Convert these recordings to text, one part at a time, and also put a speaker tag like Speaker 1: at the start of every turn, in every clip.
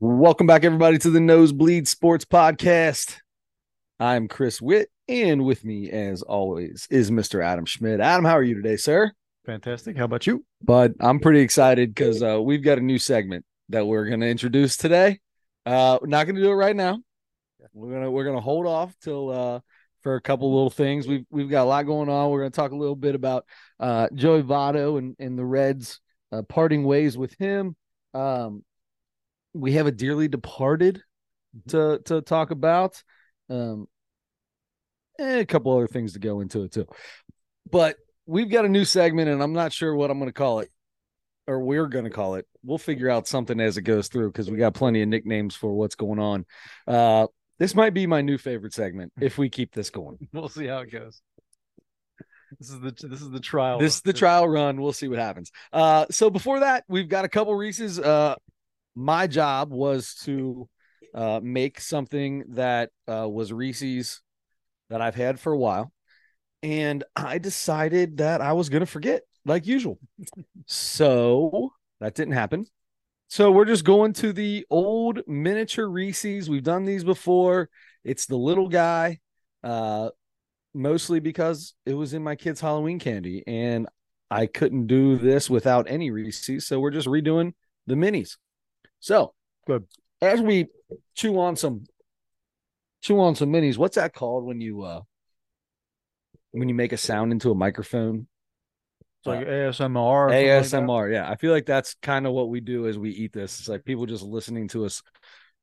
Speaker 1: Welcome back, everybody, to the Nosebleed Sports Podcast. I'm Chris Witt, and with me, as always, is Mr. Adam Schmidt. Adam, how are you today, sir?
Speaker 2: Fantastic. How about you?
Speaker 1: But I'm pretty excited because uh, we've got a new segment that we're going to introduce today. Uh, we're not going to do it right now. We're gonna we're gonna hold off till uh, for a couple little things. We've we've got a lot going on. We're gonna talk a little bit about uh, Joey Votto and and the Reds uh, parting ways with him. Um, we have a dearly departed to to talk about. Um, and a couple other things to go into it too. But we've got a new segment, and I'm not sure what I'm gonna call it, or we're gonna call it. We'll figure out something as it goes through because we got plenty of nicknames for what's going on. Uh, this might be my new favorite segment if we keep this going.
Speaker 2: We'll see how it goes. This is the this is the trial.
Speaker 1: This is the trial run. We'll see what happens. Uh, so before that, we've got a couple Reese's. Uh, my job was to uh, make something that uh, was Reese's that I've had for a while, and I decided that I was going to forget like usual. so that didn't happen. So we're just going to the old miniature Reese's. We've done these before. It's the little guy. Uh, mostly because it was in my kids' Halloween candy, and I couldn't do this without any Reese's. So we're just redoing the minis. So
Speaker 2: Good.
Speaker 1: as we chew on some chew on some minis, what's that called when you uh when you make a sound into a microphone?
Speaker 2: It's like ASMR. or something like that.
Speaker 1: ASMR. yeah, I feel like that's kind of what we do as we eat this. It's like people just listening to us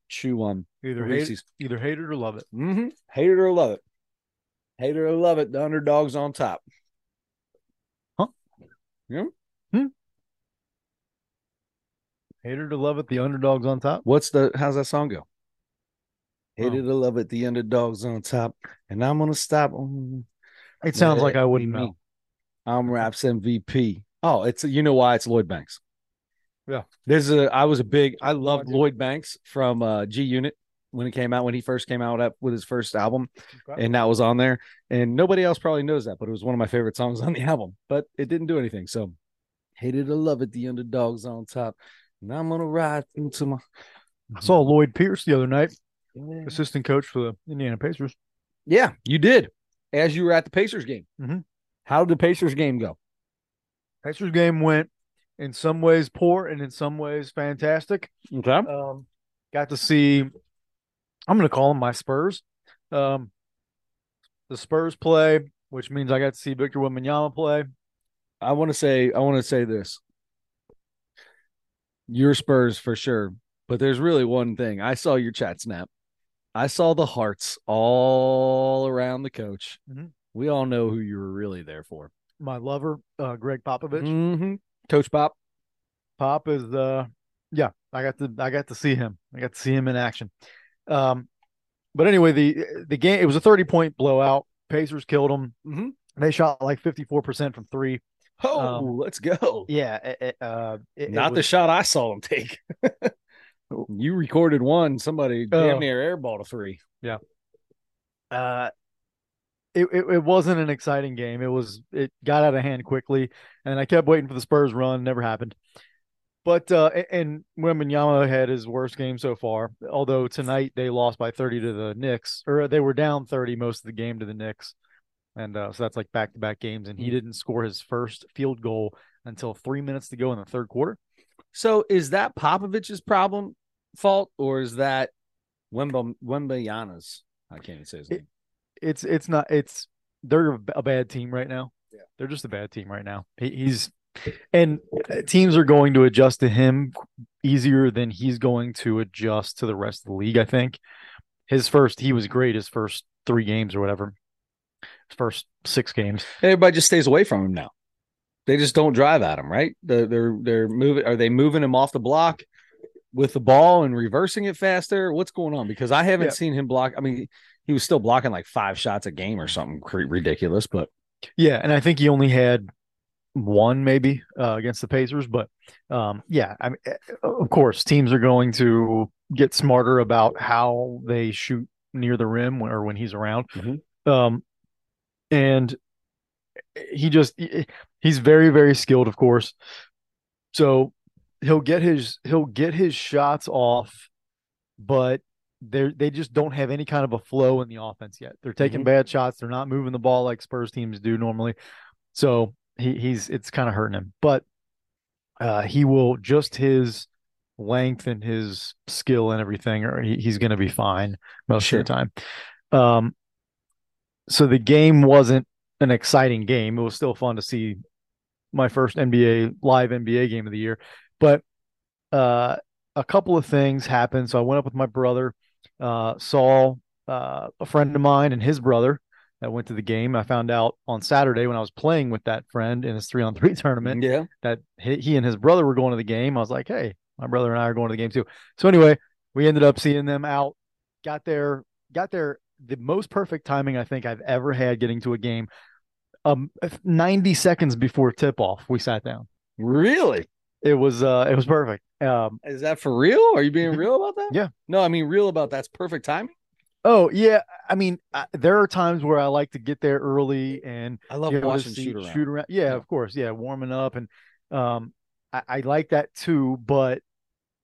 Speaker 1: chew on
Speaker 2: Either hate,
Speaker 1: Reese's.
Speaker 2: either hate it or love it.
Speaker 1: Mm-hmm. Hate it or love it. Hate it or love it. The underdog's on top.
Speaker 2: Huh?
Speaker 1: Yeah.
Speaker 2: Hate it or love it. The underdog's on top.
Speaker 1: What's the how's that song go? Hate
Speaker 2: Oh.
Speaker 1: it or love it, the underdog's on top, and I'm gonna stop. mm,
Speaker 2: It sounds
Speaker 1: let
Speaker 2: like I wouldn't
Speaker 1: be me.
Speaker 2: know.
Speaker 1: I'm Raps MVP. Oh, it's you know why it's Lloyd Banks.
Speaker 2: Yeah.
Speaker 1: there's a I was a big I loved
Speaker 2: idea.
Speaker 1: Lloyd Banks from uh, G Unit when it came out when he first came out up with his first album
Speaker 2: Okay.
Speaker 1: and that was on there. And nobody else probably knows that, but it was one of my favorite songs on the album. But it didn't do anything. So hated to love it. The underdog's on top. And I'm gonna ride into my
Speaker 2: I saw Lloyd Pierce the other night, assistant coach for the Indiana Pacers.
Speaker 1: Yeah, you did. As you were at the Pacers game.
Speaker 2: Mhm.
Speaker 1: How did the Pacers game go?
Speaker 2: Pacers game went in some ways poor and in some ways fantastic.
Speaker 1: Okay.
Speaker 2: Um, got to see. I'm going to call them my Spurs. Um, the Spurs play, which means I got to see Victor Wembanyama play.
Speaker 1: I want to say I want to say this. Your Spurs for sure, but there's really one thing. I saw your chat snap. I saw the hearts all around the coach.
Speaker 2: Mhm.
Speaker 1: We all know who you were really there for.
Speaker 2: My lover, uh, Greg Popovich.
Speaker 1: Mm-hmm. Coach Pop.
Speaker 2: Pop is uh yeah, I got to I got to see him. I got to see him in action. Um but anyway, the the game it was a 30 point blowout. Pacers killed them.
Speaker 1: Mhm.
Speaker 2: They shot like 54% from 3.
Speaker 1: Oh,
Speaker 2: Um,
Speaker 1: let's go.
Speaker 2: Yeah, it, it, uh it, it
Speaker 1: Not the
Speaker 2: was-
Speaker 1: shot I saw him take. you recorded one. Somebody damn
Speaker 2: Oh.
Speaker 1: near airballed a three.
Speaker 2: uh it, it, it wasn't an exciting game. It was it got out of hand quickly, and I kept waiting for the Spurs run. Never happened. But uh, a- and Wembanyama had his worst game so far. Although tonight they lost by 30 to the Knicks, or they were down 30 most of the game to the Knicks, and uh, so that's like back to back games. And he didn't score his first field goal until three minutes to go in the third quarter.
Speaker 1: So is that Popovich's problem fault or is that Wemba Wembayana's? I can't even say his
Speaker 2: It-
Speaker 1: name.
Speaker 2: it's it's not it's they're a b- a bad team right now.
Speaker 1: Yeah.
Speaker 2: They're just a bad team right now. He, he's and teams are going to adjust to him easier than he's going to adjust to the rest of the league. I think his first he was great his first three games or whatever, his first six games.
Speaker 1: Everybody just stays away from him now. They just don't drive at him, right? They're they're, they're moving. Are they moving him off the block with the ball and reversing it faster? What's going on? Because I haven't
Speaker 2: Yeah.
Speaker 1: seen him block. I mean, he was still blocking like five shots a game or something cr- ridiculous. But
Speaker 2: Yeah, and I think he only had one maybe uh, against the Pacers, but um, yeah, I mean, eh, of course, teams are going to get smarter about how they shoot near the rim when, or when he's around.
Speaker 1: Mhm.
Speaker 2: Um, and he just he- he's very very skilled, of course. So he'll get his he'll get his shots off but they they just don't have any kind of a flow in the offense yet. They're taking
Speaker 1: Mhm.
Speaker 2: bad shots. They're not moving the ball like Spurs teams do normally. So he, he's it's kind of hurting him, but uh, he will just his length and his skill and everything, or he, he's going to be fine most
Speaker 1: Sure.
Speaker 2: of the time. Um, so the game wasn't an exciting game. It was still fun to see my first NBA live NBA game of the year, but uh, a couple of things happened. So I went up with my brother, uh, saw uh, a friend of mine and his brother that went to the game. I found out on Saturday when I was playing with that friend in his three on three tournament
Speaker 1: Yeah.
Speaker 2: that he he and his brother were going to the game. I was like, hey, my brother and I are going to the game too. So anyway, we ended up seeing them out. Got there, got there. The most perfect timing I think I've ever had getting to a game. Um, ninety seconds before tip off, we sat down.
Speaker 1: Really?
Speaker 2: It was uh, it was perfect. Um,
Speaker 1: Is that for real? Are you being real about that?
Speaker 2: Mm-hmm. Yeah.
Speaker 1: No, I mean real about that's perfect timing.
Speaker 2: Oh yeah, I mean, I, there are times where I like to get there early and
Speaker 1: I love
Speaker 2: be able to
Speaker 1: watching
Speaker 2: see
Speaker 1: shoot around.
Speaker 2: Yeah,
Speaker 1: Yeah.
Speaker 2: of course. Yeah, warming up and um, I, I like that too. But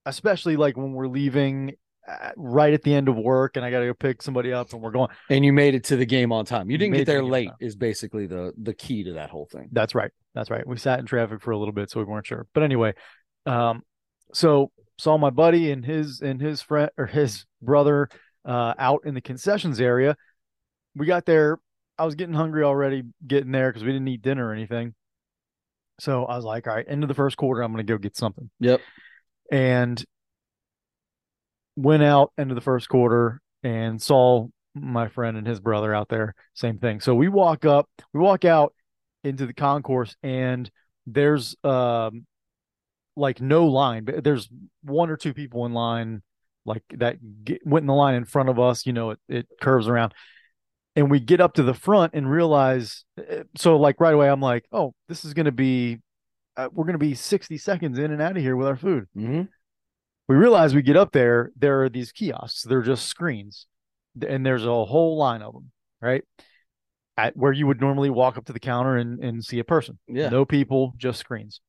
Speaker 2: especially like when we're leaving uh, right at the end of work and I got to go pick somebody up and we're going.
Speaker 1: And you made it to the game on time. You
Speaker 2: You
Speaker 1: didn't
Speaker 2: made
Speaker 1: get
Speaker 2: it to
Speaker 1: there
Speaker 2: the game on
Speaker 1: late
Speaker 2: time.
Speaker 1: is basically the the key to that whole thing.
Speaker 2: That's right. That's right. We sat in traffic for a little bit, so we weren't sure. But anyway, um, so saw my buddy and his and his friend or his brother uh, out in the concessions area. We got there. I was getting hungry already getting there because we didn't eat dinner or anything. So I was like, all right, end of the first quarter, I'm gonna go get something.
Speaker 1: Yep.
Speaker 2: And went out into the first quarter and saw my friend and his brother out there. Same thing. So we walk up, we walk out into the concourse, and there's um like no line, but there's one or two people in line like that get, went in the line in front of us. You know, it, it curves around. And we get up to the front and realize, eh, so like right away, I'm like, oh, this is going to be, uh, we're going to be 60 seconds in and out of here with our food
Speaker 1: hmm
Speaker 2: we realize we get up there there are these kiosks they're just screens and there's a whole line of them right at where you would normally walk up to the counter and, and see a person
Speaker 1: Yeah.
Speaker 2: no people just screens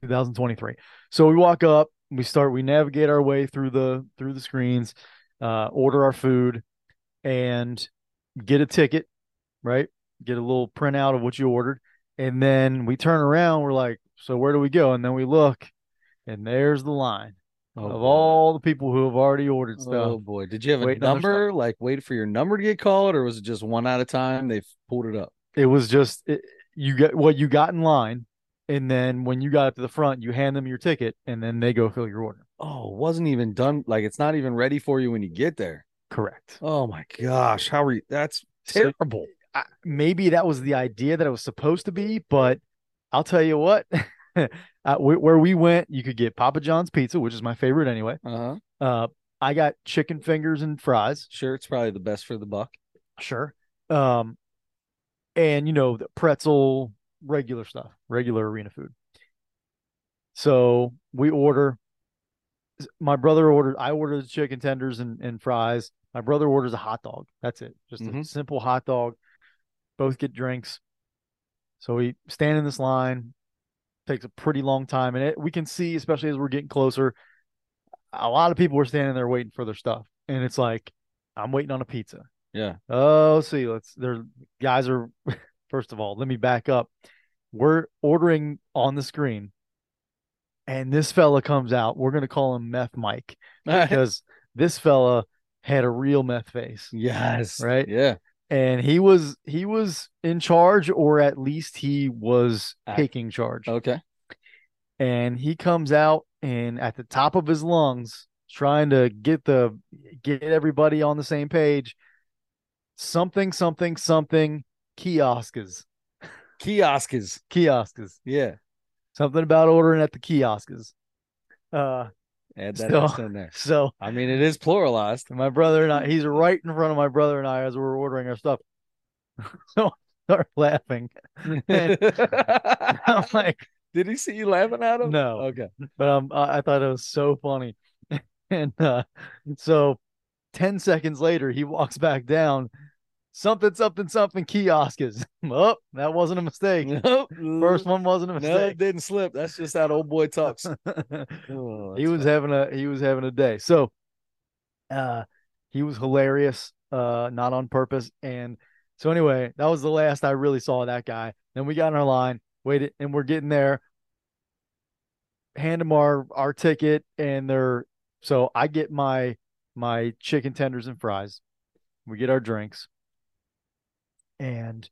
Speaker 2: 2023 so we walk up we start we navigate our way through the through the screens uh, order our food and get a ticket right get a little printout of what you ordered and then we turn around we're like so where do we go and then we look and there's the line
Speaker 1: Oh,
Speaker 2: of
Speaker 1: boy.
Speaker 2: all the people who have already ordered
Speaker 1: Oh
Speaker 2: stuff.
Speaker 1: boy, did you have a
Speaker 2: Waiting on their
Speaker 1: number? Like wait for your number to get called, or was it just one at a time? They pulled it up.
Speaker 2: It was just it, you get well, you got in line, and then when you got up to the front, you hand them your ticket, and then they go fill your order.
Speaker 1: Oh, it wasn't even done. Like it's not even ready for you when you get there.
Speaker 2: Correct.
Speaker 1: Oh my gosh, how are you? That's
Speaker 2: So-
Speaker 1: terrible.
Speaker 2: I, maybe that was the idea that it was supposed to be, but I'll tell you what. uh, where, where we went, you could get Papa John's pizza, which is my favorite anyway.
Speaker 1: Uh huh.
Speaker 2: Uh, I got chicken fingers and fries.
Speaker 1: Sure, it's probably the best for the buck.
Speaker 2: Sure. Um, and you know, the pretzel, regular stuff, regular arena food. So we order. My brother ordered. I ordered the chicken tenders and, and fries. My brother orders a hot dog. That's it. Just a
Speaker 1: Mhm.
Speaker 2: simple hot dog. Both get drinks. So we stand in this line. Takes a pretty long time, and it, we can see, especially as we're getting closer, a lot of people were standing there waiting for their stuff, and it's like, I'm waiting on a pizza.
Speaker 1: Yeah.
Speaker 2: Oh, see, let's there guys are first of all, let me back up. We're ordering on the screen, and this fella comes out. We're gonna call him Meth Mike because this fella had a real meth face.
Speaker 1: yes.
Speaker 2: Right?
Speaker 1: Yeah.
Speaker 2: And he was he was in charge, or at least he was
Speaker 1: Act-
Speaker 2: taking charge.
Speaker 1: Okay.
Speaker 2: And he comes out and at the top of his lungs, trying to get the get everybody on the same page. Something, something, something, kiosks.
Speaker 1: Kiosk is
Speaker 2: kiosks.
Speaker 1: yeah.
Speaker 2: Something about ordering at the kiosks. Uh,
Speaker 1: Add that
Speaker 2: So-
Speaker 1: S in there.
Speaker 2: so
Speaker 1: I mean, it is pluralized.
Speaker 2: my brother and I, he's right in front of my brother and I as we're ordering our stuff. so I start laughing. I'm like,
Speaker 1: Did he see you laughing at him?
Speaker 2: No.
Speaker 1: Okay.
Speaker 2: but um, I I thought it was so funny. and uh, so 10 seconds later, he walks back down. Something, something, something, kiosks. oh, that wasn't a mistake.
Speaker 1: Nope.
Speaker 2: First one wasn't a
Speaker 1: No, it
Speaker 2: mistake.
Speaker 1: didn't slip. Oh, That's just that old boy talks.
Speaker 2: he was having a he was having a day. So Uh, he was hilarious, uh, not on purpose. And so anyway, that was the last I really saw that guy. Then we got in our line, waited, and we're getting there. Hand them our our ticket, and they're so I get my my chicken tenders and fries. We get our drinks, and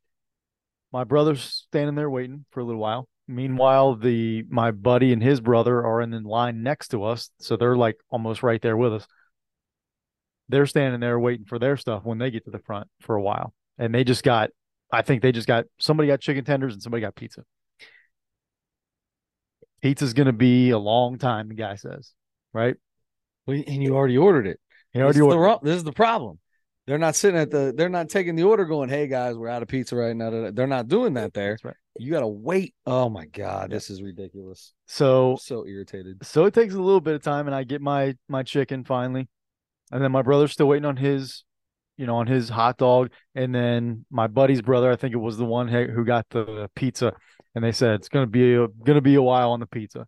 Speaker 2: my brother's standing there waiting for a little while. Meanwhile, the my buddy and his brother are in the line next to us, so they're like almost right there with us. They're standing there waiting for their stuff when they get to the front for a while, and they just got, I think they just got somebody got chicken tenders and somebody got pizza. Pizza's gonna be a long time, the guy says, right?
Speaker 1: Well, and you already ordered it.
Speaker 2: He
Speaker 1: This
Speaker 2: already
Speaker 1: is, the,
Speaker 2: ordered.
Speaker 1: ro- this is the problem. They're not sitting at the. They're not taking the order. Going, hey guys, we're out of pizza right now. da-da-da." They're not doing that there.
Speaker 2: That's right.
Speaker 1: You got to wait. Oh my god, this is ridiculous.
Speaker 2: So
Speaker 1: I'm so irritated.
Speaker 2: so it takes a little bit of time and i get my my chicken finally and then my brother's still waiting on his you know on his hot dog and then my buddy's brother i think it was the one he- who got the pizza and they said it's going to be a, going to be a while on the pizza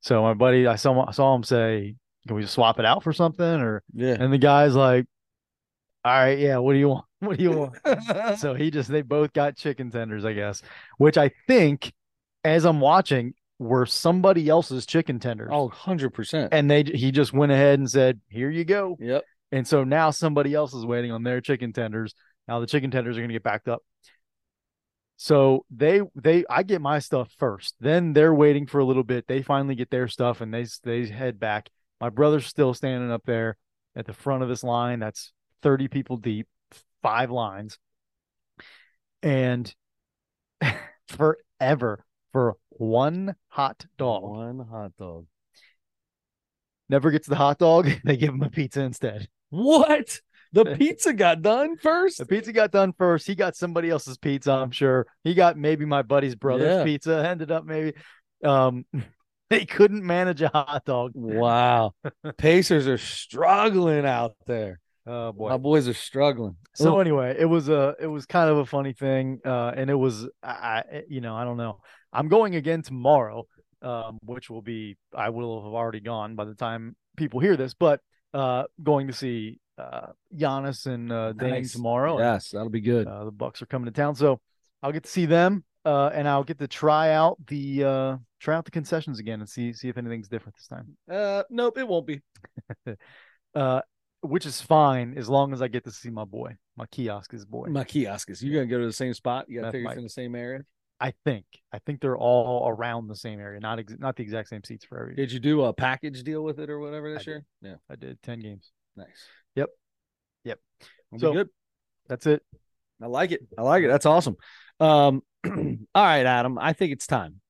Speaker 2: so my buddy i saw, saw him say can we just swap it out for something or
Speaker 1: Yeah.
Speaker 2: and the guy's like all right yeah what do you want what do you want so he just they both got chicken tenders, I guess, which I think, as I'm watching, were somebody else's chicken tenders.
Speaker 1: oh, 100 percent.
Speaker 2: and they he just went ahead and said, "Here you go."
Speaker 1: Yep.
Speaker 2: And so now somebody else is waiting on their chicken tenders. Now the chicken tenders are going to get backed up. So they they I get my stuff first. Then they're waiting for a little bit. They finally get their stuff and they they head back. My brother's still standing up there at the front of this line that's 30 people deep, five lines. And forever for one hot dog.
Speaker 1: One hot dog.
Speaker 2: Never gets the hot dog, they give him a pizza instead.
Speaker 1: What? The pizza got done first.
Speaker 2: The pizza got done first. He got somebody else's pizza, I'm sure. He got maybe my buddy's brother's
Speaker 1: Yeah.
Speaker 2: pizza. Ended up maybe um they couldn't manage a hot dog.
Speaker 1: Wow. Pacers are struggling out there.
Speaker 2: Oh
Speaker 1: My
Speaker 2: boy.
Speaker 1: boys are struggling.
Speaker 2: So
Speaker 1: Ugh.
Speaker 2: anyway, it was a it was kind of a funny thing. Uh and it was I, I you know, I don't know. I'm going again tomorrow, um, which will be I will have already gone by the time people hear this, but uh going to see uh Giannis and uh Dame
Speaker 1: Nice.
Speaker 2: tomorrow. and
Speaker 1: yes, that'll be good.
Speaker 2: Uh, the Bucks are coming to town, so I'll get to see them, uh, and I'll get to try out the uh, try out the concessions again and see see if anything's different this time.
Speaker 1: Uh, nope, it won't be.
Speaker 2: Uh, which is fine as long as I get to see my boy, my kiosk is boy.
Speaker 1: My kiosk is. You're gonna go to the same spot. You got
Speaker 2: That's
Speaker 1: tickets
Speaker 2: my-
Speaker 1: in the same area.
Speaker 2: I think I think they're all around the same area, not ex- not the exact same seats for every.
Speaker 1: Did you do a package deal with it or whatever this
Speaker 2: I
Speaker 1: year? Yeah,
Speaker 2: I did ten games.
Speaker 1: nice.
Speaker 2: Yep. Yep.
Speaker 1: That'll be
Speaker 2: So-
Speaker 1: good.
Speaker 2: That's it.
Speaker 1: I like it. I like it. That's awesome. Um, all right, Adam. I think it's time.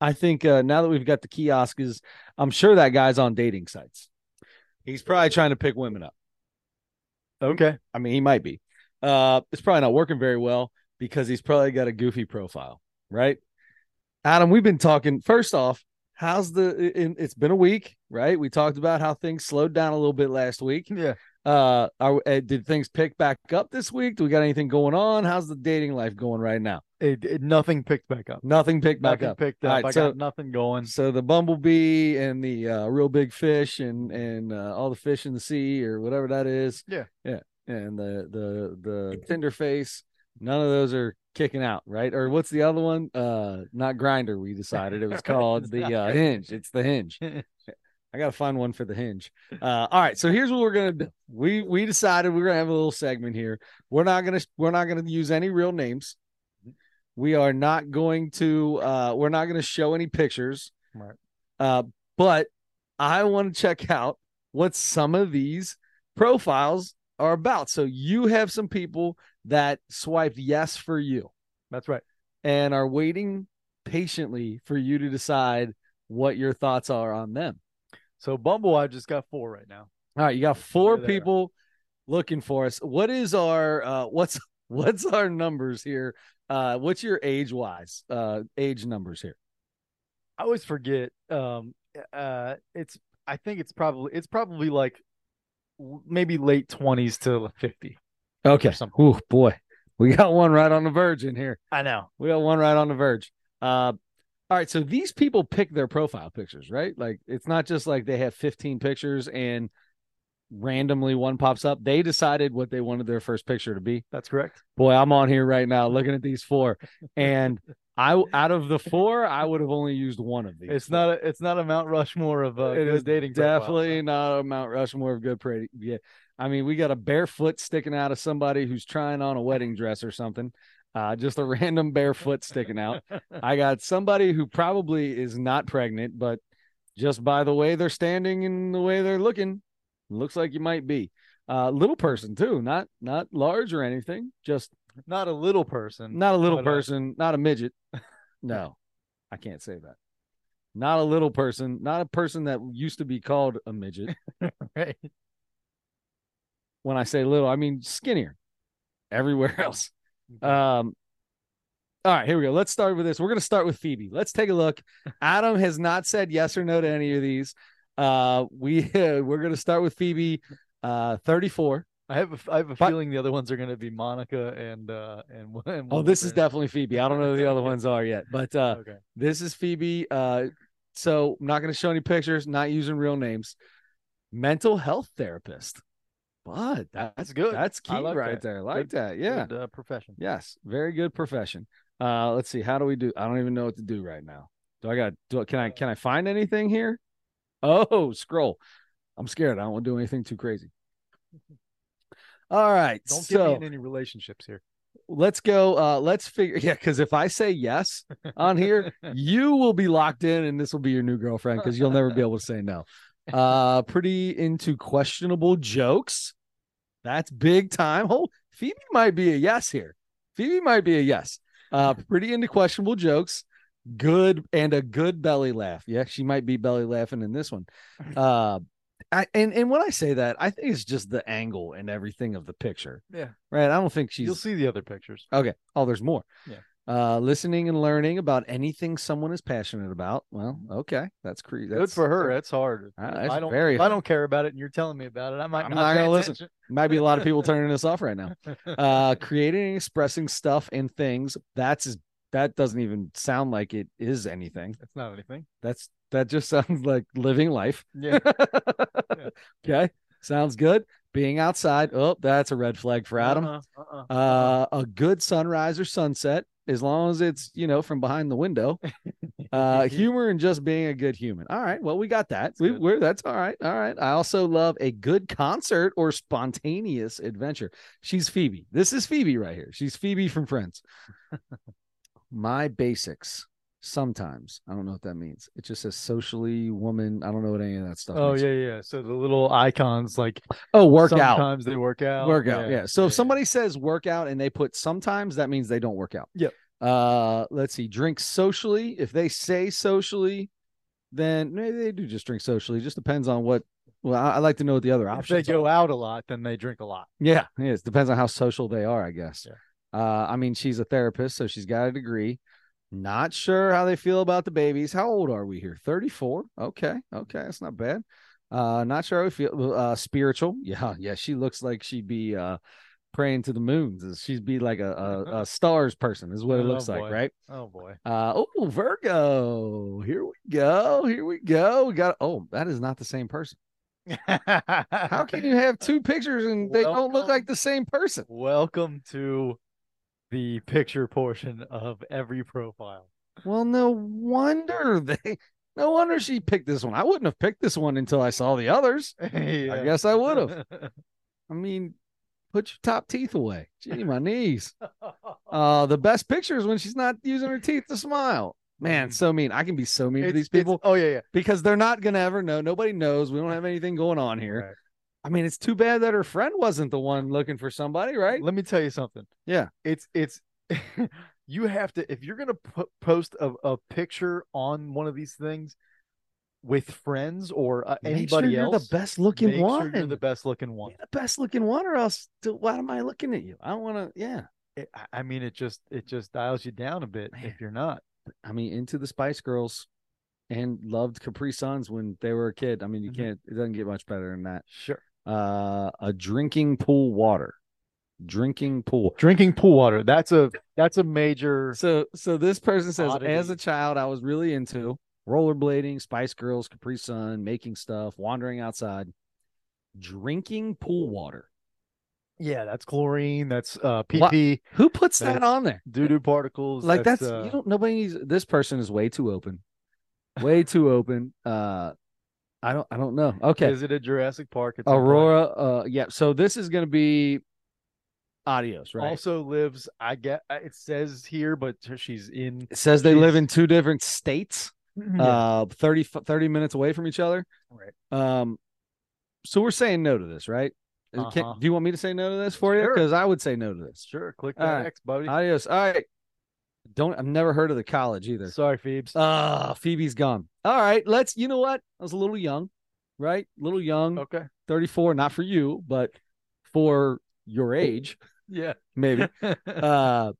Speaker 1: I think uh, now that we've got the kiosk, is I'm sure that guy's on dating sites. He's probably trying to pick women up.
Speaker 2: Okay.
Speaker 1: I mean, he might be. Uh, it's probably not working very well because he's probably got a goofy profile, right? Adam, we've been talking. First off, how's the? It, it's been a week, right? We talked about how things slowed down a little bit last week.
Speaker 2: Yeah.
Speaker 1: Uh, are, uh, did things pick back up this week? Do we got anything going on? How's the dating life going right now?
Speaker 2: It, it nothing picked back up.
Speaker 1: Nothing picked back
Speaker 2: nothing
Speaker 1: up.
Speaker 2: picked
Speaker 1: All
Speaker 2: up.
Speaker 1: right,
Speaker 2: I
Speaker 1: so-
Speaker 2: got nothing going.
Speaker 1: So the bumblebee and the uh, real big fish and and uh, all the fish in the sea or whatever that is.
Speaker 2: Yeah.
Speaker 1: yeah, and the the the tinder face. None of those are kicking out, right? Or what's the other one? Uh, not grinder. We decided it was called the uh, hinge. It's the hinge. I gotta find one for the hinge. Uh, all right, so here's what we're gonna do. We we decided we're gonna have a little segment here. We're not gonna we're not gonna use any real names. We are not going to uh, we're not gonna show any pictures.
Speaker 2: Right.
Speaker 1: Uh, but I want to check out what some of these profiles are about. So you have some people that swiped yes for you
Speaker 2: That's right.
Speaker 1: and are waiting patiently for you to decide what your thoughts are on them.
Speaker 2: So Bumble, I just got four right now.
Speaker 1: All right, you got four
Speaker 2: Look at that.
Speaker 1: people looking for us. What is our uh what's what's our numbers here? Uh what's your age wise uh age numbers here?
Speaker 2: I always forget. Um, uh, it's I think it's probably it's probably like l- maybe late twenties to fifty.
Speaker 1: Okay.
Speaker 2: something.
Speaker 1: Oh boy. We got one right on the verge in here.
Speaker 2: I know.
Speaker 1: We got one right on the verge. Uh all right, so these people pick their profile pictures, right? Like it's not just like they have 15 pictures and randomly one pops up. They decided what they wanted their first picture to be.
Speaker 2: That's correct.
Speaker 1: Boy, I'm on here right now looking at these four, and I out of the four, I would have only used one of these.
Speaker 2: It's not a it's not a Mount Rushmore of uh,
Speaker 1: It
Speaker 2: good
Speaker 1: is
Speaker 2: dating. profiles.
Speaker 1: definitely not a Mount Rushmore of good pretty. Yeah, I mean, we got a bare foot sticking out of somebody who's trying on a wedding dress or something. Uh, just a random bare foot sticking out. I got somebody who probably is not pregnant, but just by the way they're standing and the way they're looking, looks like you might be. Uh, little person too, not not large or anything, just
Speaker 2: not a little person.
Speaker 1: not a little
Speaker 2: But, uh,
Speaker 1: person, not a midget. No, I can't say that. Not a little person, not a person that used to be called a midget.
Speaker 2: Right.
Speaker 1: When I say little, I mean skinnier everywhere else. Um, all right, here we go. Let's start with this. We're going to start with Phoebe. Let's take a look. Adam has not said yes or no to any of these. Uh, we we're going to start with Phoebe, uh, thirty-four.
Speaker 2: I have a f I have a
Speaker 1: But-
Speaker 2: feeling the other ones are going to be Monica and uh and, and
Speaker 1: Oh,
Speaker 2: Wilbur.
Speaker 1: this is definitely Phoebe. I don't know who the other ones are yet, but uh,
Speaker 2: okay.
Speaker 1: This is Phoebe. Uh, so I'm not going to show any pictures, not using real names. Mental health therapist. But that's
Speaker 2: That's good.
Speaker 1: that's
Speaker 2: I
Speaker 1: key
Speaker 2: like
Speaker 1: right
Speaker 2: that.
Speaker 1: there. Like that. Yeah.
Speaker 2: Good, uh, profession.
Speaker 1: Yes. Very good profession. Uh, let's see. How do we do? I don't even know what to do right now. Do I got? Do can
Speaker 2: Uh,
Speaker 1: I can I find anything here? Oh, scroll. I'm scared. I don't want to do anything too crazy. All right.
Speaker 2: Don't
Speaker 1: so,
Speaker 2: get me in any relationships here.
Speaker 1: let's go uh let's figure yeah because if i say yes on here you will be locked in and this will be your new girlfriend because you'll never be able to say no uh pretty into questionable jokes that's big time hold phoebe might be a yes here phoebe might be a yes uh pretty into questionable jokes good and a good belly laugh yeah she might be belly laughing in this one uh I, and and when i say that i think it's just the angle and everything of the picture
Speaker 2: Yeah.
Speaker 1: right i don't think she's
Speaker 2: You'll see the other pictures.
Speaker 1: Okay. Oh, there's more.
Speaker 2: Yeah.
Speaker 1: Uh, listening and learning about anything someone is passionate about. Well, okay, that's cre- that's
Speaker 2: Good for her. That's hard.
Speaker 1: Uh, that's
Speaker 2: I don't.
Speaker 1: very
Speaker 2: if I don't care about it, and you're telling me about it. I might.
Speaker 1: I'm
Speaker 2: not,
Speaker 1: not
Speaker 2: pay
Speaker 1: gonna listen.
Speaker 2: attention.
Speaker 1: Might be a lot of people turning this off right now. Uh, creating and expressing stuff and things. That's as- that doesn't even sound like it is anything.
Speaker 2: That's not anything.
Speaker 1: That's that just sounds like living life.
Speaker 2: Yeah.
Speaker 1: Okay, sounds good. Being outside. Oh, that's a red flag for Adam.
Speaker 2: Uh-uh, uh-uh, uh-uh.
Speaker 1: Uh, a good sunrise or sunset, as long as it's you know from behind the window. Uh, humor and just being a good human. All right, well we got that.
Speaker 2: That's
Speaker 1: We,
Speaker 2: good.
Speaker 1: we're that's all right. All right. I also love a good concert or spontaneous adventure. She's Phoebe. This is Phoebe right here. She's Phoebe from Friends. My basics. Sometimes I don't know what that means. It just says socially woman. I don't know what any of that stuff.
Speaker 2: Oh
Speaker 1: means.
Speaker 2: yeah, yeah. So the little icons, like
Speaker 1: Oh, workout.
Speaker 2: Sometimes they work out.
Speaker 1: Workout. Yeah. So if
Speaker 2: yeah.
Speaker 1: somebody says workout and they put sometimes, that means they don't work out.
Speaker 2: Yep.
Speaker 1: Uh, let's see. Drink socially. If they say socially, then maybe they do just drink socially. just depends on what. Well, I, I like to know what the other
Speaker 2: if they
Speaker 1: options. are.
Speaker 2: go out a lot, then they drink a lot.
Speaker 1: Yeah, yeah, it depends on how social they are, I guess.
Speaker 2: Yeah.
Speaker 1: Uh, I mean, she's a therapist, so she's got a degree. Not sure how they feel about the babies. How old are we here? Thirty-four. Okay, okay, that's not bad. Uh, not sure how we feel. Uh, spiritual. Yeah, yeah. She looks like she'd be uh praying to the moons. She'd be like a a, a stars person, is what it
Speaker 2: Oh,
Speaker 1: looks like,
Speaker 2: boy.
Speaker 1: right?
Speaker 2: Oh boy.
Speaker 1: Uh, oh, Virgo. Here we go. Here we go. We got. Oh, that is not the same person. How
Speaker 2: How
Speaker 1: can you have two pictures and they don't look
Speaker 2: Welcome.
Speaker 1: like the same person?
Speaker 2: Welcome to the picture portion of every profile.
Speaker 1: Well, no wonder they. No wonder she picked this one. I wouldn't have picked this one until I saw the others. I
Speaker 2: Yeah.
Speaker 1: guess I would have. I mean, put your top teeth away. Gee, my knees. Uh, the best picture is when she's not using her teeth to smile. Man,
Speaker 2: Mm.
Speaker 1: so mean. I can be so mean to
Speaker 2: It's-
Speaker 1: these
Speaker 2: it's-
Speaker 1: people
Speaker 2: Oh yeah, yeah.
Speaker 1: because they're not gonna ever know. Nobody knows. We don't have anything going on here.
Speaker 2: Right.
Speaker 1: I mean, it's too bad that her friend wasn't the one looking for somebody, right?
Speaker 2: Let me tell you something.
Speaker 1: Yeah.
Speaker 2: It's it's you have to if you're gonna po- post a, a picture on one of these things with friends or uh,
Speaker 1: Make
Speaker 2: anybody
Speaker 1: sure
Speaker 2: else.
Speaker 1: you're the best looking
Speaker 2: make
Speaker 1: one.
Speaker 2: Sure you're the best looking one.
Speaker 1: Be the best looking one, or else th- why am I looking at you? I want to, yeah.
Speaker 2: It, I- I mean, it just it just dials you down a bit
Speaker 1: Man.
Speaker 2: if you're not.
Speaker 1: I mean, into the Spice Girls and loved Capri Suns when they were a kid. I mean, you
Speaker 2: Mhm.
Speaker 1: can't, it doesn't get much better than that.
Speaker 2: Sure.
Speaker 1: Uh, a drinking pool water, drinking pool.
Speaker 2: Drinking pool water. That's a that's a major.
Speaker 1: So, so this person says, as
Speaker 2: Oddity.
Speaker 1: a child, I was really into rollerblading, Spice Girls, Capri Sun, making stuff, wandering outside. drinking pool water.
Speaker 2: Yeah, that's chlorine. That's uh, PP,
Speaker 1: Who puts
Speaker 2: That's-
Speaker 1: that on there?
Speaker 2: doo doo particles.
Speaker 1: Like that's,
Speaker 2: uh,
Speaker 1: you don't nobody needs this person is way too open. Way too open. Uh I don't I don't know. Okay.
Speaker 2: Is it a Jurassic Park? at some point.
Speaker 1: Aurora uh yeah, so this is going to be Adios, right?
Speaker 2: also lives. I get uh, it says here, but she's in.
Speaker 1: it says they live
Speaker 2: she's-
Speaker 1: in two different states.
Speaker 2: Uh,
Speaker 1: uh 30 f- 30 minutes away from each other
Speaker 2: Right.
Speaker 1: um so we're saying no to this right Is- can-
Speaker 2: Uh-huh.
Speaker 1: do you want me to say no to this for you
Speaker 2: Sure.
Speaker 1: because i would say no to this
Speaker 2: sure, click
Speaker 1: all
Speaker 2: that
Speaker 1: right.
Speaker 2: X, buddy.
Speaker 1: adios all right don't i've never heard of the college either
Speaker 2: Sorry, Phoebes.
Speaker 1: ah phoebe's gone all right let's you know what i was a little young right a little young
Speaker 2: okay.
Speaker 1: 34 not for you but for your age
Speaker 2: Yeah.
Speaker 1: maybe uh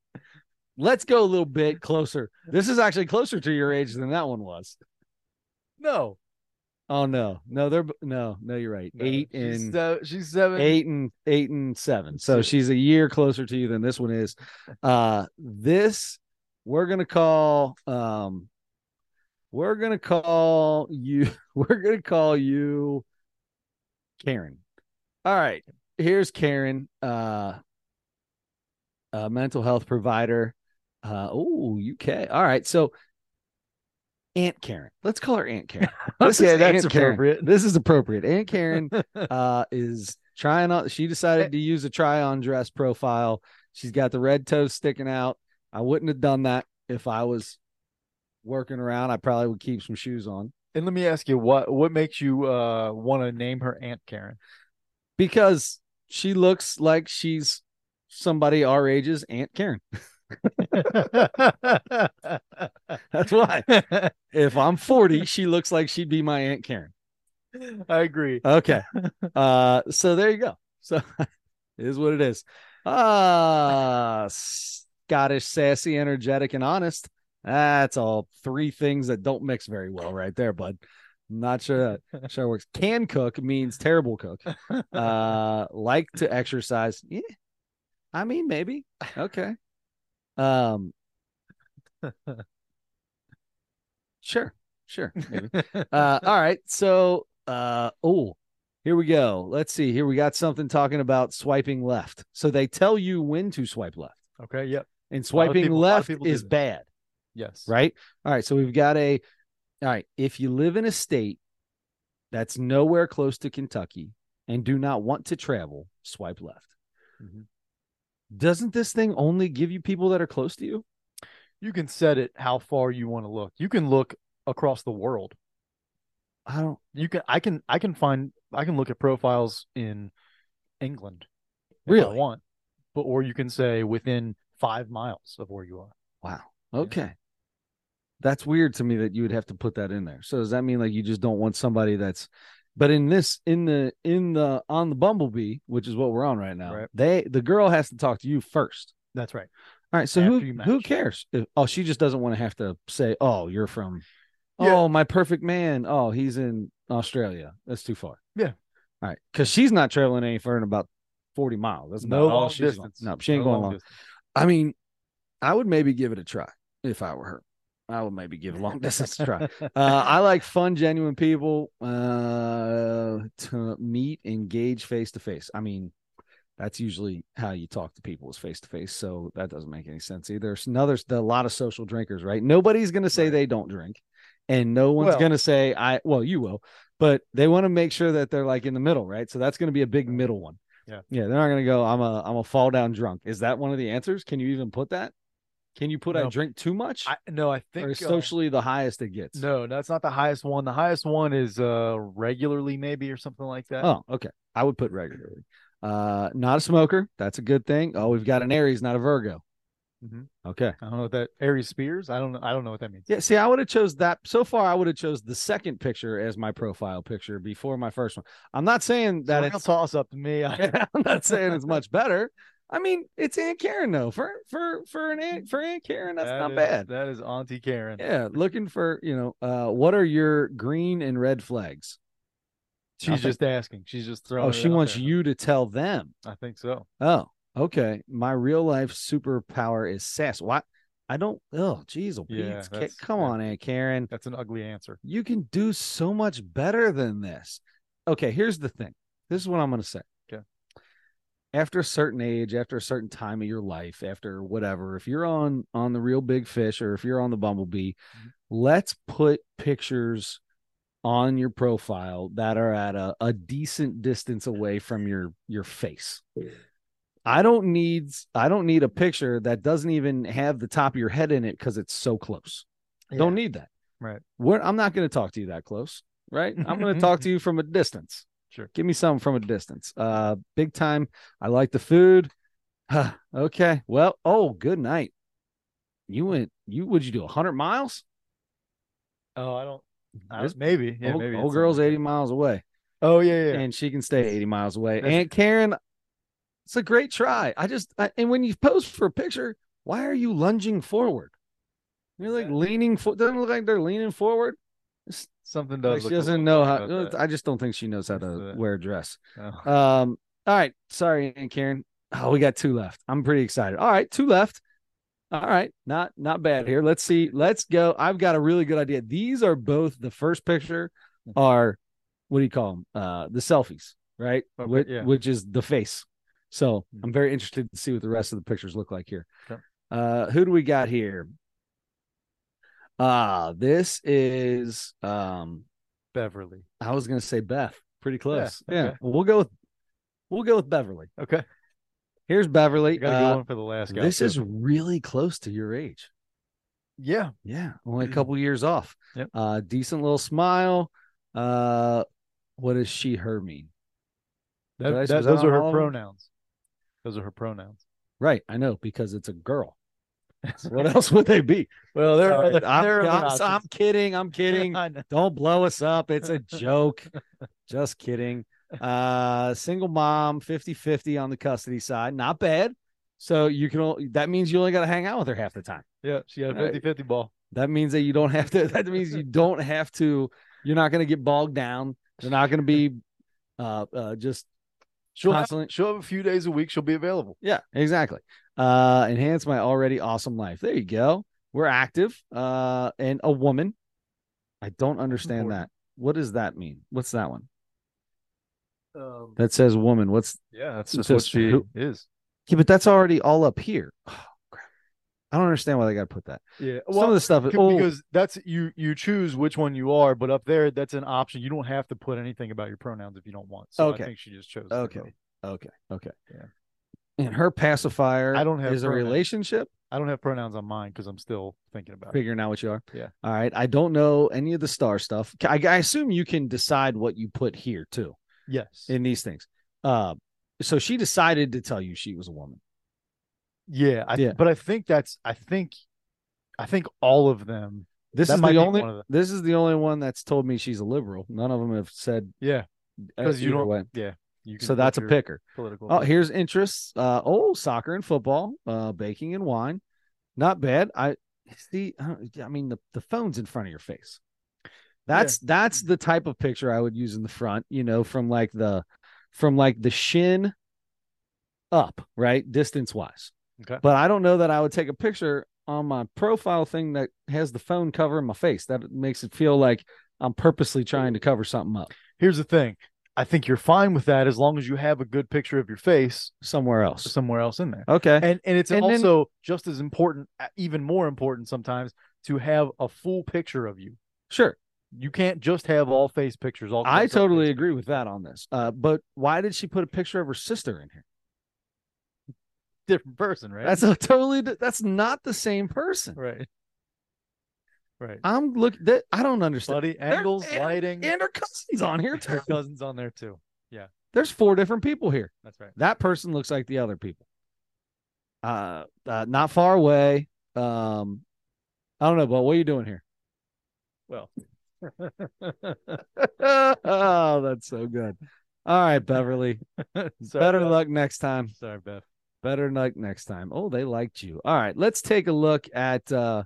Speaker 1: let's go a little bit closer this is actually closer to your age than that one was
Speaker 2: no.
Speaker 1: Oh no, no, they're b- no, no. You're right.
Speaker 2: no,
Speaker 1: eight
Speaker 2: she's
Speaker 1: and
Speaker 2: se- she's seven.
Speaker 1: eight and eight and seven. So
Speaker 2: So-
Speaker 1: she's a year closer to you than this one is. Uh, this we're gonna call. Um, we're gonna call you. We're gonna call you, Karen. All right, here's Karen, uh, a mental health provider. Uh, oh, UK. All right, so Aunt Karen. Let's call her Aunt Karen. This
Speaker 2: Okay,
Speaker 1: is
Speaker 2: that's
Speaker 1: Aunt Karen.
Speaker 2: appropriate.
Speaker 1: This is appropriate. Aunt Karen uh, is trying on. She decided to use a try on dress profile. She's got the red toes sticking out. I wouldn't have done that if I was working around. I probably would keep some shoes on
Speaker 2: And let me ask you, what what makes you uh want to name her Aunt Karen?
Speaker 1: because she looks like she's somebody our age's Aunt Karen. That's why. if I'm 40, she looks like she'd be my Aunt Karen.
Speaker 2: I agree.
Speaker 1: Okay. Uh so there you go. So it is what it is. Uh Scottish, sassy, energetic, and honest. That's all three things that don't mix very well right there, bud. Not sure that sure works. Can cook means terrible cook. Uh like to exercise. Yeah. I mean, maybe. Okay. Um sure, sure. Maybe uh, all right. So, uh, oh, here we go. Let's see. Here we got something talking about swiping left. So they tell you when to swipe left,
Speaker 2: okay. Yep.
Speaker 1: and
Speaker 2: lot of
Speaker 1: swiping
Speaker 2: people- a lot of
Speaker 1: left
Speaker 2: people do
Speaker 1: is
Speaker 2: that.
Speaker 1: bad,
Speaker 2: Yes.
Speaker 1: right? All right. So we've got a. All right. If you live in a state that's nowhere close to Kentucky and do not want to travel, swipe left.
Speaker 2: Mhm.
Speaker 1: Doesn't this thing only give you people that are close to you?
Speaker 2: You can set it how far you want to look. You can look across the world.
Speaker 1: I don't.
Speaker 2: You can. I can. I can find. I can look at profiles in England. if I
Speaker 1: Really?
Speaker 2: want, but or you can say within five miles of where you are.
Speaker 1: Wow.
Speaker 2: Yeah.
Speaker 1: Okay. That's weird to me that you would have to put that in there. So does that mean like you just don't want somebody that's but in this in the in the on the bumblebee, which is what we're on right now,
Speaker 2: Right.
Speaker 1: they the girl has to talk to you first.
Speaker 2: That's right.
Speaker 1: All right. So
Speaker 2: After you
Speaker 1: who
Speaker 2: match.
Speaker 1: who cares? If, oh, she just doesn't want to have to say, Oh, you're from
Speaker 2: Yeah.
Speaker 1: Oh, my perfect man. Oh, he's in Australia. That's too far.
Speaker 2: Yeah.
Speaker 1: All right. Cause she's not traveling any further than about 40 miles. That's about
Speaker 2: No
Speaker 1: all
Speaker 2: long
Speaker 1: she's going-
Speaker 2: distance.
Speaker 1: No, she ain't
Speaker 2: No
Speaker 1: going
Speaker 2: long
Speaker 1: long.
Speaker 2: distance.
Speaker 1: I mean, I would maybe give it a try if I were her. I would maybe give long distance a try. Uh, I like fun, genuine people uh, to meet, engage face to face. I mean, that's usually how you talk to people is face to face. So that doesn't make any sense either. There's another a lot of social drinkers, right? Nobody's going to say
Speaker 2: Right.
Speaker 1: they don't drink, and no one's
Speaker 2: Well-
Speaker 1: going to say I. Well, you will, but they want to make sure that they're like in the middle, right? So that's going to be a big middle one.
Speaker 2: Yeah.
Speaker 1: yeah. They're not going to go. I'm a I'm a fall down drunk. Is that one of the answers? Can you even put that? Can you put I
Speaker 2: No.
Speaker 1: drink too much?
Speaker 2: I, no, I think
Speaker 1: or is
Speaker 2: um,
Speaker 1: socially the highest it gets.
Speaker 2: No, that's not the highest one. The highest one is uh regularly maybe or something like that.
Speaker 1: Oh, okay. I would put regularly. Uh, not a smoker. That's a good thing. Oh, we've got an Aries, not a Virgo.
Speaker 2: Mhm.
Speaker 1: Okay.
Speaker 2: I don't know what that Aries Spears. I don't know. I don't know what that means.
Speaker 1: Yeah. See, I would have chose that. So far, I would have chose the second picture as my profile picture before my first one. I'm not saying
Speaker 2: That
Speaker 1: that
Speaker 2: it's a real
Speaker 1: it's.
Speaker 2: toss up to me. I,
Speaker 1: I'm not saying it's much better. I mean, it's Aunt Karen though. For for for an Aunt for Aunt Karen, that's
Speaker 2: that
Speaker 1: not
Speaker 2: is-
Speaker 1: bad.
Speaker 2: That is Auntie Karen.
Speaker 1: Yeah, looking for you know, uh, what are your green and red flags?
Speaker 2: She's
Speaker 1: think-
Speaker 2: just asking. She's just throwing.
Speaker 1: Oh,
Speaker 2: it
Speaker 1: she
Speaker 2: out
Speaker 1: wants
Speaker 2: there.
Speaker 1: you to tell them.
Speaker 2: I think so.
Speaker 1: Oh, okay. My real life superpower is sass. Why? I don't. Oh, geez,
Speaker 2: Yeah,
Speaker 1: yeah,
Speaker 2: that's-
Speaker 1: come
Speaker 2: yeah.
Speaker 1: on, Aunt Karen.
Speaker 2: That's an ugly answer.
Speaker 1: You can do so much better than this. Okay, here's the thing. This is what I'm going to say.
Speaker 2: Okay.
Speaker 1: After a certain age, after a certain time of your life, after whatever, if you're on on the real big fish or if you're on the bumblebee, let's put pictures on your profile that are at a, a decent distance away from your your face. I don't need I don't need a picture that doesn't even have the top of your head in it because it's so close. Don't need that.
Speaker 2: Right.
Speaker 1: We're, I'm not going to talk to you that close. Right. I'm going to talk to you from a distance.
Speaker 2: Sure.
Speaker 1: Give me something from a distance. Uh, big time. I like the food. Huh, okay. Well. Oh, good night. You went. You would you do 100 miles?
Speaker 2: Oh, I don't. I
Speaker 1: Mm-hmm. This
Speaker 2: don't maybe. Yeah,
Speaker 1: old,
Speaker 2: maybe. it's
Speaker 1: old
Speaker 2: something
Speaker 1: girl's
Speaker 2: like that.
Speaker 1: 80 miles away,
Speaker 2: Oh yeah, yeah.
Speaker 1: and she can stay 80 miles away.
Speaker 2: That's-
Speaker 1: Aunt Karen, it's a great try. I just I, and when you pose for a picture, why are you lunging forward? You're like
Speaker 2: Exactly.
Speaker 1: leaning. For, doesn't look like they're leaning forward.
Speaker 2: something
Speaker 1: Like
Speaker 2: does.
Speaker 1: she
Speaker 2: look a
Speaker 1: doesn't know
Speaker 2: little funny
Speaker 1: how. uh,
Speaker 2: about that.
Speaker 1: I just don't think she knows how
Speaker 2: It's
Speaker 1: to
Speaker 2: the-
Speaker 1: wear a dress.
Speaker 2: Oh.
Speaker 1: Um. All right. Sorry, Aunt Karen. Oh, we got two left. I'm pretty excited. All right, two left. All right, not not bad here. Let's see. Let's go. I've got a really good idea. These are both the first picture
Speaker 2: Mm-hmm.
Speaker 1: are what do you call them? Uh, the selfies, right?
Speaker 2: Okay,
Speaker 1: which,
Speaker 2: yeah.
Speaker 1: which is the face. So
Speaker 2: Hmm.
Speaker 1: I'm very interested to see what the rest of the pictures look like here.
Speaker 2: Okay.
Speaker 1: Uh, who do we got here? Uh, this is um
Speaker 2: Beverly.
Speaker 1: I was gonna say Beth. Pretty close. Yeah.
Speaker 2: okay.
Speaker 1: We'll go with we'll go with Beverly.
Speaker 2: Okay.
Speaker 1: Here's Beverly.
Speaker 2: You got to go
Speaker 1: Uh,
Speaker 2: one for the last guy.
Speaker 1: this
Speaker 2: too.
Speaker 1: is really close to your age.
Speaker 2: yeah.
Speaker 1: Yeah, only a couple years off.
Speaker 2: Mm. Yep.
Speaker 1: Uh, decent little smile. Uh, what does she her mean?
Speaker 2: That,
Speaker 1: I-
Speaker 2: that,
Speaker 1: was that
Speaker 2: those
Speaker 1: on all
Speaker 2: are
Speaker 1: of
Speaker 2: her
Speaker 1: 'em?
Speaker 2: pronouns. Those are her pronouns.
Speaker 1: Right, I know because it's a girl. What else would they be?
Speaker 2: well, there are
Speaker 1: Sorry,
Speaker 2: other,
Speaker 1: I'm,
Speaker 2: there are
Speaker 1: I'm-
Speaker 2: other
Speaker 1: I'm
Speaker 2: options.
Speaker 1: kidding. I'm kidding.
Speaker 2: I know.
Speaker 1: Don't blow us up. It's a joke. Just kidding. Uh single mom, 50-50 on the custody side. Not bad. So you can only that means you only got to hang out with her half the time.
Speaker 2: Yeah, she got a
Speaker 1: All right.
Speaker 2: 50 50 ball.
Speaker 1: That means that you don't have to that means you don't have to you're not going to get bogged down. They're not going to be uh uh just
Speaker 2: She'll have,
Speaker 1: Constantly-
Speaker 2: she'll have a few days a week. She'll be available.
Speaker 1: Yeah, exactly. Uh enhance my already awesome life. There you go. We're active. Uh and a woman. I don't understand that.
Speaker 2: important.
Speaker 1: What does that mean? What's that one?
Speaker 2: Um,
Speaker 1: That says woman. What's
Speaker 2: yeah, that's
Speaker 1: just
Speaker 2: just,
Speaker 1: what
Speaker 2: what she
Speaker 1: who-
Speaker 2: is.
Speaker 1: Yeah, but that's already all up here. Oh, crap. I don't understand why they got to put that.
Speaker 2: Yeah.
Speaker 1: Some of
Speaker 2: Well,
Speaker 1: the stuff is
Speaker 2: c-
Speaker 1: oh,
Speaker 2: because that's you you choose which one you are, but up there that's an option. You don't have to put anything about your pronouns if you don't want. So
Speaker 1: Okay.
Speaker 2: I think she just chose. the
Speaker 1: okay.
Speaker 2: girl.
Speaker 1: oh, Okay. Okay.
Speaker 2: Yeah.
Speaker 1: And her pacifier
Speaker 2: I don't have
Speaker 1: is a
Speaker 2: pronouns.
Speaker 1: relationship.
Speaker 2: I don't have pronouns on mine because I'm still thinking about it.
Speaker 1: Figuring out what you are.
Speaker 2: Yeah.
Speaker 1: All right. I don't know any of the star stuff. Ca- I, I assume you can decide what you put here too
Speaker 2: Yes.
Speaker 1: in these things. Uh, so she decided to tell you she was a woman.
Speaker 2: yeah. I,
Speaker 1: Yeah.
Speaker 2: But I think that's I think I think all of them.
Speaker 1: This
Speaker 2: That
Speaker 1: is
Speaker 2: might
Speaker 1: the
Speaker 2: be
Speaker 1: only.
Speaker 2: one of them.
Speaker 1: This is the only one that's told me she's a liberal. None of them have said
Speaker 2: Yeah.
Speaker 1: uh,
Speaker 2: 'Cause you
Speaker 1: either
Speaker 2: don't-
Speaker 1: way.
Speaker 2: You
Speaker 1: So
Speaker 2: put
Speaker 1: that's a
Speaker 2: your
Speaker 1: picker.
Speaker 2: Political.
Speaker 1: Oh, here's interests. Uh, oh, soccer and football, uh, baking and wine. Not bad. I see. I don't- I mean, the, the phone's in front of your face. That's that's the type of picture I would use in the front. You know, from like the from like the shin up, right, distance wise.
Speaker 2: Okay.
Speaker 1: But I don't know that I would take a picture on my profile thing that has the phone covering my face. That makes it feel like I'm purposely trying to cover something up
Speaker 2: Here's the thing. I think you're fine with that as long as you have a good picture of your face
Speaker 1: somewhere else.
Speaker 2: somewhere else in there.
Speaker 1: Okay.
Speaker 2: and and it's
Speaker 1: And then-
Speaker 2: also just as important uh, even more important sometimes to have a full picture of you
Speaker 1: Sure.
Speaker 2: you can't just have all face pictures all
Speaker 1: I
Speaker 2: close up
Speaker 1: totally
Speaker 2: face.
Speaker 1: agree with that on this. Uh, but why did she put a picture of her sister in here?
Speaker 2: different person right
Speaker 1: That's a totally. di- That's not the same person.
Speaker 2: right right
Speaker 1: I'm look. That I don't understand.
Speaker 2: bloody angles
Speaker 1: and-
Speaker 2: lighting
Speaker 1: And her cousins on here
Speaker 2: her
Speaker 1: too.
Speaker 2: cousins on there too
Speaker 1: There's four different people here.
Speaker 2: that's right
Speaker 1: That person looks like the other people. Uh, uh not far away. Um, I don't know, but what are you doing here?
Speaker 2: well
Speaker 1: oh, that's so good. All right, Beverly.
Speaker 2: sorry,
Speaker 1: Better
Speaker 2: Beth.
Speaker 1: luck next time.
Speaker 2: sorry beth
Speaker 1: Better luck next time. Oh, they liked you. All right, let's take a look at uh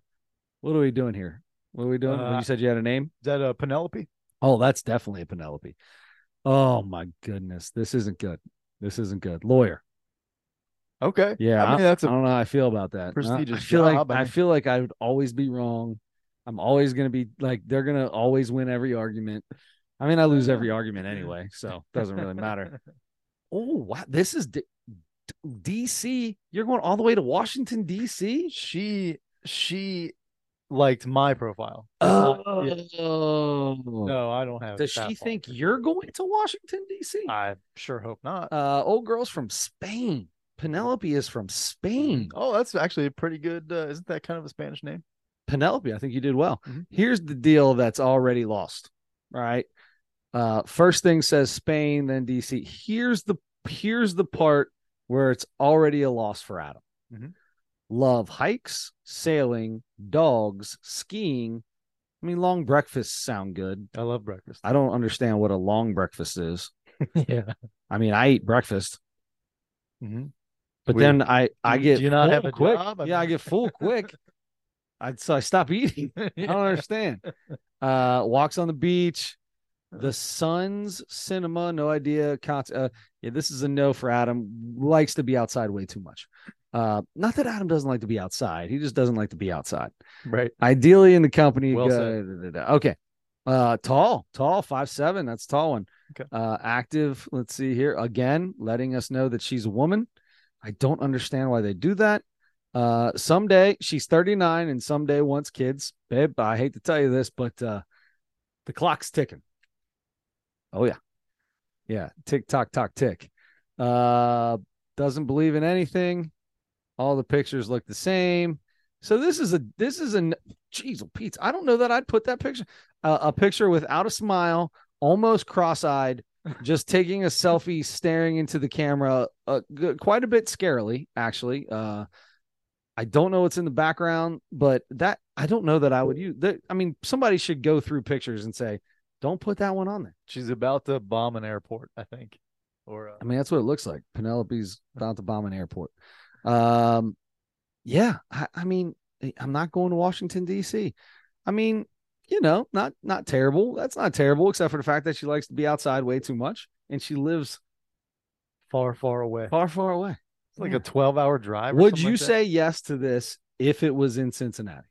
Speaker 1: what are we doing here? What are we doing? When
Speaker 2: Uh,
Speaker 1: you said you had a name?
Speaker 2: is that uh penelope
Speaker 1: Oh, that's definitely a Penelope. Oh my goodness, this isn't good. This isn't good. Lawyer.
Speaker 2: okay
Speaker 1: Yeah,
Speaker 2: I mean, that's a-
Speaker 1: I don't know how I feel about that. Uh, I
Speaker 2: prestigious
Speaker 1: feel
Speaker 2: job,
Speaker 1: like
Speaker 2: I
Speaker 1: I,
Speaker 2: mean-
Speaker 1: feel like I would always be wrong. I'm always gonna be like they're gonna always win every argument. I mean, I lose every argument anyway, so it doesn't really matter. Oh, wow. This is D- D- DC. You're going all the way to Washington, DC?
Speaker 2: She she liked my profile.
Speaker 1: Oh.
Speaker 2: Yeah. No, I don't have.
Speaker 1: Does
Speaker 2: that
Speaker 1: she
Speaker 2: far.
Speaker 1: think you're going to Washington, DC?
Speaker 2: I sure hope not.
Speaker 1: Uh, old girl's from Spain. Penelope is from Spain.
Speaker 2: Oh, that's actually a pretty good. Uh, isn't that kind of a Spanish name?
Speaker 1: Penelope, I think you did well.
Speaker 2: Mhm.
Speaker 1: Here's the deal that's already lost. All right. Uh, first thing says Spain, then DC. Here's the here's the part where it's already a loss for Adam.
Speaker 2: Mhm.
Speaker 1: Love hikes, sailing, dogs, skiing. I mean, long breakfasts sound good.
Speaker 2: I love breakfast.
Speaker 1: I don't understand what a long breakfast is.
Speaker 2: yeah.
Speaker 1: I mean, I eat breakfast,
Speaker 2: hmm
Speaker 1: but
Speaker 2: Weird.
Speaker 1: then I I
Speaker 2: you-
Speaker 1: get
Speaker 2: do you not
Speaker 1: full
Speaker 2: have a
Speaker 1: quick.
Speaker 2: job? I
Speaker 1: yeah, I
Speaker 2: mean-
Speaker 1: get full quick. I so I stop eating.
Speaker 2: Oh,
Speaker 1: I don't understand. Uh, walks on the beach, the Suns cinema. No idea. Con- uh, yeah, this is a no for Adam. Likes to be outside way too much. Uh, not that Adam doesn't like to be outside. He just doesn't like to be outside.
Speaker 2: Right.
Speaker 1: Ideally, in the company.
Speaker 2: Well
Speaker 1: uh,
Speaker 2: said.
Speaker 1: da, da, da. Okay. Uh, tall, tall, five seven. That's a tall one.
Speaker 2: Okay.
Speaker 1: Uh, active. Let's see here again, letting us know that she's a woman. I don't understand why they do that. Uh, someday she's 39 and someday wants kids. Babe, I hate to tell you this, but uh, the clock's ticking. Oh, yeah. Yeah. Tick, tock, tock, tick. Uh, doesn't believe in anything. All the pictures look the same. So this is a, this is an, jeez, oh, Pete, I don't know that I'd put that picture, uh, a picture without a smile, almost cross eyed, just taking a selfie, staring into the camera, uh, g- quite a bit scarily, actually. Uh, I don't know what's in the background, but that I don't know that I would use that. I mean, somebody should go through pictures and say, don't put that one on there.
Speaker 2: She's about to bomb an airport, I think. Or uh,
Speaker 1: I mean, that's what it looks like. Penelope's about to bomb an airport. Um, yeah, I, I mean, eh, I'm not going to Washington D.C. I mean, you know, not not terrible. That's not terrible, except for the fact that she likes to be outside way too much, and she lives
Speaker 2: far, far away.
Speaker 1: far, far away.
Speaker 2: It's like
Speaker 1: Yeah.
Speaker 2: a twelve-hour drive. or
Speaker 1: Would
Speaker 2: something
Speaker 1: you
Speaker 2: like that.
Speaker 1: say yes to this if it was in Cincinnati?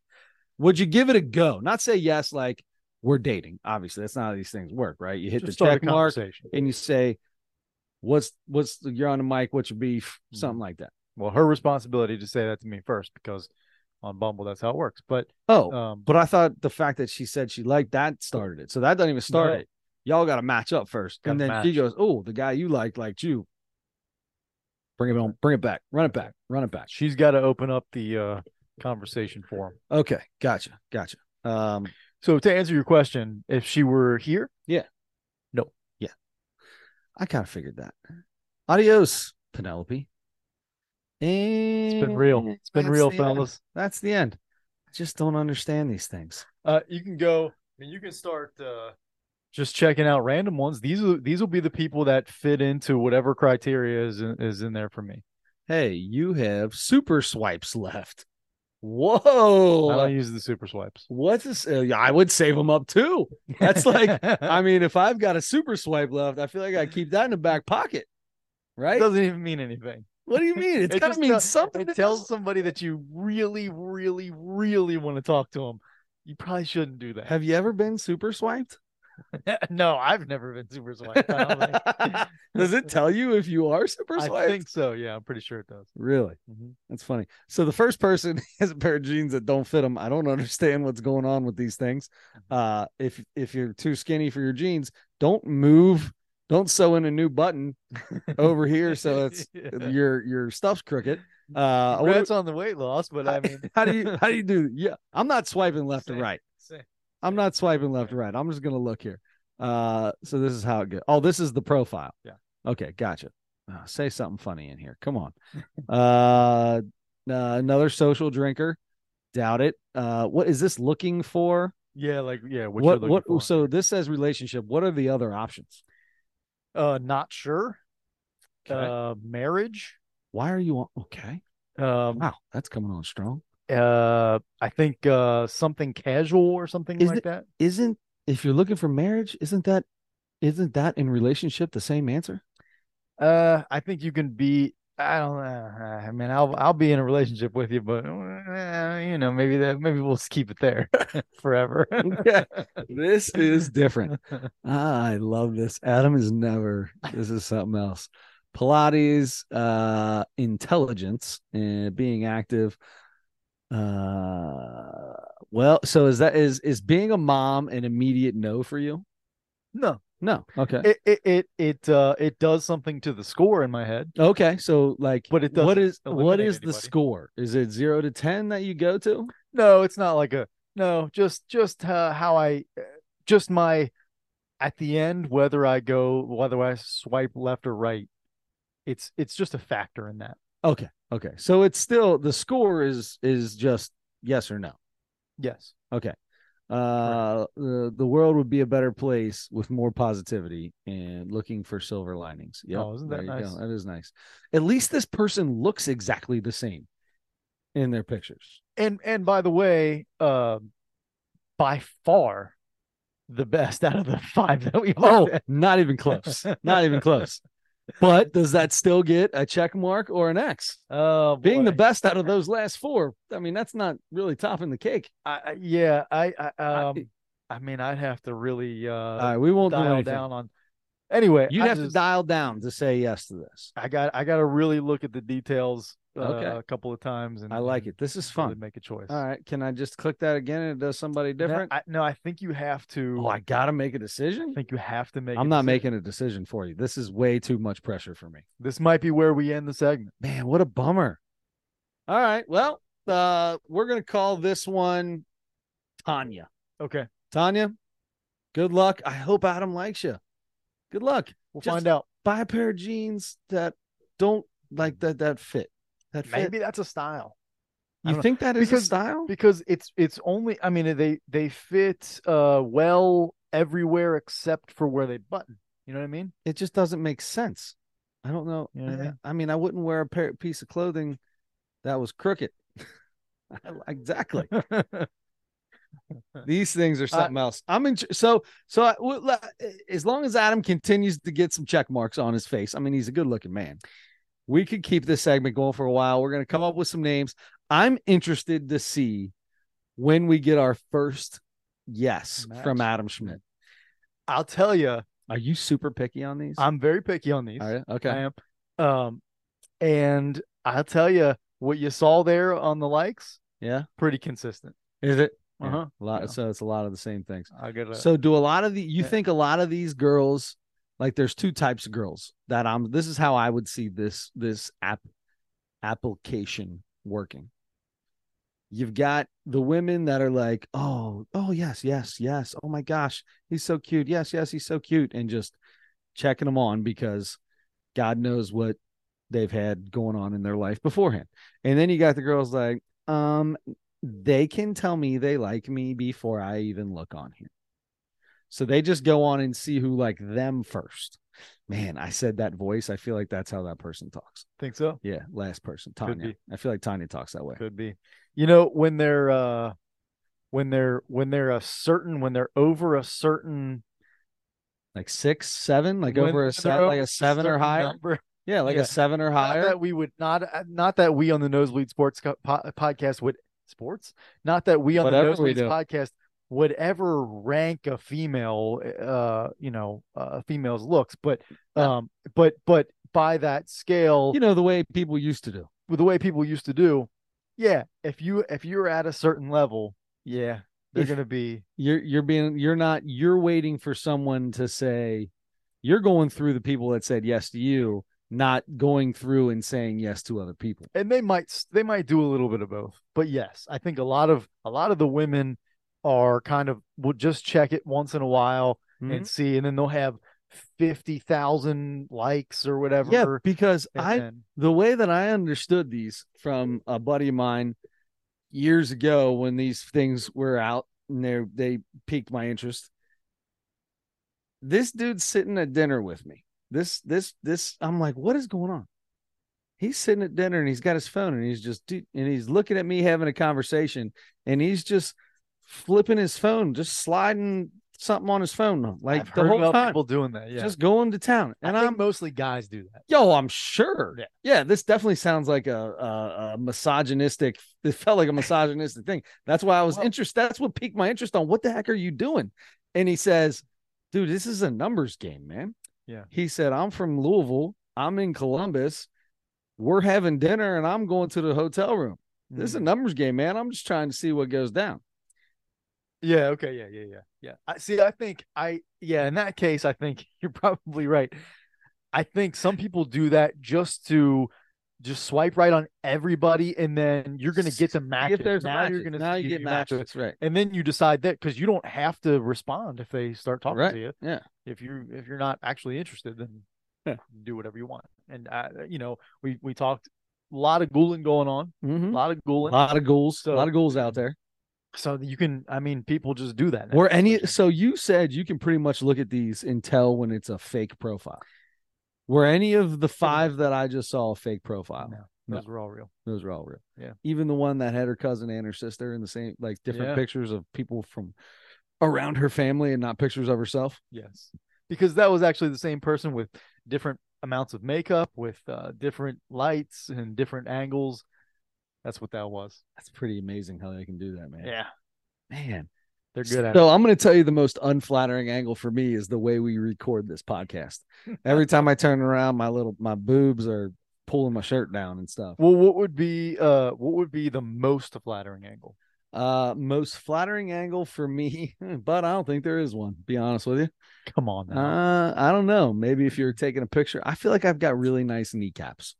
Speaker 1: Would you give it a go? Not say yes, like we're dating. Obviously, that's not how these things work, right? You hit
Speaker 2: Just
Speaker 1: the
Speaker 2: start a
Speaker 1: check mark
Speaker 2: conversation.
Speaker 1: and you say, "What's what's you're on the mic? What's your beef?"
Speaker 2: Mm-hmm.
Speaker 1: Something like that.
Speaker 2: Well, her responsibility to say that to me first because on Bumble that's how it works. But
Speaker 1: Oh,
Speaker 2: um,
Speaker 1: but I thought the fact that she said she liked that started it. So that doesn't even start
Speaker 2: Right.
Speaker 1: it. Y'all got to match up 1st and then
Speaker 2: Gotta
Speaker 1: she
Speaker 2: match.
Speaker 1: goes, "Oh, the guy you liked liked you." Bring it on. Bring it back. Run it back. Run it back.
Speaker 2: she's got to open up the uh, conversation for him.
Speaker 1: Okay, gotcha, gotcha. Um,
Speaker 2: So to answer your question, if she were here,
Speaker 1: I kind of figured that. Adios, Penelope. And
Speaker 2: it's been real. It's been
Speaker 1: that's
Speaker 2: real,
Speaker 1: the end.
Speaker 2: fellas.
Speaker 1: That's the end. I just don't understand these things.
Speaker 2: Uh, you can go. I mean, you can start uh, just checking out random ones. These are these will be the people that fit into whatever criteria is in, is in there for me.
Speaker 1: Hey, you have super swipes left. Whoa.
Speaker 2: I don't use the super swipes.
Speaker 1: What's this? Uh, yeah, I would save them up too. That's like, I mean, if I've got a super swipe left, I feel like I keep that in the back pocket,
Speaker 2: it
Speaker 1: right?
Speaker 2: doesn't even mean anything.
Speaker 1: What do you mean? It's
Speaker 2: It
Speaker 1: got
Speaker 2: just
Speaker 1: to mean
Speaker 2: tell-
Speaker 1: something.
Speaker 2: It tells somebody that you really, really, really want to talk to them. You probably shouldn't do that.
Speaker 1: Have you ever been super swiped?
Speaker 2: no, I've never been super swiped. I, don't think-
Speaker 1: Does it tell you if you are super
Speaker 2: I
Speaker 1: swiped?
Speaker 2: think so. Yeah, I'm pretty sure it does.
Speaker 1: Really?
Speaker 2: Mhm.
Speaker 1: That's funny. So the first person has a pair of jeans that don't fit them. I don't understand what's going on with these things.
Speaker 2: Mm-hmm.
Speaker 1: Uh, if if you're too skinny for your jeans, don't move. Don't sew in a new button over here so it's
Speaker 2: Yeah.
Speaker 1: your your stuff's crooked. Uh, I wonder-
Speaker 2: Congrats on the weight loss, but I mean,
Speaker 1: how do you how do you do? Yeah, I'm not swiping left and
Speaker 2: Same.
Speaker 1: right. I'm not swiping left or right. I'm just gonna look here. Uh, so this is how it goes. Oh, this is the profile.
Speaker 2: Yeah.
Speaker 1: Okay, gotcha. Uh, say something funny in here. Come on. uh, uh, another social drinker. Doubt it. Uh, what is this looking for?
Speaker 2: yeah, like yeah.
Speaker 1: what?
Speaker 2: What,
Speaker 1: what?
Speaker 2: you're looking for.
Speaker 1: So this says relationship. What are the other options?
Speaker 2: Uh, not sure.
Speaker 1: Okay.
Speaker 2: Uh, marriage.
Speaker 1: Why are you on? Okay.
Speaker 2: Um,
Speaker 1: Wow, that's coming on strong.
Speaker 2: uh, I think uh, something casual or something
Speaker 1: Is
Speaker 2: like
Speaker 1: it-
Speaker 2: that.
Speaker 1: Isn't if you're looking for marriage, isn't that isn't that in relationship the same answer?
Speaker 2: Uh, I think you can be. I don't know. I mean, I'll I'll be in a relationship with you, but uh, you know, maybe that maybe we'll just keep it there forever.
Speaker 1: Yeah. this is different. Ah, I love this. Adam is never. This is something else. Pilates, uh, intelligence, and being active. Uh, well, so is that is is being a mom an immediate no for you?
Speaker 2: no,
Speaker 1: No. Okay.
Speaker 2: it it it it, uh, it does something to the score in my head.
Speaker 1: okay. So like,
Speaker 2: But it
Speaker 1: what
Speaker 2: doesn't
Speaker 1: is what
Speaker 2: eliminate
Speaker 1: is the
Speaker 2: anybody.
Speaker 1: score? Is it zero to ten that you go to?
Speaker 2: No, it's not like a no. Just just uh, how I, uh, just my, at the end whether I go whether I swipe left or right, it's it's just a factor in that.
Speaker 1: Okay. Okay. So it's still the score is is just yes or no.
Speaker 2: Yes.
Speaker 1: Okay. Uh the, the world would be a better place with more positivity and looking for silver linings. Yeah.
Speaker 2: Oh, isn't that nice?
Speaker 1: That is nice. At least this person looks exactly the same in their pictures.
Speaker 2: and and by the way, uh, by far the best out of the five that we
Speaker 1: Oh,
Speaker 2: looked at.
Speaker 1: not even close. Not even close. But does that still get a check mark or an X?
Speaker 2: Oh,
Speaker 1: Being the
Speaker 2: boy.
Speaker 1: best out of those last four, I mean, that's not really topping the cake.
Speaker 2: I, I- yeah, I, I
Speaker 1: I-
Speaker 2: um, I, mean, I'd have to really uh
Speaker 1: All right, we won't do
Speaker 2: dial
Speaker 1: anything.
Speaker 2: down on. Anyway,
Speaker 1: You'd
Speaker 2: I
Speaker 1: have to
Speaker 2: just-
Speaker 1: dial down to say yes to this.
Speaker 2: I got I got to really look at the details uh,
Speaker 1: Okay.
Speaker 2: a couple of times, and
Speaker 1: I like
Speaker 2: and
Speaker 1: it. This is
Speaker 2: really
Speaker 1: fun.
Speaker 2: make a choice.
Speaker 1: All right, can I just click that again and it does somebody
Speaker 2: No,
Speaker 1: different?
Speaker 2: I, no, I think you have to.
Speaker 1: Oh, I gotta make a
Speaker 2: I
Speaker 1: decision.
Speaker 2: think you have to make. a
Speaker 1: I'm not
Speaker 2: decision.
Speaker 1: making a decision for you. This is way too much pressure for me.
Speaker 2: This might be where we end the segment.
Speaker 1: Man, what a bummer. All right, well, uh, we're gonna call this one Tanya.
Speaker 2: Okay,
Speaker 1: Tanya, good luck. I hope Adam likes you. Good luck.
Speaker 2: we'll
Speaker 1: Just
Speaker 2: find out.
Speaker 1: Buy a pair of jeans that don't like that that fit. That fit.
Speaker 2: Maybe that's a style. I
Speaker 1: You
Speaker 2: don't-
Speaker 1: think that is a
Speaker 2: because-
Speaker 1: style?
Speaker 2: because it's it's only i mean they they fit uh well everywhere except for where they button you know what i mean
Speaker 1: it just doesn't make sense. I don't know.
Speaker 2: You know what I
Speaker 1: I-
Speaker 2: mean?
Speaker 1: I mean, I wouldn't wear a pair, piece of clothing that was crooked. I- exactly. These
Speaker 2: Uh,
Speaker 1: things are something else. I'm in. So, so I, well, la- eh, as long as Adam continues to get some check marks on his face, I mean, he's a good looking man. We could keep this segment going for a while. We're going to come up with some names. I'm interested to see when we get our first yes from
Speaker 2: Match.
Speaker 1: Adam Schmidt.
Speaker 2: i'll tell you
Speaker 1: Are you super picky on these?
Speaker 2: i'm very picky on these
Speaker 1: Are you?
Speaker 2: i
Speaker 1: Okay.
Speaker 2: am um and i'll tell you what you saw there on the likes
Speaker 1: Yeah.
Speaker 2: pretty consistent
Speaker 1: Is it? Yeah,
Speaker 2: uh-huh
Speaker 1: A lot.
Speaker 2: Yeah.
Speaker 1: So it's a lot of the same things.
Speaker 2: i gotta
Speaker 1: So do a lot of the you
Speaker 2: Yeah.
Speaker 1: think a lot of these girls like there's two types of girls that I'm this is how I would see this this app application working. You've got the women that are like, "Oh, oh yes, yes, yes. Oh my gosh, he's so cute. Yes, yes, he's so cute." And just checking them on because God knows what they've had going on in their life beforehand. And then you got the girls like, "Um, they can tell me they like me before I even look on here." So they just go on and see who like them first. Man, I said that voice. I feel like that's how that person talks.
Speaker 2: think so
Speaker 1: Yeah, last person, Tanya.
Speaker 2: be.
Speaker 1: I feel like Tanya talks that way.
Speaker 2: could be you know when they're uh when they're when they're a certain when they're over a certain
Speaker 1: Like six, seven, like
Speaker 2: when
Speaker 1: over
Speaker 2: they're
Speaker 1: a seven, like
Speaker 2: over
Speaker 1: a seven or
Speaker 2: certain
Speaker 1: higher.
Speaker 2: number,
Speaker 1: Yeah, like
Speaker 2: Yeah.
Speaker 1: a seven or
Speaker 2: Not
Speaker 1: higher.
Speaker 2: that we would not, uh, not that we on the Nosebleed Sports co- po- uh, podcast would sports, not that we on
Speaker 1: Whatever
Speaker 2: the
Speaker 1: we
Speaker 2: Nosebleeds
Speaker 1: do.
Speaker 2: podcast would ever rank a female, uh, you know, uh, female's looks, but,
Speaker 1: No.
Speaker 2: um, but, but by that scale,
Speaker 1: You know the way people used to do.
Speaker 2: with the way people used to do, yeah, if you if you're at a certain level, yeah, they're
Speaker 1: If-
Speaker 2: gonna be
Speaker 1: You're you're being you're not you're waiting for someone to say you're going through the people that said yes to you, not going through and saying yes to other people.
Speaker 2: and they might s- they might do a little bit of both but yes i think a lot of a lot of the women are kind of will just check it once in a while
Speaker 1: Mhm.
Speaker 2: and see and then they'll have 50,000 likes or whatever
Speaker 1: Yeah, because
Speaker 2: and
Speaker 1: I
Speaker 2: then-
Speaker 1: the way that I understood these from a buddy of mine years ago when these things were out and they they piqued my interest. This dude's sitting at dinner with me. This this this I'm like, what is going on? He's sitting at dinner and he's got his phone and he's just dude, and he's looking at me having a conversation and he's just flipping his phone, just sliding something on his phone like
Speaker 2: I've
Speaker 1: the
Speaker 2: heard
Speaker 1: whole
Speaker 2: about
Speaker 1: time.
Speaker 2: people doing that. Yeah,
Speaker 1: Just going to town,
Speaker 2: I
Speaker 1: and
Speaker 2: think
Speaker 1: I'm
Speaker 2: mostly guys do that.
Speaker 1: Yo, I'm sure.
Speaker 2: Yeah.
Speaker 1: this definitely sounds like a, a, a misogynistic. It felt like a misogynistic thing. That's why I was
Speaker 2: Well-
Speaker 1: interested. That's what piqued my interest on what the heck are you doing? And he says, "Dude, this is a numbers game, man."
Speaker 2: Yeah.
Speaker 1: He said, "I'm from Louisville. I'm in Columbus. We're having dinner, and I'm going to the hotel room. This is a
Speaker 2: Mm.
Speaker 1: numbers game, man. I'm just trying to see what goes down."
Speaker 2: Mm-hmm. Yeah. Okay. Yeah. Yeah. Yeah. Yeah. I see. I think I. Yeah. In that case, I think you're probably right. I think some people do that just to just swipe right on everybody, and then you're going to get to match.
Speaker 1: If there's a
Speaker 2: now
Speaker 1: match,
Speaker 2: you're going to
Speaker 1: now you get matches, right?
Speaker 2: and then you decide that because you don't have to respond if they start talking
Speaker 1: Right,
Speaker 2: to you.
Speaker 1: yeah.
Speaker 2: If you if you're not actually interested, then
Speaker 1: Yeah.
Speaker 2: do whatever you want. And I, you know, we we talked a lot of ghouling going on, a
Speaker 1: Mhm.
Speaker 2: lot of
Speaker 1: A
Speaker 2: ghouling.
Speaker 1: lot of goals, a
Speaker 2: So-
Speaker 1: lot of goals out there.
Speaker 2: So you can, I mean, people just do that. now.
Speaker 1: Were any
Speaker 2: There's no-
Speaker 1: so you said you can pretty much look at these and tell when it's a fake profile. Were any of the five that I just saw a fake profile?
Speaker 2: No, those were all real.
Speaker 1: Those are all real.
Speaker 2: Yeah.
Speaker 1: Even the one that had her cousin and her sister in the same like different
Speaker 2: Yeah.
Speaker 1: pictures of people from around her family and not pictures of herself.
Speaker 2: Yes, because that was actually the same person with different amounts of makeup, with uh, different lights and different angles. That's what that was.
Speaker 1: That's pretty amazing how they can do that, man.
Speaker 2: Yeah,
Speaker 1: Man.
Speaker 2: they're good at it.
Speaker 1: So I'm going to tell you the most unflattering angle for me is the way we record this podcast. Every time I turn around, my little my boobs are pulling my shirt down and stuff.
Speaker 2: Well, what would be uh, what would be the most flattering angle?
Speaker 1: Uh, most flattering angle for me, but I don't think there is one. Be honest with you.
Speaker 2: Come on now.
Speaker 1: Uh, I don't know. Maybe if you're taking a picture, I feel like I've got really nice kneecaps.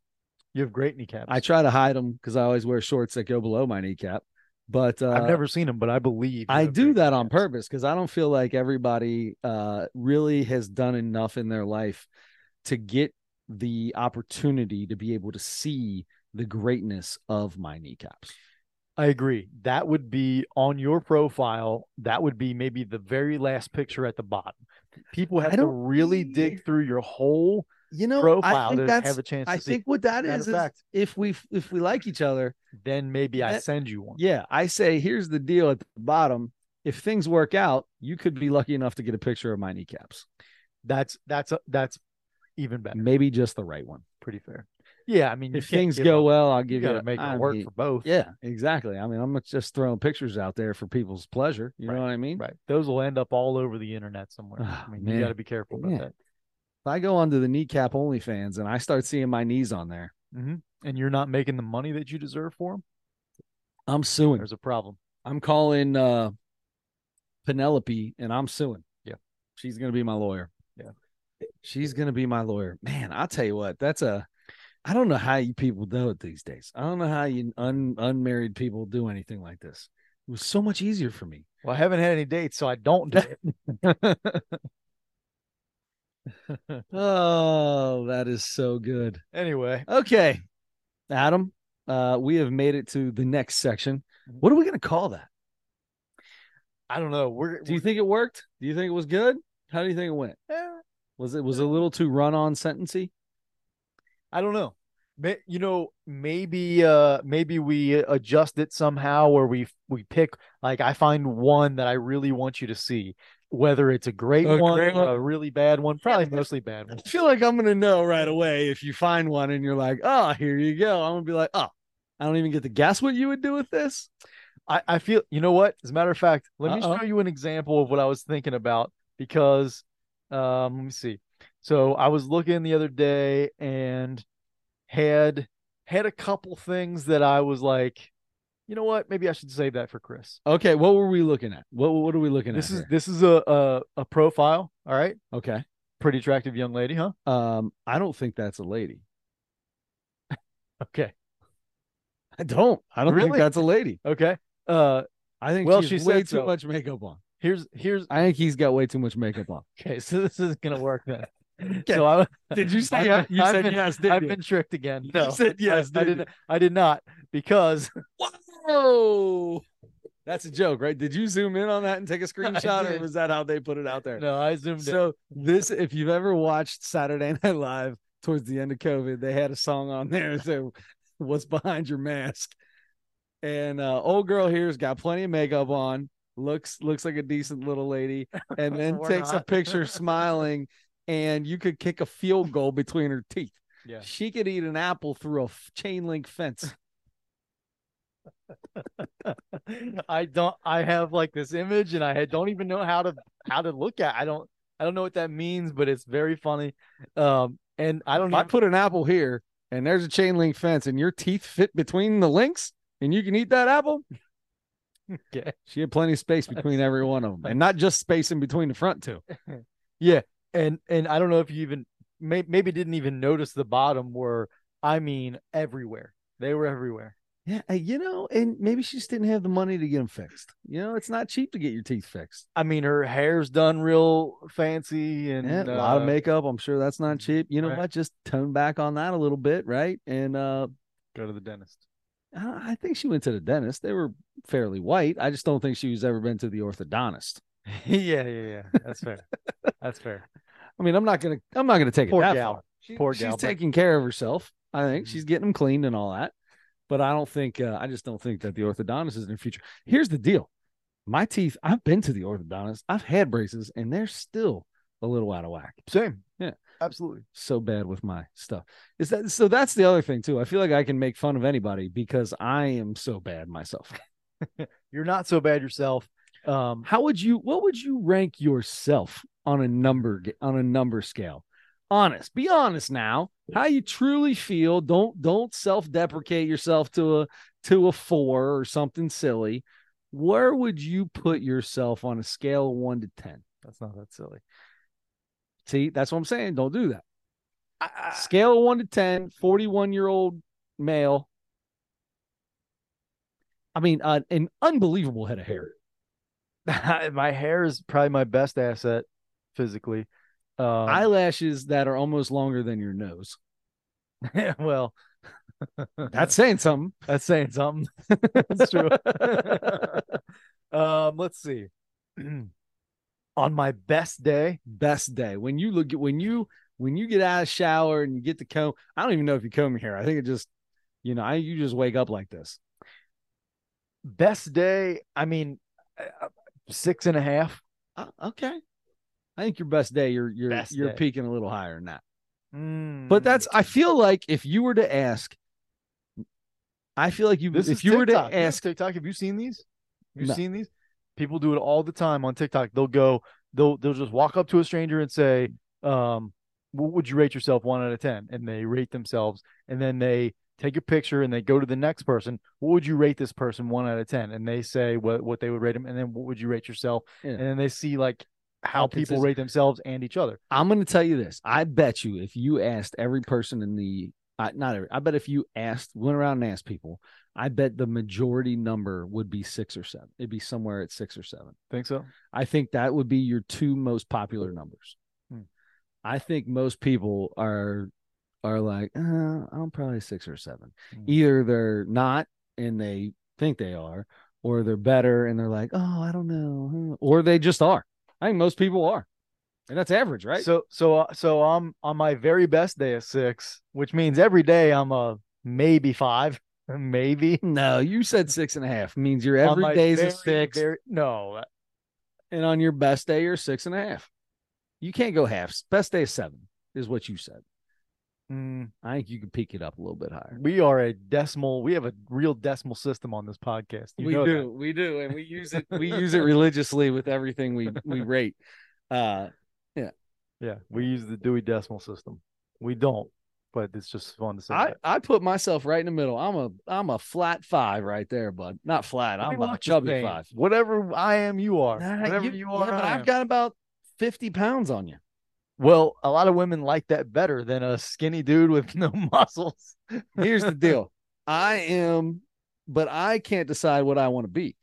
Speaker 2: you have great kneecaps.
Speaker 1: I try to hide them because I always wear shorts that go below my kneecap. But uh,
Speaker 2: I've never seen them, but I believe you
Speaker 1: I
Speaker 2: have
Speaker 1: do
Speaker 2: great
Speaker 1: that on
Speaker 2: kneecaps.
Speaker 1: purpose because I don't feel like everybody uh, really has done enough in their life to get the opportunity to be able to see the greatness of my kneecaps.
Speaker 2: I agree. That would be on your profile. That would be maybe the very last picture at the bottom. People
Speaker 1: I
Speaker 2: have to
Speaker 1: don't
Speaker 2: really dig through your whole
Speaker 1: You know, I
Speaker 2: profile
Speaker 1: think
Speaker 2: to
Speaker 1: that's
Speaker 2: have a chance to
Speaker 1: I
Speaker 2: see.
Speaker 1: think what that
Speaker 2: Matter
Speaker 1: is,
Speaker 2: of
Speaker 1: is
Speaker 2: fact-
Speaker 1: if we if we like each other,
Speaker 2: Then maybe I
Speaker 1: that-
Speaker 2: send you one.
Speaker 1: yeah, I say here's the deal at the bottom. If things work out, you could be lucky enough to get a picture of my kneecaps.
Speaker 2: That's that's a, that's even better.
Speaker 1: Maybe just the right one.
Speaker 2: Pretty fair. Yeah, I mean, you
Speaker 1: Mm. If
Speaker 2: can't
Speaker 1: things
Speaker 2: give
Speaker 1: go
Speaker 2: up.
Speaker 1: well, I'll
Speaker 2: you
Speaker 1: give you,
Speaker 2: gotta
Speaker 1: a-
Speaker 2: make
Speaker 1: I
Speaker 2: it work
Speaker 1: mean,
Speaker 2: for both.
Speaker 1: Yeah, exactly. I mean, I'm not just throwing pictures out there for people's pleasure. You
Speaker 2: Right,
Speaker 1: know what I mean?
Speaker 2: right. Those will end up all over the internet somewhere.
Speaker 1: Ah,
Speaker 2: I mean,
Speaker 1: man.
Speaker 2: you got to be careful about
Speaker 1: Yeah.
Speaker 2: that.
Speaker 1: If I go onto the kneecap OnlyFans and I start seeing my knees on there,
Speaker 2: hmm And you're not making the money that you deserve for them.
Speaker 1: I'm suing.
Speaker 2: There's a problem.
Speaker 1: I'm calling uh Penelope and I'm suing.
Speaker 2: Yeah.
Speaker 1: She's gonna be my lawyer.
Speaker 2: Yeah.
Speaker 1: She's gonna be my lawyer. Man, I'll tell you what, that's a I don't know how you people do it these days. I don't know how you un, unmarried people do anything like this. It was so much easier for me.
Speaker 2: Well, I haven't had any dates, so I don't do it.
Speaker 1: Oh, that is so good.
Speaker 2: Anyway,
Speaker 1: Okay. Adam, uh, we have made it to the next section.
Speaker 2: Mm-hmm.
Speaker 1: What are we gonna call that?
Speaker 2: I don't know. We're,
Speaker 1: Do you think it worked? Do you think it was good? How do you think it went?
Speaker 2: Eh,
Speaker 1: Was it was it a little too run on sentency?
Speaker 2: I don't know. May, you know, maybe uh maybe we adjust it somehow or we we pick like I find one that I really want you to see, whether it's a great
Speaker 1: A
Speaker 2: one,
Speaker 1: great
Speaker 2: or
Speaker 1: one.
Speaker 2: a really bad one, probably mostly bad
Speaker 1: I
Speaker 2: ones.
Speaker 1: feel like I'm gonna know right away if you find one and you're like, oh, here you go. I'm gonna be like, oh, I don't even get to guess what you would do with this.
Speaker 2: I, I feel you know what? As a matter of fact, let me
Speaker 1: Uh-oh.
Speaker 2: show you an example of what I was thinking about because um let me see. So I was looking the other day and had had a couple things that I was like, you know what? Maybe I should save that for Chris.
Speaker 1: Okay, what were we looking at? What what are we looking
Speaker 2: This
Speaker 1: at?
Speaker 2: is
Speaker 1: here?
Speaker 2: this is a, a a profile, all right?
Speaker 1: okay.
Speaker 2: Pretty attractive young lady, huh?
Speaker 1: Um, I don't think that's a lady.
Speaker 2: Okay.
Speaker 1: I don't. I don't think
Speaker 2: Really?
Speaker 1: that's a lady.
Speaker 2: Okay. Uh
Speaker 1: I think
Speaker 2: Well,
Speaker 1: she's
Speaker 2: she said
Speaker 1: way too
Speaker 2: so.
Speaker 1: much makeup on.
Speaker 2: here's here's
Speaker 1: I think he's got way too much makeup on.
Speaker 2: okay, so this isn't gonna work then. So I
Speaker 1: Did you say
Speaker 2: I've
Speaker 1: yeah?
Speaker 2: been-
Speaker 1: You
Speaker 2: I've
Speaker 1: said
Speaker 2: been-
Speaker 1: yes, did
Speaker 2: I've
Speaker 1: you?
Speaker 2: been tricked again.
Speaker 1: You
Speaker 2: No.
Speaker 1: said yes,
Speaker 2: I, I
Speaker 1: didn't
Speaker 2: didn't I did not because
Speaker 1: Whoa. That's a joke, right? Did you zoom in on that and take a screenshot, or
Speaker 2: did.
Speaker 1: was that how they put it out there?
Speaker 2: No, I zoomed in.
Speaker 1: So this, if you've ever watched Saturday Night Live towards the end of COVID, they had a song on there that said, "What's behind your mask?" And uh, old girl here's got plenty of makeup on, looks looks like a decent little lady, and then
Speaker 2: Or
Speaker 1: takes a
Speaker 2: not.
Speaker 1: picture smiling, and you could kick a field goal between her teeth.
Speaker 2: Yeah.
Speaker 1: She could eat an apple through a f- chain link fence.
Speaker 2: I don't. I have like this image, and I don't even know how to how to look at. I don't. I don't know what that means, but it's very funny. Um, and I don't.
Speaker 1: If I
Speaker 2: Even,
Speaker 1: put an apple here, and there's a chain link fence, and your teeth fit between the links, and you can eat that apple.
Speaker 2: Okay.
Speaker 1: She had plenty of space between every one of them, and not just space in between the front two.
Speaker 2: yeah, and and I don't know if you even may, maybe didn't even notice the bottom were. I mean, everywhere they were everywhere.
Speaker 1: Yeah, uh, you know, and maybe she just didn't have the money to get them fixed. You know, it's not cheap to get your teeth fixed.
Speaker 2: I mean, her hair's done real fancy, and
Speaker 1: Yeah, a lot of
Speaker 2: uh,
Speaker 1: makeup. I'm sure that's not cheap. You know
Speaker 2: right.
Speaker 1: what? Just tone back on that a little bit, right? And uh,
Speaker 2: Go to the dentist.
Speaker 1: I I think she went to the dentist. They were fairly white. I just don't think she's ever been to the orthodontist.
Speaker 2: yeah, yeah, yeah. That's fair. That's fair.
Speaker 1: I mean, I'm not gonna, I'm not gonna take
Speaker 2: Poor
Speaker 1: it that
Speaker 2: gal.
Speaker 1: far. She-
Speaker 2: Poor
Speaker 1: she's
Speaker 2: gal, but-
Speaker 1: taking care of herself. I think
Speaker 2: Mhm.
Speaker 1: she's getting them cleaned and all that. But I don't think, uh, I just don't think that the orthodontist is in the future. Here's the deal: my teeth. I've been to the orthodontist. I've had braces, and they're still a little out of whack.
Speaker 2: Same.
Speaker 1: Yeah.
Speaker 2: Absolutely.
Speaker 1: so bad with my stuff. Is that so? That's the other thing too. I feel like I can make fun of anybody because I am so bad myself.
Speaker 2: You're not so bad yourself. Um,
Speaker 1: How would you? What would you rank yourself on a number g- on a number scale? Honest, be honest now. How you truly feel? Don't don't self deprecate yourself to a to a four or something silly. Where would you put yourself on a scale of one to ten?
Speaker 2: that's not that silly.
Speaker 1: See, that's what I'm saying. Don't do that.
Speaker 2: I, I,
Speaker 1: Scale of one to 10, 41 year old male. I mean, uh, an unbelievable head of hair.
Speaker 2: my hair is probably my best asset physically. Um,
Speaker 1: Eyelashes that are almost longer than your nose.
Speaker 2: well,
Speaker 1: That's saying something.
Speaker 2: that's saying something. that's true. um, let's see. On my best day,
Speaker 1: Best day when you look at when you when you get out of the shower and you get the comb. I don't even know if you comb your hair. I think it just, you know, I you just wake up like this.
Speaker 2: best day. I mean, uh, six and a half.
Speaker 1: Uh, okay, I think your best day. You're you're
Speaker 2: Oh, Best
Speaker 1: you're
Speaker 2: day. Mm-hmm.
Speaker 1: peaking a little higher than that.
Speaker 2: Hmm.
Speaker 1: But that's I feel like if you were to ask, I feel like you
Speaker 2: This
Speaker 1: if
Speaker 2: is
Speaker 1: you were to
Speaker 2: TikTok. This is
Speaker 1: ask
Speaker 2: TikTok, have you seen these? Have you
Speaker 1: No.
Speaker 2: seen these? People do it all the time on TikTok. They'll go, they'll they'll just walk up to a stranger and say, um, what would you rate yourself one out of ten? And they rate themselves, and then they take a picture and they go to the next person. What would you rate this person one out of ten? And they say what what they would rate them, and then what would you rate yourself?
Speaker 1: Yeah.
Speaker 2: And then they see like
Speaker 1: How
Speaker 2: how people
Speaker 1: consistent-
Speaker 2: rate themselves and each other.
Speaker 1: I'm going to tell you this. I bet you if you asked every person in the I, not every, I bet if you asked went around and asked people, I bet the majority number would be 6 or 7. It'd be somewhere at 6 or 7.
Speaker 2: Think so?
Speaker 1: I think that would be your two most popular numbers.
Speaker 2: Hmm.
Speaker 1: I think most people are are like, uh, I'm probably six or seven.
Speaker 2: Hmm.
Speaker 1: Either they're not and they think they are, or they're better and they're like, oh, I don't know, huh," or they just are. I think most people are, and that's average, right?
Speaker 2: So so uh, so I'm on my very best day of six, which means every day I'm a maybe five, maybe.
Speaker 1: no, you said six and a half means your
Speaker 2: On
Speaker 1: every
Speaker 2: my
Speaker 1: day's a
Speaker 2: very,
Speaker 1: six,
Speaker 2: very- no,
Speaker 1: and on your best day you're six and a half. You can't go halves. Best day is seven, is what you said.
Speaker 2: mm,
Speaker 1: I think you could peak it up a little bit higher.
Speaker 2: we are a decimal. We have a real decimal system on this podcast. You
Speaker 1: we
Speaker 2: know
Speaker 1: do,
Speaker 2: that.
Speaker 1: we do, and we use it. We use it religiously with everything we we rate. Uh,
Speaker 2: Yeah, we use the Dewey Decimal System. We don't, but it's just fun to say.
Speaker 1: I
Speaker 2: that.
Speaker 1: I put myself right in the middle. I'm a I'm a flat five right there, bud. Not flat.
Speaker 2: We
Speaker 1: I'm a
Speaker 2: walk the
Speaker 1: chubby
Speaker 2: same.
Speaker 1: five.
Speaker 2: Whatever I am, you are.
Speaker 1: Nah,
Speaker 2: Whatever you, are,
Speaker 1: yeah, but
Speaker 2: I
Speaker 1: I've
Speaker 2: am.
Speaker 1: got about fifty pounds on you.
Speaker 2: Well, a lot of women like that better than a skinny dude with no muscles.
Speaker 1: Here's the deal. I am, but I can't decide what I want to be.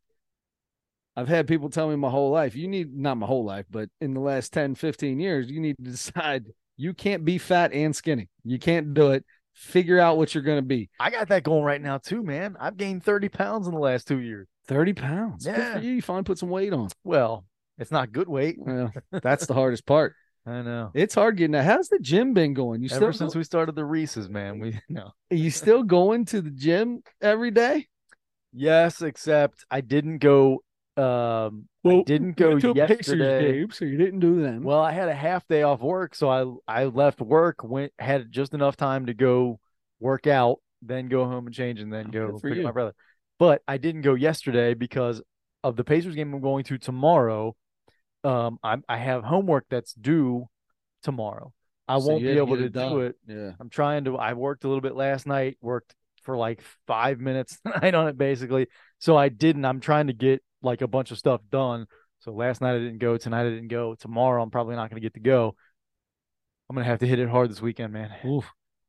Speaker 1: I've had people tell me my whole life, you need not my whole life, but in the last 10, 15 years, you need to decide you can't be fat and skinny. You can't do it. Figure out what you're going to be.
Speaker 2: I got that going right now too, man. I've gained 30 pounds in the last two years.
Speaker 1: 30 pounds. Good
Speaker 2: Yeah.
Speaker 1: for you. You finally put some weight on.
Speaker 2: Well, it's not good weight.
Speaker 1: Well, that's the hardest part.
Speaker 2: I know.
Speaker 1: It's hard getting that. How's the gym been going? You still
Speaker 2: Ever since we started the Reese's, man, we no.
Speaker 1: you still going to the gym every day?
Speaker 2: Yes, except I didn't go Um,
Speaker 1: Well,
Speaker 2: didn't
Speaker 1: you
Speaker 2: go
Speaker 1: went to a Pacers
Speaker 2: yesterday.
Speaker 1: game, so you didn't do them.
Speaker 2: Well, I had a half day off work, so I I left work, went had just enough time to go work out, then go home and change, and then
Speaker 1: Oh,
Speaker 2: go
Speaker 1: good for
Speaker 2: pick up
Speaker 1: you.
Speaker 2: my brother. But I didn't go yesterday because of the Pacers game I'm going to tomorrow. Um, I I have homework that's due tomorrow. I
Speaker 1: So
Speaker 2: won't
Speaker 1: you
Speaker 2: be
Speaker 1: had to
Speaker 2: able
Speaker 1: get
Speaker 2: to
Speaker 1: it done.
Speaker 2: do it.
Speaker 1: yeah.
Speaker 2: I'm trying to. I worked a little bit last night. Worked for like five minutes tonight on it, basically. So I didn't. I'm trying to get like a bunch of stuff done. So last night I didn't go. Tonight I didn't go. Tomorrow I'm probably not going to get to go. I'm going to have to hit it hard this weekend, man.
Speaker 1: Oof.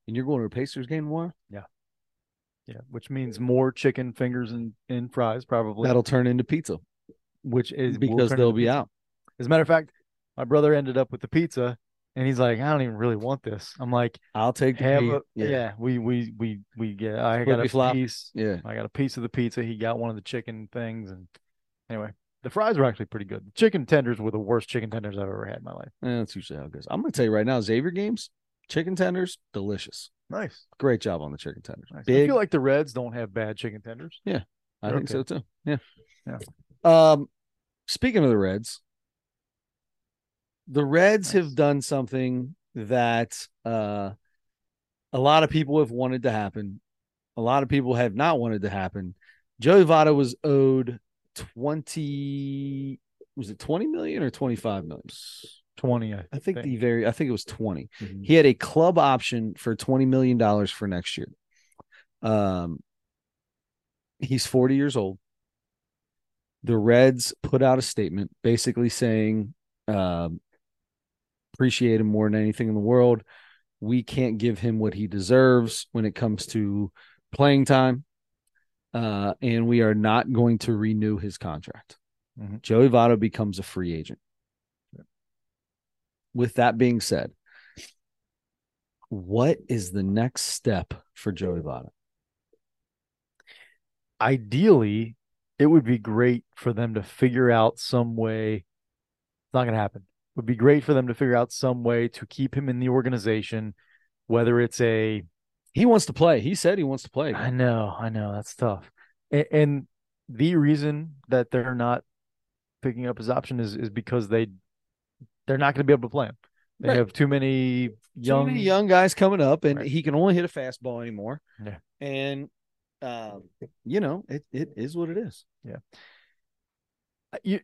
Speaker 1: And you're going to a Pacers game tomorrow?
Speaker 2: Yeah, which means more chicken fingers and, and fries probably.
Speaker 1: That'll turn into pizza
Speaker 2: which is will
Speaker 1: because
Speaker 2: turn
Speaker 1: they'll
Speaker 2: into
Speaker 1: be
Speaker 2: pizza.
Speaker 1: out.
Speaker 2: As a matter of fact, my brother ended up with the pizza, and he's like, "I don't even really want this." I'm like,
Speaker 1: I'll take the
Speaker 2: "Have
Speaker 1: pizza.
Speaker 2: a, yeah. we we we we get. I
Speaker 1: Flippy
Speaker 2: got a
Speaker 1: flop.
Speaker 2: piece.
Speaker 1: yeah.
Speaker 2: I got a piece of the pizza. He got one of the chicken things, and anyway, the fries were actually pretty good. The chicken tenders were the worst chicken tenders I've ever had in my life.
Speaker 1: Eh, that's usually how it goes. I'm going to tell you right now, Xavier games, chicken tenders, delicious.
Speaker 2: Nice,
Speaker 1: Great job on the chicken tenders.
Speaker 2: nice. I
Speaker 1: Big.
Speaker 2: feel like the Reds don't have bad chicken tenders.
Speaker 1: I
Speaker 2: they're
Speaker 1: think so too. Yeah.
Speaker 2: Yeah.
Speaker 1: Um, speaking of the Reds, the Reds
Speaker 2: Nice.
Speaker 1: have done something that uh, a lot of people have wanted to happen. A lot of people have not wanted to happen. Joey Votto was owed twenty. Was it twenty million or twenty five million?
Speaker 2: Twenty, I,
Speaker 1: I think
Speaker 2: think.
Speaker 1: the very. I think it was twenty.
Speaker 2: Mhm.
Speaker 1: He had a club option for twenty million dollars for next year. Um, he's forty years old. The Reds put out a statement basically saying, um, "Appreciate him more than anything in the world. We can't give him what he deserves when it comes to playing time, uh, and we are not going to renew his contract."
Speaker 2: Mhm.
Speaker 1: Joey Votto becomes a free agent. With that being said what is the next step for Joey Votto?
Speaker 2: Ideally, it would be great for them to figure out some way. It's not going to happen. It would be great for them to figure out some way to keep him in the organization, whether it's a
Speaker 1: He wants to play. He said he wants to play.
Speaker 2: I know, I know, that's tough. And, and the reason that they're not picking up his option is is because they they're not going to be able to play him. They
Speaker 1: Right.
Speaker 2: have too many
Speaker 1: young,
Speaker 2: young,
Speaker 1: many young guys coming up, and
Speaker 2: Right.
Speaker 1: he can only hit a fastball anymore.
Speaker 2: Yeah.
Speaker 1: And um, you know, it, it is what it is.
Speaker 2: uh, You,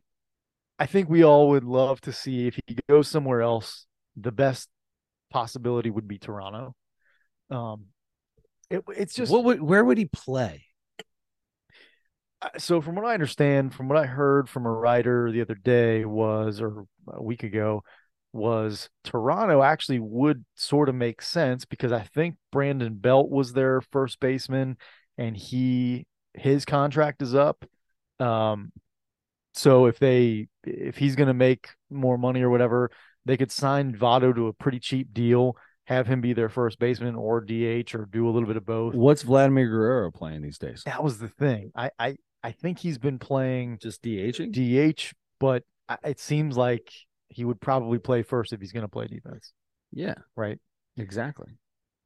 Speaker 2: I think we all would love to see if he goes somewhere else. The best possibility would be Toronto. Um, it, it's just
Speaker 1: what would where would he play?
Speaker 2: I- so from what I understand, from what I heard from a writer the other day was, or a week ago, was Toronto actually would sort of make sense because I think Brandon Belt was their first baseman, and he his contract is up. Um, so if they if he's going to make more money or whatever, they could sign Votto to a pretty cheap deal, have him be their first baseman or DH or do a little bit of both.
Speaker 1: What's Vladimir Guerrero playing these days?
Speaker 2: That was the thing. I I I think he's been playing
Speaker 1: Just DHing.
Speaker 2: DH, but I- it seems like he would probably play first if he's going to play defense,
Speaker 1: yeah,
Speaker 2: right?
Speaker 1: exactly.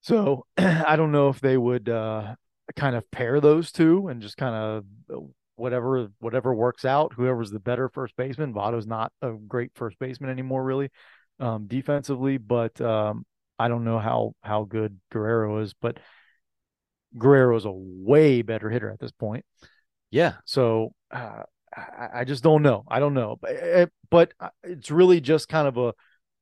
Speaker 2: So I don't know if they would uh, kind of pair those two and just kind of whatever whatever works out. Whoever's the better first baseman, Votto's not a great first baseman anymore, really, um, defensively. But um, I don't know how how good Guerrero is, but Guerrero is a way better hitter at this point.
Speaker 1: Yeah,
Speaker 2: So uh, I, I just don't know. I don't know, but, eh, but uh, it's really just kind of a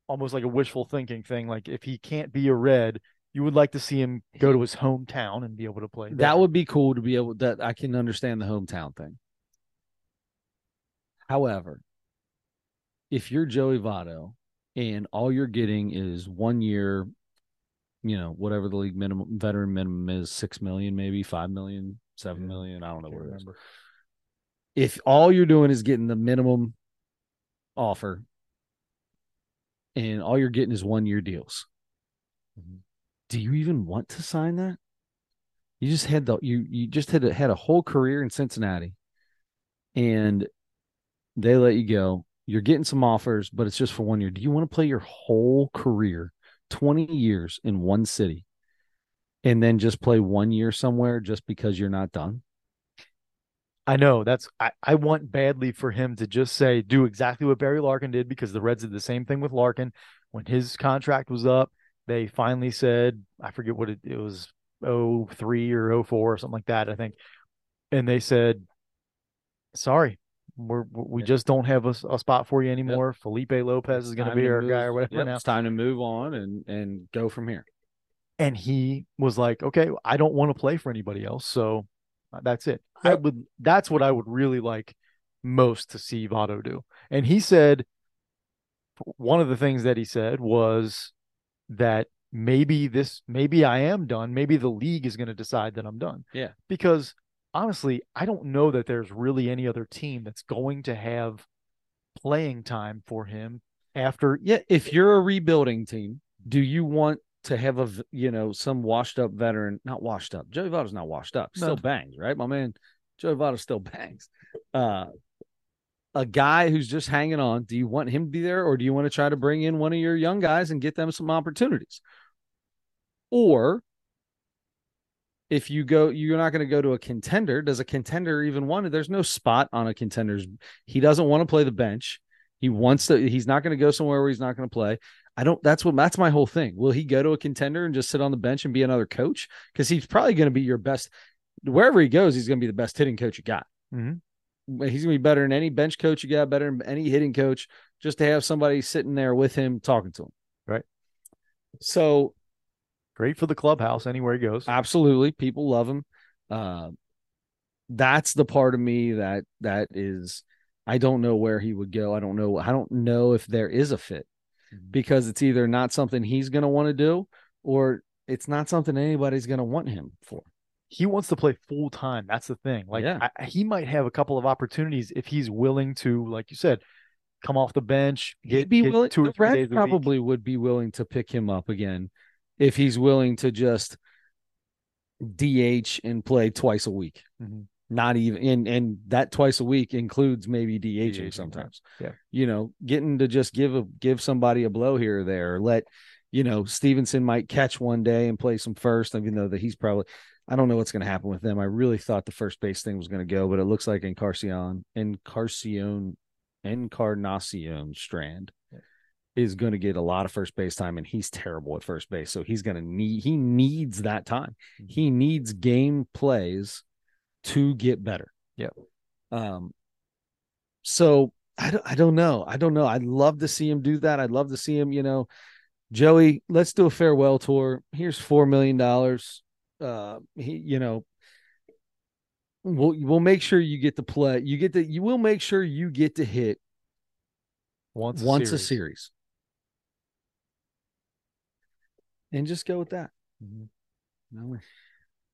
Speaker 2: almost like a wishful thinking thing. Like if he can't be a red, you would like to see him go to his hometown and be able to play. there.
Speaker 1: that would be cool to be able. That I can understand the hometown thing. However, if you're Joey Votto and all you're getting is one year, you know, whatever the league minimum veteran minimum is, six million, maybe five million, seven
Speaker 2: Yeah.
Speaker 1: million, I don't know
Speaker 2: Can't
Speaker 1: what it is.
Speaker 2: remember.
Speaker 1: If all you're doing is getting the minimum offer and all you're getting is one year deals,
Speaker 2: Mhm.
Speaker 1: do you even want to sign that? You just had the you you just had a, had a whole career in Cincinnati, and they let you go. You're getting some offers, but it's just for one year. Do you want to play your whole career, twenty years in one city, and then just play one year somewhere just because you're not done?
Speaker 2: I know that's I, I want badly for him to just say do exactly what Barry Larkin did because the Reds did the same thing with Larkin when his contract was up. They finally said I forget what it, it was 03 or 04 or something like that I think, and they said, "Sorry, we're, we just don't have a, a spot for you anymore. Felipe Lopez is going to
Speaker 1: Time
Speaker 2: be
Speaker 1: to
Speaker 2: our
Speaker 1: move-
Speaker 2: guy or whatever."
Speaker 1: yep,
Speaker 2: now.
Speaker 1: It's time to move on and and go from here.
Speaker 2: and he was like, "Okay, I don't want to play for anybody else, so uh, that's it." I
Speaker 1: Yep.
Speaker 2: would. That's what I would really like most to see Votto do. And he said one of the things that he said was that maybe this, maybe I am done. Maybe the league is going to decide that I'm done.
Speaker 1: Yeah.
Speaker 2: because honestly, I don't know that there's really any other team that's going to have playing time for him after.
Speaker 1: Yeah, if you're a rebuilding team, do you want to have a v- you know some washed up veteran? Not washed up. Joey Votto's not washed up. Still
Speaker 2: No.
Speaker 1: bangs, right? My man, Joey Votto still bangs. Uh, a guy who's just hanging on. Do you want him to be there, or do you want to try to bring in one of your young guys and get them some opportunities? Or if you go, you're not going to go to a contender. Does a contender even want it? There's no spot on a contender's. He doesn't want to play the bench. He wants to. He's not going to go somewhere where he's not going to play. I don't. That's what. That's my whole thing. Will he go to a contender and just sit on the bench and be another coach? Because he's probably going to be your best. Wherever he goes, he's going to be the best hitting coach you got.
Speaker 2: Mhm.
Speaker 1: He's going to be better than any bench coach you got. Better than any hitting coach. Just to have somebody sitting there with him talking to him.
Speaker 2: Right.
Speaker 1: So
Speaker 2: Great for the clubhouse anywhere he goes.
Speaker 1: Absolutely, people love him. Uh, that's the part of me that that is. I don't know where he would go. I don't know. I don't know if there is a fit
Speaker 2: Mm-hmm.
Speaker 1: because it's either not something he's going to want to do or it's not something anybody's going to want him for.
Speaker 2: he wants to play full time. That's the thing. Like
Speaker 1: Yeah.
Speaker 2: I- I, he might have a couple of opportunities if he's willing to, like you said, come off the bench,
Speaker 1: He'd
Speaker 2: get,
Speaker 1: be
Speaker 2: get
Speaker 1: willing.
Speaker 2: two or
Speaker 1: the
Speaker 2: three
Speaker 1: Reds
Speaker 2: days a week.
Speaker 1: probably would be willing to pick him up again if he's willing to just DH and play twice a week.
Speaker 2: Mhm.
Speaker 1: Not even and and that twice a week includes maybe
Speaker 2: DHing,
Speaker 1: DHing
Speaker 2: right.
Speaker 1: sometimes.
Speaker 2: Yeah.
Speaker 1: You know, getting to just give a give somebody a blow here or there. Or let you know Stevenson might catch one day and play some first, even though that he's probably I don't know what's going to happen with them. I really thought the first base thing was going to go, but it looks like Encarnacion, Encarnacion, Encarnacion Strand
Speaker 2: Yeah.
Speaker 1: is going to get a lot of first base time, and he's terrible at first base, so he's going to need he needs that time. He needs game plays to get better.
Speaker 2: Yep.
Speaker 1: Um. So I don't, I don't know. I don't know. I'd love to see him do that. I'd love to see him. You know, Joey, let's do a farewell tour. Here's four million dollars. Uh, he, you know, we'll we'll make sure you get to play. You get to you will make sure you get to hit
Speaker 2: once
Speaker 1: once a series. And just go with that.
Speaker 2: Mhm.
Speaker 1: No,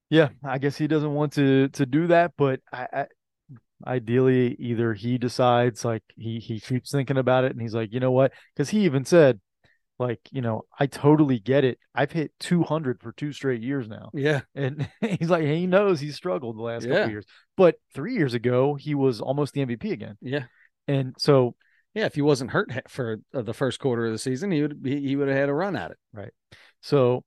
Speaker 2: Yeah, I guess he doesn't want to to do that, but I, I ideally either he decides like he he keeps thinking about it and he's like, you know what? Because he even said, like, you know, I totally get it. I've hit 200 for two straight years now.
Speaker 1: Yeah.
Speaker 2: And he's like, he knows he struggled the last couple
Speaker 1: Yeah.
Speaker 2: years. But three years ago, he was almost the MVP again.
Speaker 1: Yeah.
Speaker 2: And so,
Speaker 1: Yeah, if he wasn't hurt he- for uh, the first quarter of the season, he would he, he would have had a run at it.
Speaker 2: so,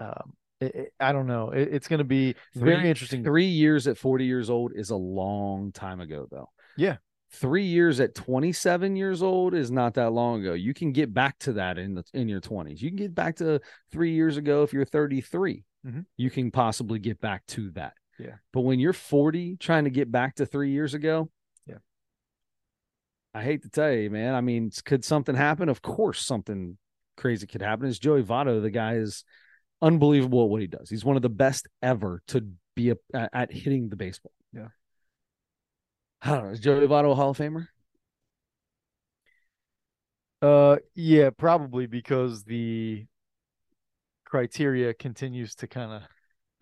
Speaker 2: um, it, it- I don't know. It, it's going to be very
Speaker 1: Three-
Speaker 2: interesting.
Speaker 1: Three years at forty years old is a long time ago, though.
Speaker 2: Yeah.
Speaker 1: three years at twenty seven years old is not that long ago. You can get back to that in the in your twenties. You can get back to three years ago if you're thirty
Speaker 2: Mhm.
Speaker 1: You can possibly get back to that.
Speaker 2: Yeah.
Speaker 1: but when you're forty, trying to get back to three years ago,
Speaker 2: Yeah.
Speaker 1: I hate to tell you, man. I mean, could something happen? Of course, something crazy could happen. Is Joey Votto the guy is unbelievable at what he does. He's one of the best ever to be a, at, at hitting the baseball.
Speaker 2: Yeah.
Speaker 1: I don't know. Is Joey Votto a Hall of Famer?
Speaker 2: Uh, yeah, probably because the criteria continues to kind of.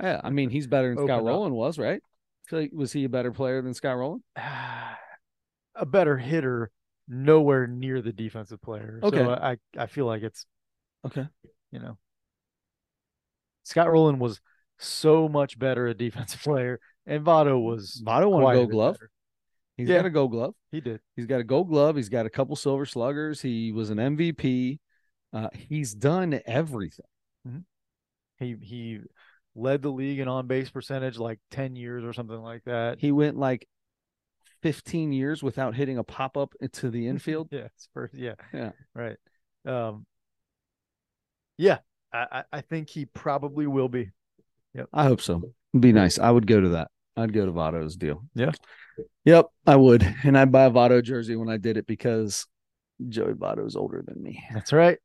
Speaker 1: Yeah. I mean, he's better than
Speaker 2: Open
Speaker 1: Scott
Speaker 2: up.
Speaker 1: Rowland was, right? Feel like- Was he a better player than Scott Rowland?
Speaker 2: a better hitter, nowhere near the defensive player.
Speaker 1: Okay.
Speaker 2: So I, I feel like it's
Speaker 1: Okay.
Speaker 2: you know. Scott Rowland was so much better a defensive player, and Votto was
Speaker 1: Votto won
Speaker 2: quite
Speaker 1: a
Speaker 2: a
Speaker 1: gold
Speaker 2: bit
Speaker 1: glove.
Speaker 2: better.
Speaker 1: He's
Speaker 2: Yeah.
Speaker 1: got a gold glove.
Speaker 2: He did.
Speaker 1: He's got a gold glove. He's got a couple silver sluggers. He was an MVP. Uh, he's done everything.
Speaker 2: He he led the league in on base percentage like ten years or something like that.
Speaker 1: He went like 15 years without hitting a pop up into
Speaker 2: Mm-hmm.
Speaker 1: the infield.
Speaker 2: Yeah, Spurs. Yeah,
Speaker 1: Yeah.
Speaker 2: right. Um, yeah, I, I I think he probably will be.
Speaker 1: I hope so. It'd be nice. I would go to that. I'd go to Votto's deal.
Speaker 2: Yeah.
Speaker 1: Yep, I would. And I'd buy a Votto jersey when I did it because Joey Votto's older than me.
Speaker 2: That's right.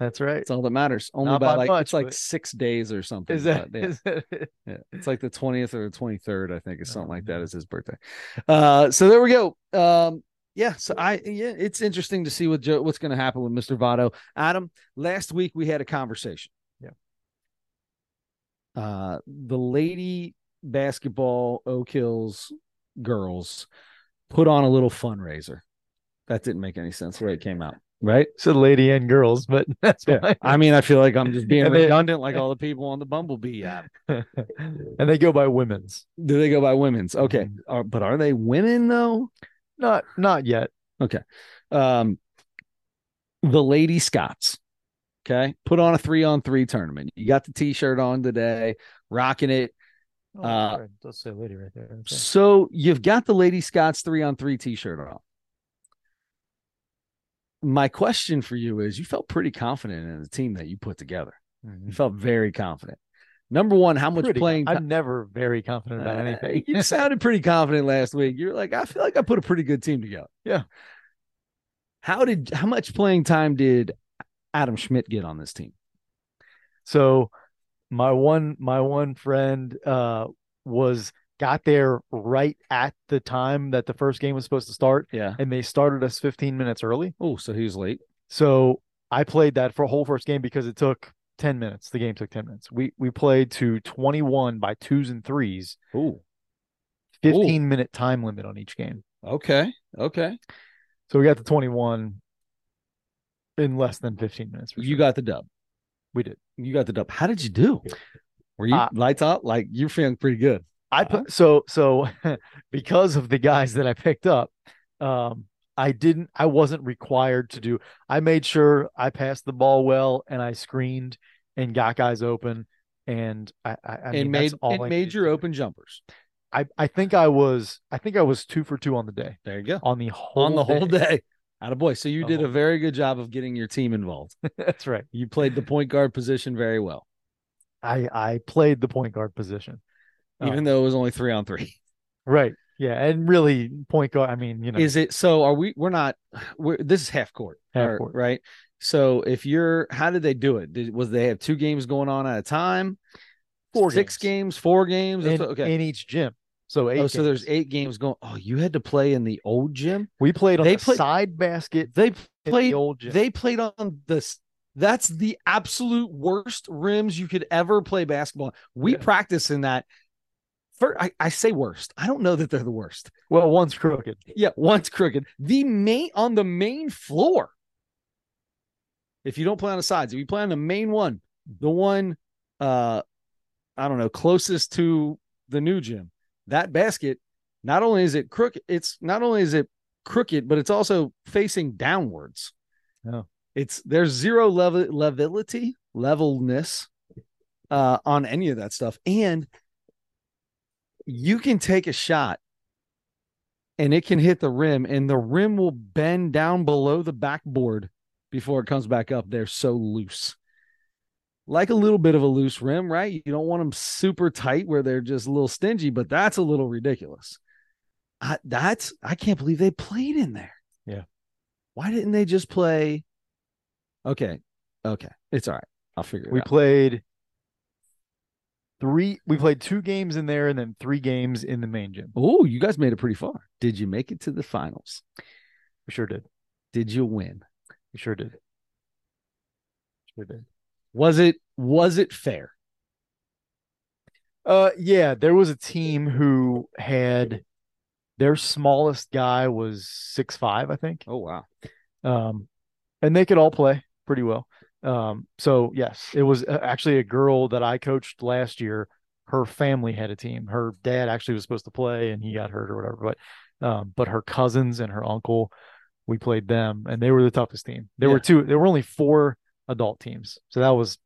Speaker 2: That's right.
Speaker 1: That's all that matters. Only
Speaker 2: Not
Speaker 1: by
Speaker 2: by
Speaker 1: like it's
Speaker 2: much,
Speaker 1: like
Speaker 2: but-
Speaker 1: six days or something.
Speaker 2: Is that,
Speaker 1: but yeah.
Speaker 2: is that it?
Speaker 1: Yeah, it's like the twentieth or the twenty third, I think, or something
Speaker 2: Oh,
Speaker 1: like
Speaker 2: man.
Speaker 1: that. Is his birthday. Uh, so there we go. Um, yeah, so I yeah, it's interesting to see what Joe, what's going to happen with Mister Votto. Adam, last week we had a conversation.
Speaker 2: Yeah.
Speaker 1: Uh, the lady basketball Oak Hills girls put on a little fundraiser. That didn't make any sense the way it came out, right?
Speaker 2: said lady and girls, but that's fine.
Speaker 1: I mean, I feel like I'm just being
Speaker 2: And they-
Speaker 1: redundant, like all the people on the Bumblebee app.
Speaker 2: and they go by women's.
Speaker 1: Do they go by women's?
Speaker 2: Mm-hmm.
Speaker 1: Okay. Are, but are they women though?
Speaker 2: Not not yet.
Speaker 1: Um the Lady Scots. Okay. Put on a three on three tournament. You got the t shirt on today, rocking it.
Speaker 2: Oh,
Speaker 1: Uh,
Speaker 2: sorry. It does say lady right there. Okay.
Speaker 1: So you've got the Lady Scots three on three t shirt on. My question for you is you felt pretty confident in the team that you put together. You
Speaker 2: Mhm.
Speaker 1: felt very confident. Number one, how much
Speaker 2: Pretty
Speaker 1: playing
Speaker 2: con- I'm never very confident about
Speaker 1: Uh,
Speaker 2: anything.
Speaker 1: you sounded pretty confident last week. You're like, I feel like I put a pretty good team together.
Speaker 2: Yeah.
Speaker 1: How did how much playing time did Adam Schmidt get on this team?
Speaker 2: So my one my one friend uh was got there right at the time that the first game was supposed to start
Speaker 1: Yeah.
Speaker 2: and they started us 15 minutes early.
Speaker 1: Oh, so he was late.
Speaker 2: So I played that for a whole first game because it took 10 minutes. The game took 10 minutes. We we played to 21 by twos and threes,
Speaker 1: Oh,
Speaker 2: 15 minute time limit on each game.
Speaker 1: okay, okay.
Speaker 2: So we got to 21 in less than 15 minutes. for
Speaker 1: You
Speaker 2: sure.
Speaker 1: got the dub.
Speaker 2: we did.
Speaker 1: You got the dub. How did you do? Were you
Speaker 2: Uh,
Speaker 1: lights out? Like you're feeling pretty good.
Speaker 2: I
Speaker 1: Uh-huh.
Speaker 2: put so so because of the guys that I picked up, um, I didn't I wasn't required to do I made sure I passed the ball well and I screened and got guys open and I I, I
Speaker 1: it
Speaker 2: mean,
Speaker 1: made
Speaker 2: that's all
Speaker 1: it
Speaker 2: I
Speaker 1: made
Speaker 2: needed
Speaker 1: your
Speaker 2: to do.
Speaker 1: open jumpers.
Speaker 2: I, I think I was I think I was two for two on the day.
Speaker 1: There you go.
Speaker 2: On the whole
Speaker 1: On the whole day. Out of boy. So you
Speaker 2: The
Speaker 1: did a
Speaker 2: whole-
Speaker 1: very good job of getting your team involved.
Speaker 2: That's right.
Speaker 1: You played the point guard position very well,
Speaker 2: I, I played the point guard position.
Speaker 1: even
Speaker 2: Um,
Speaker 1: though it was only three on three.
Speaker 2: Right. Yeah. And really point guard I mean, you know,
Speaker 1: Is it so? Are we? We're not. We're this is half court,
Speaker 2: Half
Speaker 1: or-
Speaker 2: court.
Speaker 1: right? So if you're, how did they do it? Did, was they have two games going on at a time?
Speaker 2: Four
Speaker 1: six games, four games. That's
Speaker 2: in,
Speaker 1: what- okay.
Speaker 2: in each gym. So eight
Speaker 1: oh, so there's
Speaker 2: games.
Speaker 1: eight games going. Oh, you had to play in the old gym.
Speaker 2: We played on
Speaker 1: They
Speaker 2: the
Speaker 1: played-
Speaker 2: side basket
Speaker 1: They
Speaker 2: in
Speaker 1: played.
Speaker 2: the old gym.
Speaker 1: They played on this. That's the absolute worst rims you could ever play basketball. on. We
Speaker 2: Yeah.
Speaker 1: practice in that. For I, I say worst. I don't know that they're the worst.
Speaker 2: well, one's crooked.
Speaker 1: Yeah, once crooked. The main on the main floor. If you don't play on the sides, if you play on the main one, the one uh I don't know, closest to the new gym, that basket, not only is it crooked, it's not only is it crooked, but it's also facing downwards.
Speaker 2: Oh.
Speaker 1: It's there's zero level levelity, levelness uh on any of that stuff. And you can take a shot and it can hit the rim and the rim will bend down below the backboard before it comes back up they're so loose like a little bit of a loose rim right you don't want them super tight where they're just a little stingy but that's a little ridiculous I, that's i can't believe they played in there
Speaker 2: Yeah.
Speaker 1: why didn't they just play okay okay it's all right i'll figure it
Speaker 2: We
Speaker 1: out
Speaker 2: played three. We played two games in there, and then three games in the main gym.
Speaker 1: oh you guys made it pretty far did you make it to the finals
Speaker 2: We sure did.
Speaker 1: did you win
Speaker 2: We sure did. Sure did.
Speaker 1: was it was it fair
Speaker 2: Uh, yeah, there was a team who had their smallest guy was six five, I think.
Speaker 1: oh wow
Speaker 2: um, and they could all play pretty well. Um, so yes, it was uh, actually a girl that I coached last year. Her family had a team. Her dad actually was supposed to play, and he got hurt or whatever. But, um, but her cousins and her uncle, we played them, and they were the toughest team. There
Speaker 1: Yeah.
Speaker 2: were two. There were only four adult teams, so that was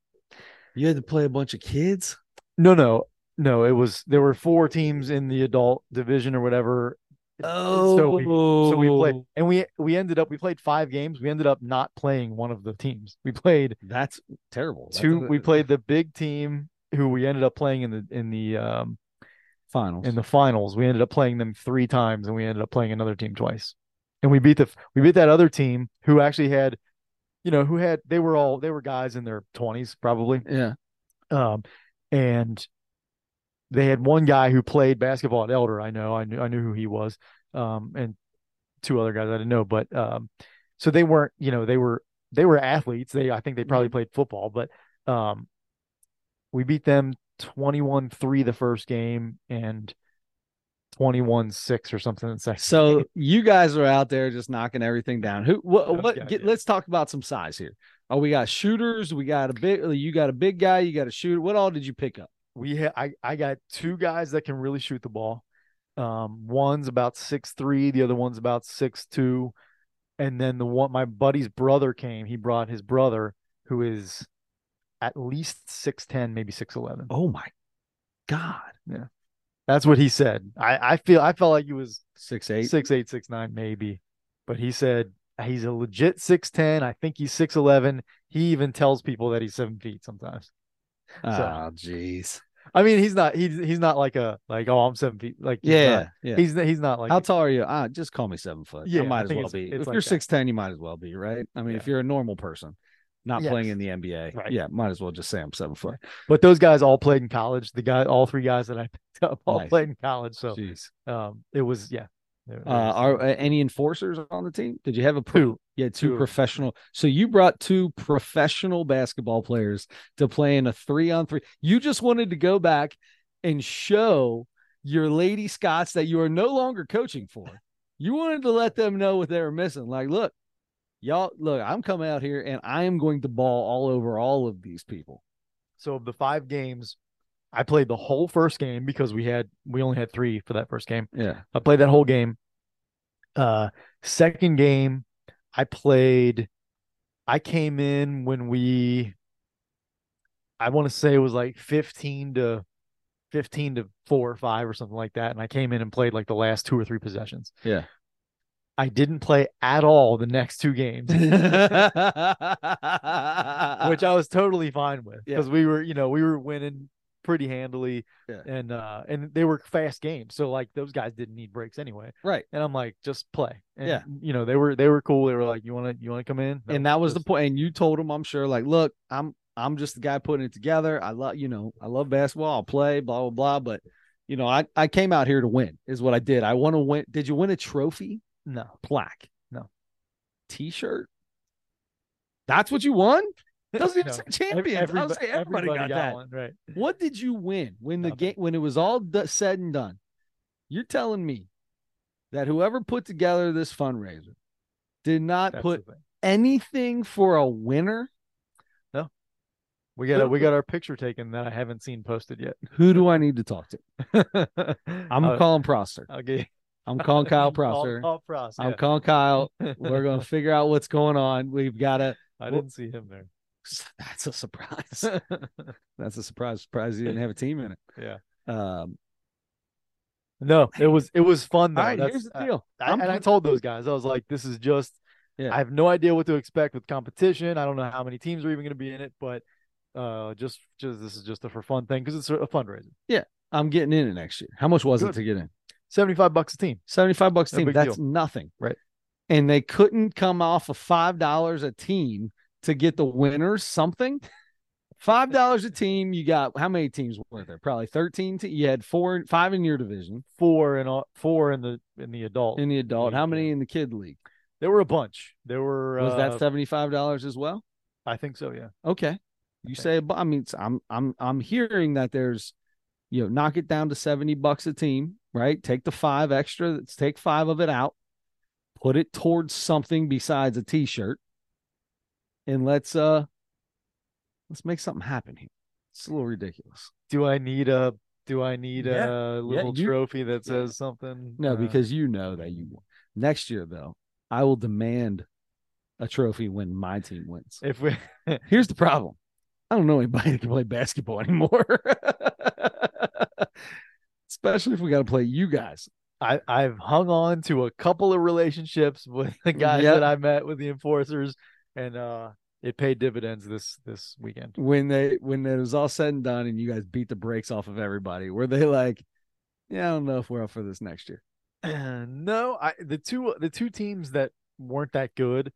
Speaker 1: You had to play a bunch of kids.
Speaker 2: no, no, no. It was there were four teams in the adult division or whatever.
Speaker 1: Oh,
Speaker 2: so we- so we played and we we ended up we played five games. We ended up not playing one of the teams. We played
Speaker 1: That's terrible. That
Speaker 2: two
Speaker 1: doesn't-
Speaker 2: we played the big team who we ended up playing in the in the um
Speaker 1: finals.
Speaker 2: in the finals. We ended up playing them three times and we ended up playing another team twice. And we beat the we beat that other team who actually had you know, who had they were all they were guys in their 20s probably.
Speaker 1: yeah.
Speaker 2: Um and they had one guy who played basketball at Elder. I know. I knew I knew who he was. Um and two other guys I didn't know, but um so they weren't, you know, they were they were athletes. They I think they probably played football, but um we beat them 21-3 the first game and 21-6 or something in the second.
Speaker 1: So you guys are out there just knocking everything down. Who?
Speaker 2: Those
Speaker 1: What?
Speaker 2: guys,
Speaker 1: what get,
Speaker 2: Oh, yeah.
Speaker 1: Let's talk about some size here. Oh, we got shooters. We got a big. You got a big guy. You got a shooter. What all did you pick up?
Speaker 2: we ha- I, I got two guys that can really shoot the ball. Um, one's about six three, the other one's about six two, and then the one my buddy's brother came. He brought his brother, who is at least six ten, maybe six eleven.
Speaker 1: Oh my god,
Speaker 2: That's what he said. I I feel I felt like he was
Speaker 1: six eight.
Speaker 2: six eight six nine maybe, but he said he's a legit six ten. I think he's six eleven. He even tells people that he's seven feet sometimes.
Speaker 1: Oh jeez.
Speaker 2: I mean, he's not he's he's not like a like oh I'm seven feet like he's not-
Speaker 1: Yeah. Yeah.
Speaker 2: He's he's not like
Speaker 1: How tall are you? Uh, just call me seven foot.
Speaker 2: Yeah,
Speaker 1: I might
Speaker 2: I
Speaker 1: as
Speaker 2: think
Speaker 1: well
Speaker 2: it's-
Speaker 1: be.
Speaker 2: it's
Speaker 1: if
Speaker 2: like
Speaker 1: you're
Speaker 2: that.
Speaker 1: six ten, you might as well be, right? I mean,
Speaker 2: Yeah.
Speaker 1: if you're a normal person, not
Speaker 2: Yes.
Speaker 1: playing in the NBA,
Speaker 2: Right.
Speaker 1: yeah, might as well just say I'm seven foot.
Speaker 2: But those guys all played in college. The guy, all three guys that I picked up, all
Speaker 1: Nice.
Speaker 2: played in college. So
Speaker 1: Jeez.
Speaker 2: um, it was yeah. There- there
Speaker 1: Uh,
Speaker 2: was-
Speaker 1: are uh, any enforcers on the team? Did you have a pro-
Speaker 2: two?
Speaker 1: Yeah,
Speaker 2: Two
Speaker 1: two,
Speaker 2: of 'em.
Speaker 1: professional. So you brought two professional basketball players to play in a three on three. You just wanted to go back and show your Lady Scots that you are no longer coaching for. You wanted to let them know what they were missing. Like, look, y'all, look, I'm coming out here and I am going to ball all over all of these people.
Speaker 2: So of the five games, I played the whole first game because we had we only had three for that first game.
Speaker 1: Yeah.
Speaker 2: I played that whole game. Uh, second game, I played. I came in when we. I want to say it was like fifteen to, fifteen to four or five or something like that, and I came in and played like the last two or three possessions.
Speaker 1: Yeah.
Speaker 2: I didn't play at all the next two games, which
Speaker 1: Which
Speaker 2: I was totally fine with
Speaker 1: Yeah.
Speaker 2: because we were, you know, we were winning pretty handily,
Speaker 1: Yeah.
Speaker 2: and uh, and they were fast games, so like those guys didn't need breaks anyway.
Speaker 1: right.
Speaker 2: And I'm like, just play. And,
Speaker 1: Yeah.
Speaker 2: you know, they were they were cool. They were like, you want to you want to come in,
Speaker 1: and
Speaker 2: No,
Speaker 1: that was the
Speaker 2: just-
Speaker 1: point. And you told him, I'm sure, like, look, I'm I'm just the guy putting it together. I love, you know, I love basketball. I'll play, blah blah blah. But you know, I I came out here to win, is what I did. I want to win. Did you win a trophy,
Speaker 2: no.
Speaker 1: plaque,
Speaker 2: No.
Speaker 1: T-shirt? That's what you won. Doesn't even
Speaker 2: No.
Speaker 1: say
Speaker 2: Ev-
Speaker 1: champions. I was
Speaker 2: everybo-
Speaker 1: say everybody, got, that.
Speaker 2: one, right?
Speaker 1: What did you win when the
Speaker 2: Nothing.
Speaker 1: game when it was all do- said and done? You're telling me that whoever put together this fundraiser did not
Speaker 2: That's
Speaker 1: put
Speaker 2: the thing.
Speaker 1: anything for a winner,
Speaker 2: We got we got our picture taken that I haven't seen posted yet.
Speaker 1: who do I need to talk to? I'm
Speaker 2: I'll-
Speaker 1: calling Prosser.
Speaker 2: I'll get-
Speaker 1: I'm calling Kyle
Speaker 2: I'll-
Speaker 1: Prosser.
Speaker 2: I'll Pross,
Speaker 1: I'm
Speaker 2: Oh, yeah.
Speaker 1: calling Kyle. We're going to figure out what's going on. We've got to.
Speaker 2: I didn't see him there.
Speaker 1: That's a surprise. That's a surprise. Surprise you didn't have a team in it.
Speaker 2: Yeah.
Speaker 1: Um,
Speaker 2: No, it was it was fun though.
Speaker 1: all right.
Speaker 2: That's-
Speaker 1: Here's the
Speaker 2: I-
Speaker 1: deal.
Speaker 2: I,
Speaker 1: I'm
Speaker 2: and I
Speaker 1: put-
Speaker 2: told those guys, I was like, this is just,
Speaker 1: Yeah.
Speaker 2: I have no idea what to expect with competition. I don't know how many teams are even going to be in it, but uh, just, just this is just a for fun thing because it's a fundraiser.
Speaker 1: I'm getting in it next year. How much was it
Speaker 2: Good.
Speaker 1: to get in?
Speaker 2: 75 bucks a team.
Speaker 1: 75 bucks a
Speaker 2: No
Speaker 1: team.
Speaker 2: big
Speaker 1: That's
Speaker 2: deal.
Speaker 1: nothing.
Speaker 2: Right.
Speaker 1: And they couldn't come off of $5 a team to get the winners something. $5 a team. You got how many teams were there? Probably 13. Te- you had four, five in your division
Speaker 2: Four in all, four in the in the adult.
Speaker 1: in the adult.
Speaker 2: League,
Speaker 1: How
Speaker 2: yeah.
Speaker 1: many in the kid league?
Speaker 2: there were a bunch. There were.
Speaker 1: Was
Speaker 2: uh,
Speaker 1: that $75 as well?
Speaker 2: I think so. Yeah.
Speaker 1: Okay. You
Speaker 2: think
Speaker 1: say, bu- I mean, it's- I'm, I'm, I'm hearing that there's, you know, knock it down to 70 bucks a team, right? Take the five extra, let's take five of it out, put it towards something besides a t-shirt and let's, uh, let's make something happen here. It's a little ridiculous.
Speaker 2: Do I need a? Do I need a little
Speaker 1: you-
Speaker 2: trophy that
Speaker 1: yeah.
Speaker 2: says something?
Speaker 1: No,
Speaker 2: Uh,
Speaker 1: because you know that you won. Next year though, I will demand a trophy when my team wins.
Speaker 2: if we
Speaker 1: Here's the problem. I don't know anybody that can play basketball anymore. Especially if we got to play you guys.
Speaker 2: I, I've hung on to a couple of relationships with the guys
Speaker 1: Mm, Yep.
Speaker 2: that I met with the enforcers, and uh, it paid dividends this this weekend.
Speaker 1: when they when it was all said and done and you guys beat the brakes off of everybody were they like yeah i don't know if we're up for this next year
Speaker 2: no, I the two the two teams that weren't that good,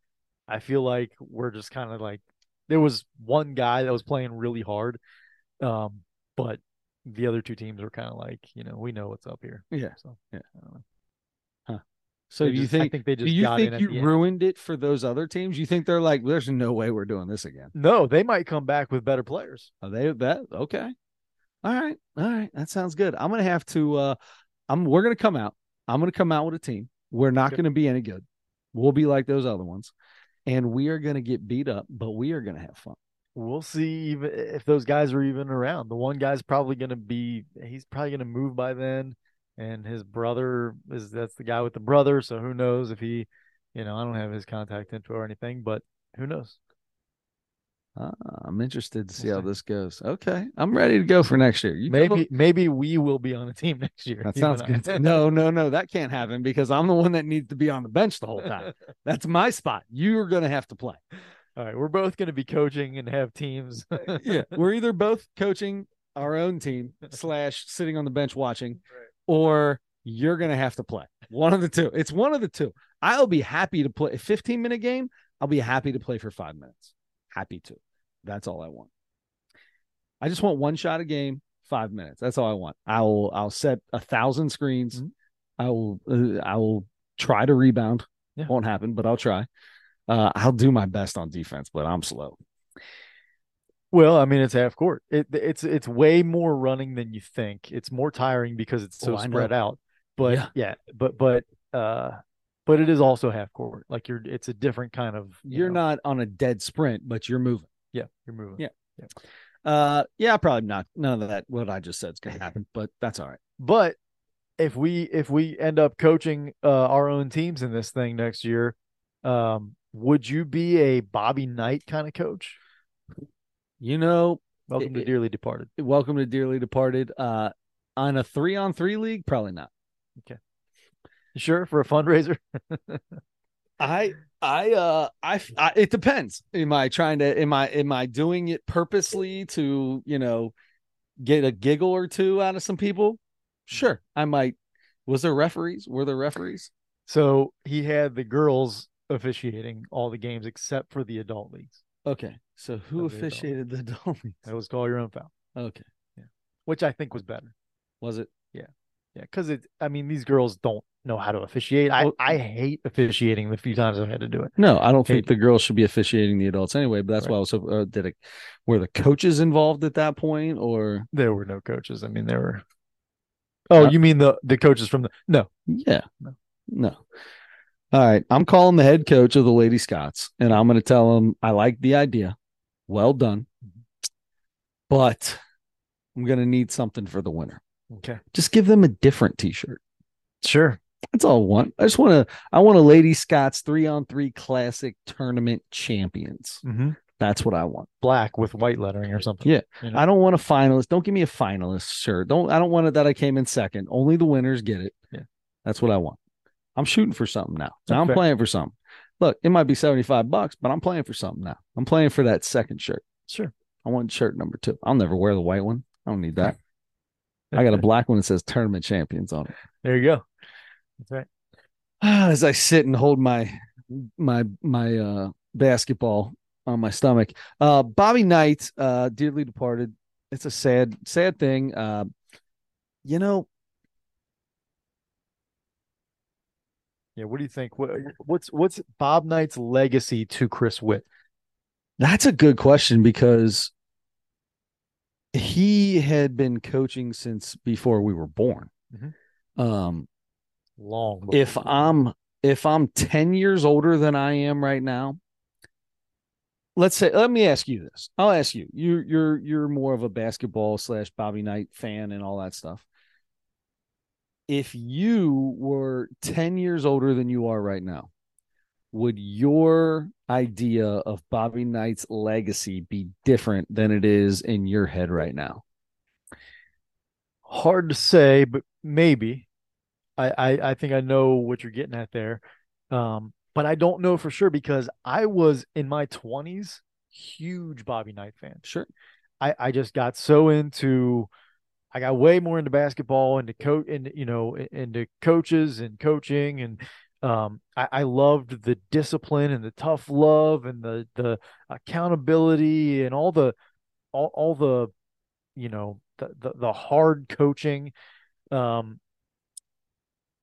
Speaker 2: I feel like were just kind of like there was one guy that was playing really hard, um, but the other two teams were kind of like you know we know what's up here.
Speaker 1: Yeah.
Speaker 2: So
Speaker 1: Yeah.
Speaker 2: I don't know.
Speaker 1: so
Speaker 2: They
Speaker 1: do you
Speaker 2: just- I
Speaker 1: think,
Speaker 2: think they just
Speaker 1: do you
Speaker 2: got in
Speaker 1: think
Speaker 2: at
Speaker 1: you
Speaker 2: the end.
Speaker 1: ruined it for those other teams you think they're like there's no way we're doing this again
Speaker 2: No, they might come back with better players.
Speaker 1: Are Oh, they that okay? All right, all right, that sounds good. I'm gonna have to. uh I'm we're gonna come out. I'm gonna come out with a team. We're not
Speaker 2: Okay.
Speaker 1: gonna be any good. We'll be like those other ones, and we are gonna get beat up, but we are gonna have fun.
Speaker 2: We'll see if, if those guys are even around. The one guy's probably going to be, he's probably going to move by then. And his brother is, that's the guy with the brother. So who knows if he, you know, I don't have his contact info or anything, but who knows?
Speaker 1: Ah, I'm interested to see how
Speaker 2: We'll see.
Speaker 1: this goes. Okay, I'm ready to go for next year. You
Speaker 2: maybe,
Speaker 1: come up-
Speaker 2: maybe we will be on a team next year.
Speaker 1: that
Speaker 2: you and
Speaker 1: sounds
Speaker 2: I.
Speaker 1: good. No, no, no, that can't happen because I'm the one that needs to be on the bench the whole time. That's my spot. You're gonna have to play.
Speaker 2: All right. We're both going to be coaching and have teams.
Speaker 1: yeah, we're either both coaching our own team slash sitting on the bench watching, or you're gonna have to play one of the two. It's one of the two. I'll be happy to play a 15 minute game. I'll be happy to play for five minutes. Happy to. That's all I want. I just want one shot a game, five minutes. That's all I want. I will. I'll set a thousand screens.
Speaker 2: Mhm.
Speaker 1: I will. Uh, I will try to rebound.
Speaker 2: Yeah.
Speaker 1: Won't happen, but I'll try. Uh, I'll do my best on defense, but I'm slow.
Speaker 2: Well, I mean, it's half court. It it's it's way more running than you think. It's more tiring because it's so
Speaker 1: Oh, I know.
Speaker 2: spread out. But
Speaker 1: Yeah.
Speaker 2: yeah. but but uh but it is also half court. Like you're it's a different kind of you
Speaker 1: You're
Speaker 2: know,
Speaker 1: not on a dead sprint, but you're moving.
Speaker 2: yeah, you're moving.
Speaker 1: Yeah. Uh, yeah, probably not. None of that. What I just said is gonna happen, but that's all right.
Speaker 2: But if we if we end up coaching uh our own teams in this thing next year, um would you be a Bobby Knight kind of coach?
Speaker 1: You know,
Speaker 2: Welcome to
Speaker 1: it-
Speaker 2: Dearly Departed.
Speaker 1: welcome to dearly departed. Uh, on a three on three league, probably not.
Speaker 2: You Sure, for a fundraiser.
Speaker 1: I I uh I, I it depends. Am I trying to am I am I doing it purposely to, you know, get a giggle or two out of some people? Sure. I might was there referees? Were there referees?
Speaker 2: So he had the girls officiating all the games except for the adult leagues.
Speaker 1: Okay. So who
Speaker 2: Okay, don't.
Speaker 1: officiated the Dolphins?
Speaker 2: It was call your own foul,
Speaker 1: Okay.
Speaker 2: which I think was better.
Speaker 1: Was it
Speaker 2: Yeah, because it. I mean, these girls don't know how to officiate. I
Speaker 1: Well-
Speaker 2: I hate officiating the few times I've had to do it.
Speaker 1: No, I don't think
Speaker 2: Hey.
Speaker 1: the girls should be officiating the adults anyway. But that's why I was so uh, did it. Were the coaches involved at that point, or
Speaker 2: There were no coaches. I mean, there were. Oh,
Speaker 1: Uh,
Speaker 2: you mean the the coaches from the no?
Speaker 1: yeah,
Speaker 2: No.
Speaker 1: no. All right, I'm calling the head coach of the Lady Scots, and I'm going to tell him I like the idea. Well done,
Speaker 2: Mm-hmm.
Speaker 1: but I'm going to need something for the winner.
Speaker 2: Okay,
Speaker 1: Just give them a different T-shirt.
Speaker 2: sure.
Speaker 1: That's all I want. I just want to. I want a Lady Scots three on three classic tournament champions.
Speaker 2: Mm-hmm.
Speaker 1: That's what I want.
Speaker 2: Black with white lettering or something.
Speaker 1: Yeah,
Speaker 2: you know?
Speaker 1: I don't want a finalist. Don't give me a finalist, sir. Don't I don't want it that I came in second. Only the winners get it.
Speaker 2: Yeah.
Speaker 1: That's what I want. I'm shooting for something now. Now I'm
Speaker 2: Okay.
Speaker 1: playing for something. Look, it might be 75 bucks, but I'm playing for something now. I'm playing for that second shirt.
Speaker 2: sure.
Speaker 1: I want shirt number two. I'll never wear the white one. I don't need that. I got a black one that says tournament champions on it.
Speaker 2: There you go. That's right.
Speaker 1: As I sit and hold my my my uh basketball on my stomach. Uh Bobby Knight, uh dearly departed. It's a sad, sad thing. Uh you know,
Speaker 2: Yeah. What do you think? What, what's what's Bob Knight's legacy to Chris Witt?
Speaker 1: That's a good question because he had been coaching since before we were born.
Speaker 2: Mhm.
Speaker 1: Um,
Speaker 2: Long. before
Speaker 1: if
Speaker 2: he-
Speaker 1: I'm if I'm 10 years older than I am right now, let's say let me ask you this. I'll ask you. You you're you're more of a basketball slash Bobby Knight fan and all that stuff. If you were 10 years older than you are right now, would your idea of Bobby Knight's legacy be different than it is in your head right now?
Speaker 2: hard to say, but maybe. I, I I think I know what you're getting at there, um, but I don't know for sure because I was in my 20s huge Bobby Knight fan.
Speaker 1: Sure.
Speaker 2: I I just got so into I got way more into basketball into coach and you know into coaches and coaching and um I, I loved the discipline and the tough love and the the accountability and all the all, all the you know the, the the hard coaching um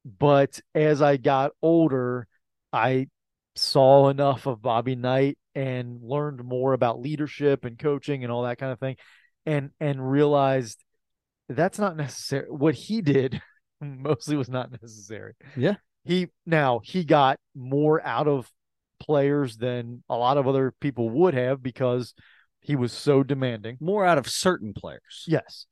Speaker 2: but as I got older I saw enough of Bobby Knight and learned more about leadership and coaching and all that kind of thing and and realized that's not necessary what he did mostly was not necessary
Speaker 1: Yeah.
Speaker 2: he now he got more out of players than a lot of other people would have because he was so demanding
Speaker 1: More out of certain players.
Speaker 2: yes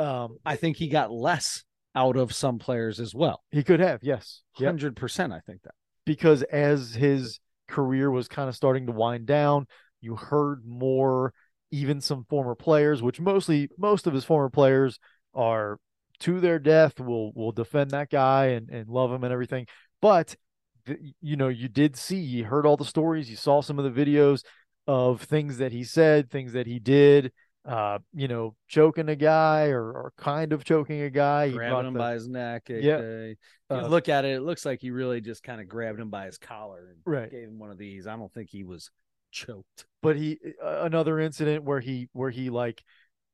Speaker 2: um
Speaker 1: I think he got less out of some players as well.
Speaker 2: he could have yes yeah
Speaker 1: Hundred percent, I think that.
Speaker 2: because as his career was kind of starting to wind down, you heard more, even some former players, which mostly most of his former players are to their death will will defend that guy and, and love him and everything. But th- you know, you did see, you heard all the stories, you saw some of the videos of things that he said, things that he did. Uh, you know, choking a guy or, or kind of choking a guy. He brought
Speaker 1: grabbing him
Speaker 2: the-
Speaker 1: by his neck.
Speaker 2: Yeah.
Speaker 1: you
Speaker 2: Uh,
Speaker 1: look at it; it looks like he really just kind of grabbed him by his collar and
Speaker 2: right.
Speaker 1: gave him one of these. I don't think he was choked.
Speaker 2: but he uh, another incident where he where he like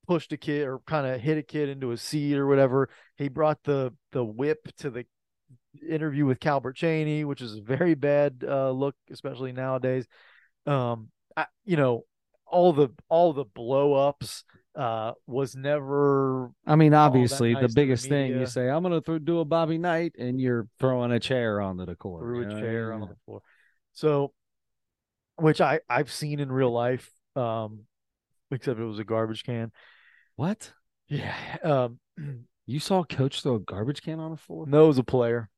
Speaker 2: pushed a kid or kind of hit a kid into a seat or whatever he brought the the whip to the interview with calbert cheney which is a very bad uh, look especially nowadays um I, you know all the all the blow ups uh was never
Speaker 1: I mean,
Speaker 2: that
Speaker 1: obviously,
Speaker 2: nice
Speaker 1: the
Speaker 2: to the
Speaker 1: biggest thing you
Speaker 2: media.
Speaker 1: say, "I'm going to th- do a Bobby Knight," and you're throwing a chair onto the court.
Speaker 2: threw
Speaker 1: you know
Speaker 2: a
Speaker 1: what I
Speaker 2: chair
Speaker 1: mean?
Speaker 2: on the floor. So, which I I've seen in real life, um, except it was a garbage can.
Speaker 1: What
Speaker 2: Yeah. Um,
Speaker 1: you saw? a Coach throw a garbage can on the floor.
Speaker 2: no, it was a player.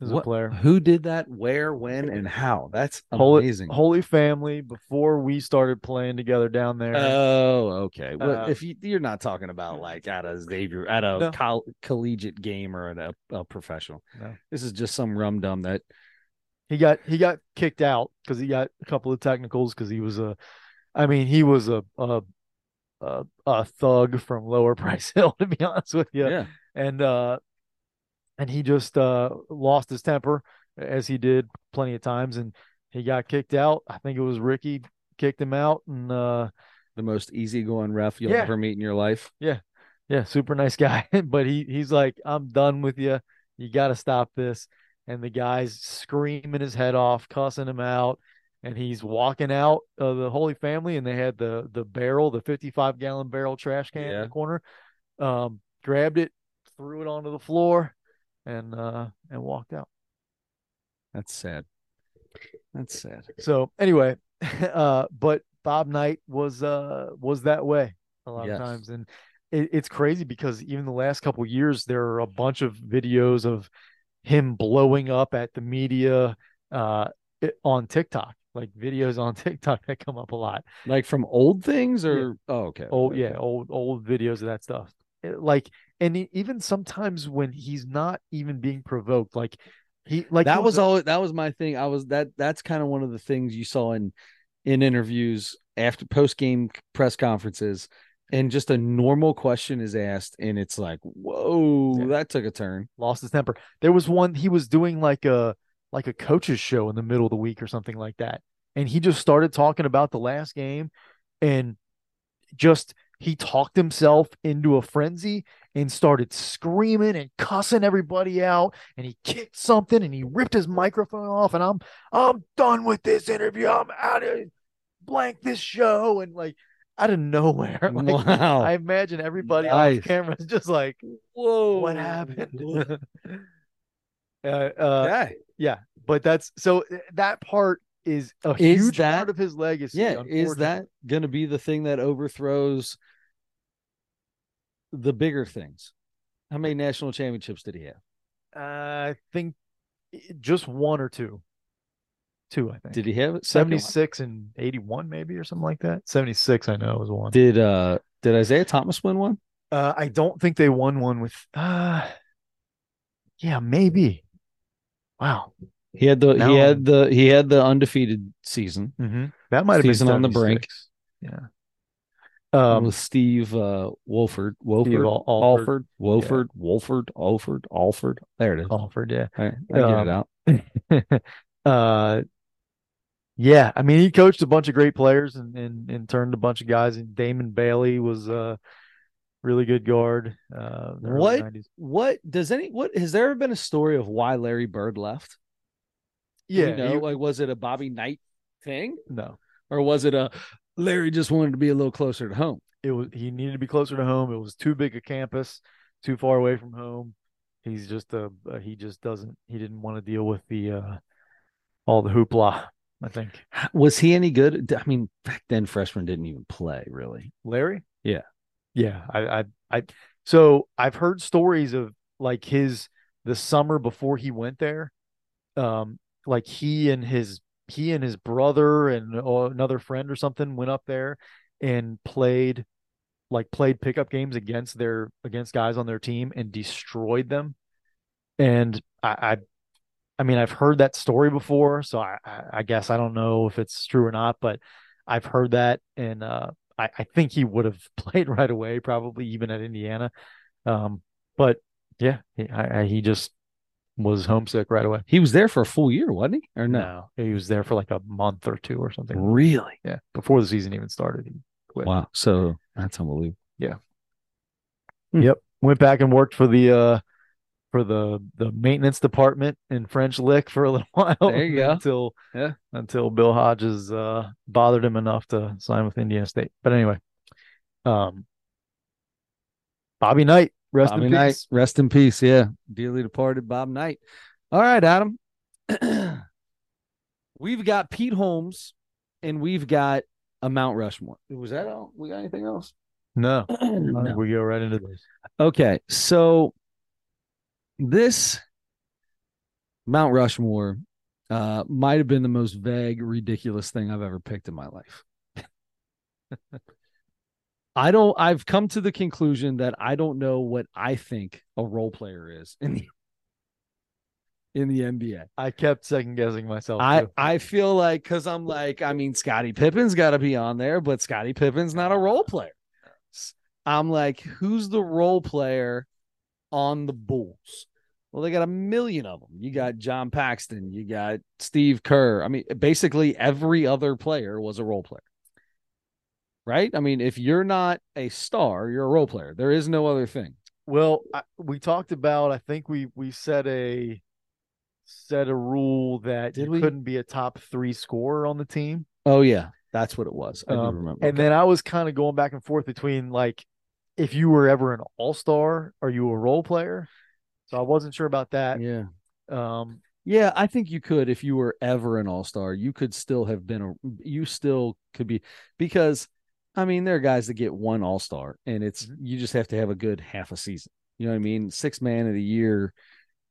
Speaker 2: It was
Speaker 1: What-
Speaker 2: a player.
Speaker 1: Who did that? Where? When? And how? That's
Speaker 2: Holy-
Speaker 1: amazing.
Speaker 2: Holy Family. Before we started playing together down there,
Speaker 1: Oh, okay. Well,
Speaker 2: Uh,
Speaker 1: if you, you're not talking about like at a Xavier, at a
Speaker 2: No.
Speaker 1: col- collegiate game or at a, a professional,
Speaker 2: No.
Speaker 1: this is just some rum dum that
Speaker 2: he got he got kicked out because he got a couple of technicals because he was a, I mean he was a a a, a thug from Lower Price Hill to be honest with you.
Speaker 1: yeah,
Speaker 2: and uh and he just uh lost his temper as he did plenty of times and he got kicked out i think it was ricky kicked him out and uh
Speaker 1: the most easygoing ref you'll
Speaker 2: Yeah.
Speaker 1: ever meet in your life.
Speaker 2: yeah super nice guy but he he's like i'm done with you you got to stop this and the guy's screaming his head off cussing him out and he's walking out of the holy family and they had the the barrel the 55 gallon barrel trash can in
Speaker 1: Yeah.
Speaker 2: the corner um grabbed it threw it onto the floor and uh and walked out
Speaker 1: That's sad. That's sad.
Speaker 2: So anyway, uh, but Bob Knight was uh was that way a lot
Speaker 1: Yes.
Speaker 2: of times, and it, it's crazy because even the last couple of years there are a bunch of videos of him blowing up at the media uh it, on TikTok, like videos on TikTok that come up a lot.
Speaker 1: Like from old things, or oh, okay.
Speaker 2: Oh
Speaker 1: okay,
Speaker 2: yeah,
Speaker 1: okay.
Speaker 2: old old videos of that stuff. It- like and e- even sometimes when he's not even being provoked, like he like
Speaker 1: that
Speaker 2: he
Speaker 1: was
Speaker 2: a-
Speaker 1: all. That was my thing. I was that. That's kind of one of the things you saw in in interviews after post game press conferences, and just a normal question is asked, and it's like, whoa,
Speaker 2: Yeah.
Speaker 1: that took a turn.
Speaker 2: lost his temper. There was one he was doing like a like a coach's show in the middle of the week or something like that, and he just started talking about the last game, and just he talked himself into a frenzy and started screaming and cussing everybody out, and he kicked something and he ripped his microphone off, and I'm I'm done with this interview. I'm out of blank this show, and like out of nowhere, like.
Speaker 1: wow.
Speaker 2: I imagine everybody
Speaker 1: Nice.
Speaker 2: on camera is just like,
Speaker 1: Whoa.
Speaker 2: what happened? Oh. uh, uh,
Speaker 1: okay.
Speaker 2: yeah, but that's so uh, that part is a
Speaker 1: Is
Speaker 2: huge
Speaker 1: that-
Speaker 2: part of his legacy.
Speaker 1: Yeah. Is
Speaker 2: unfortunately.
Speaker 1: that going to be the thing that overthrows the bigger things? How many national championships did he have?
Speaker 2: Uh, I think i- just one or two, two I think.
Speaker 1: Did he have it?
Speaker 2: Seventy six and eighty one maybe or something like that. Seventy six I know was one.
Speaker 1: Did uh did Isaiah Thomas win one?
Speaker 2: Uh, I don't think they won one with. Uh, Yeah, maybe. Wow.
Speaker 1: He had the
Speaker 2: No.
Speaker 1: he had the he had the undefeated season
Speaker 2: Mm-hmm. That might have been
Speaker 1: Season on the brink.
Speaker 2: 76. Yeah. Um,
Speaker 1: with Steve uh, Wolford, Wolford,
Speaker 2: Steve Al- Alford.
Speaker 1: Alford, Wolford, Wolford, Alford, Alford. There it is.
Speaker 2: Alford, yeah.
Speaker 1: I, I get
Speaker 2: Um,
Speaker 1: it out.
Speaker 2: uh yeah i mean he coached a bunch of great players and and, and turned a bunch of guys and damon bailey was a really good guard uh in the early
Speaker 1: What?
Speaker 2: 90s.
Speaker 1: What does any what has there ever been a story of why Larry Bird left? Do we
Speaker 2: yeah
Speaker 1: know?
Speaker 2: he-
Speaker 1: like was it a Bobby Knight thing
Speaker 2: no
Speaker 1: or was it a Larry just wanted to be a little closer to home?
Speaker 2: it was he needed to be closer to home it was too big a campus too far away from home he's just a uh, he just doesn't he didn't want to deal with the uh all the hoopla i think
Speaker 1: Was he any good? I mean, back then freshmen didn't even play really.
Speaker 2: Larry?
Speaker 1: Yeah.
Speaker 2: Yeah. I I I so I've heard stories of like his the summer before he went there. Um like he and his he and his brother and uh, another friend or something went up there and played like played pickup games against their against guys on their team and destroyed them. And I I I mean I've heard that story before, so I I I guess I don't know if it's true or not, but I've heard that and uh I, I think he would have played right away, probably even at Indiana. Um, but yeah, he, I, I, he just was homesick right away.
Speaker 1: He was there for a full year, wasn't he? Or no?
Speaker 2: he was there for like a month or two or something.
Speaker 1: Really?
Speaker 2: Yeah, before the season even started, he quit.
Speaker 1: Wow. So that's unbelievable.
Speaker 2: Went back and worked for the uh, for the the maintenance department in French Lick for a little while.
Speaker 1: There you go.
Speaker 2: Until
Speaker 1: Yeah.
Speaker 2: until Bill Hodges uh, bothered him enough to sign with Indiana State. But anyway, um, Bobby Knight, rest
Speaker 1: Bobby
Speaker 2: in peace.
Speaker 1: Knight, rest in peace. Yeah, dearly departed Bob Knight. All right, Adam. we've got Pete Holmes, and we've got a Mount Rushmore. Was that all? We got anything else?
Speaker 2: No. I think
Speaker 1: No.
Speaker 2: We go right into this.
Speaker 1: Okay, so this Mount Rushmore uh, might have been the most vague, ridiculous thing I've ever picked in my life. I don't. I've come to the conclusion that I don't know what I think a role player is in the in the NBA.
Speaker 2: I kept second guessing myself.
Speaker 1: I,
Speaker 2: too.
Speaker 1: I feel like because I'm like, I mean, Scottie Pippen's got to be on there, but Scottie Pippen's not a role player. S- I'm like, who's the role player on the Bulls? Well, they got a million of them. You got John Paxton, you got Steve Kerr. I mean, basically every other player was a role player. Right? I mean, if you're not a star, you're a role player. There is no other thing.
Speaker 2: well, I, we talked about. I think we we set a set a rule that
Speaker 1: Did
Speaker 2: you
Speaker 1: we?
Speaker 2: couldn't be a top three scorer on the team,
Speaker 1: Oh yeah, that's what it was. I
Speaker 2: Um,
Speaker 1: do remember.
Speaker 2: and then I was kind of going back and forth between like if you were ever an all star, are you a role player? So I wasn't sure about that.
Speaker 1: yeah.
Speaker 2: Um,
Speaker 1: Yeah, I think you could if you were ever an all-star, you could still have been a you still could be because I mean there are guys that get one all-star and it's
Speaker 2: Mhm.
Speaker 1: you just have to have a good half a season. You know what I mean? Six man of the year,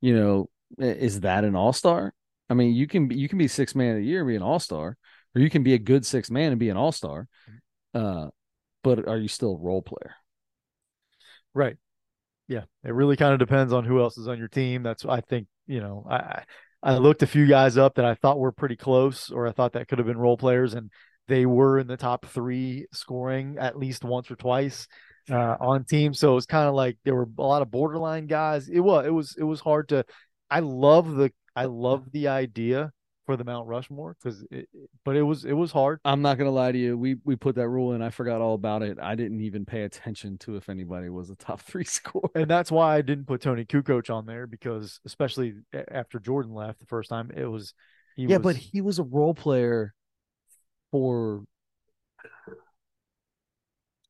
Speaker 1: you know, i- is that an all-star? I mean, you can be you can be six man of the year and be an all-star, or you can be a good six man and be an all-star. Uh but are you still a role player?
Speaker 2: Right. Yeah. It really kind of depends on who else is on your team. That's I think, you know, I I I looked a few guys up that I thought were pretty close or I thought that could have been role players and they were in the top three scoring at least once or twice uh, on teams. So it was kind of like there were a lot of borderline guys. It was it was it was hard to I love the I love the idea for the Mount Rushmore because it, it- but it was it was hard.
Speaker 1: I'm not gonna lie to you. We we put that rule in. I forgot all about it. I didn't even pay attention to if anybody was a top three scorer.
Speaker 2: and that's why I didn't put Tony Kukoc on there because, especially a- after Jordan left the first time, it was he
Speaker 1: yeah,
Speaker 2: was,
Speaker 1: but he was a role player for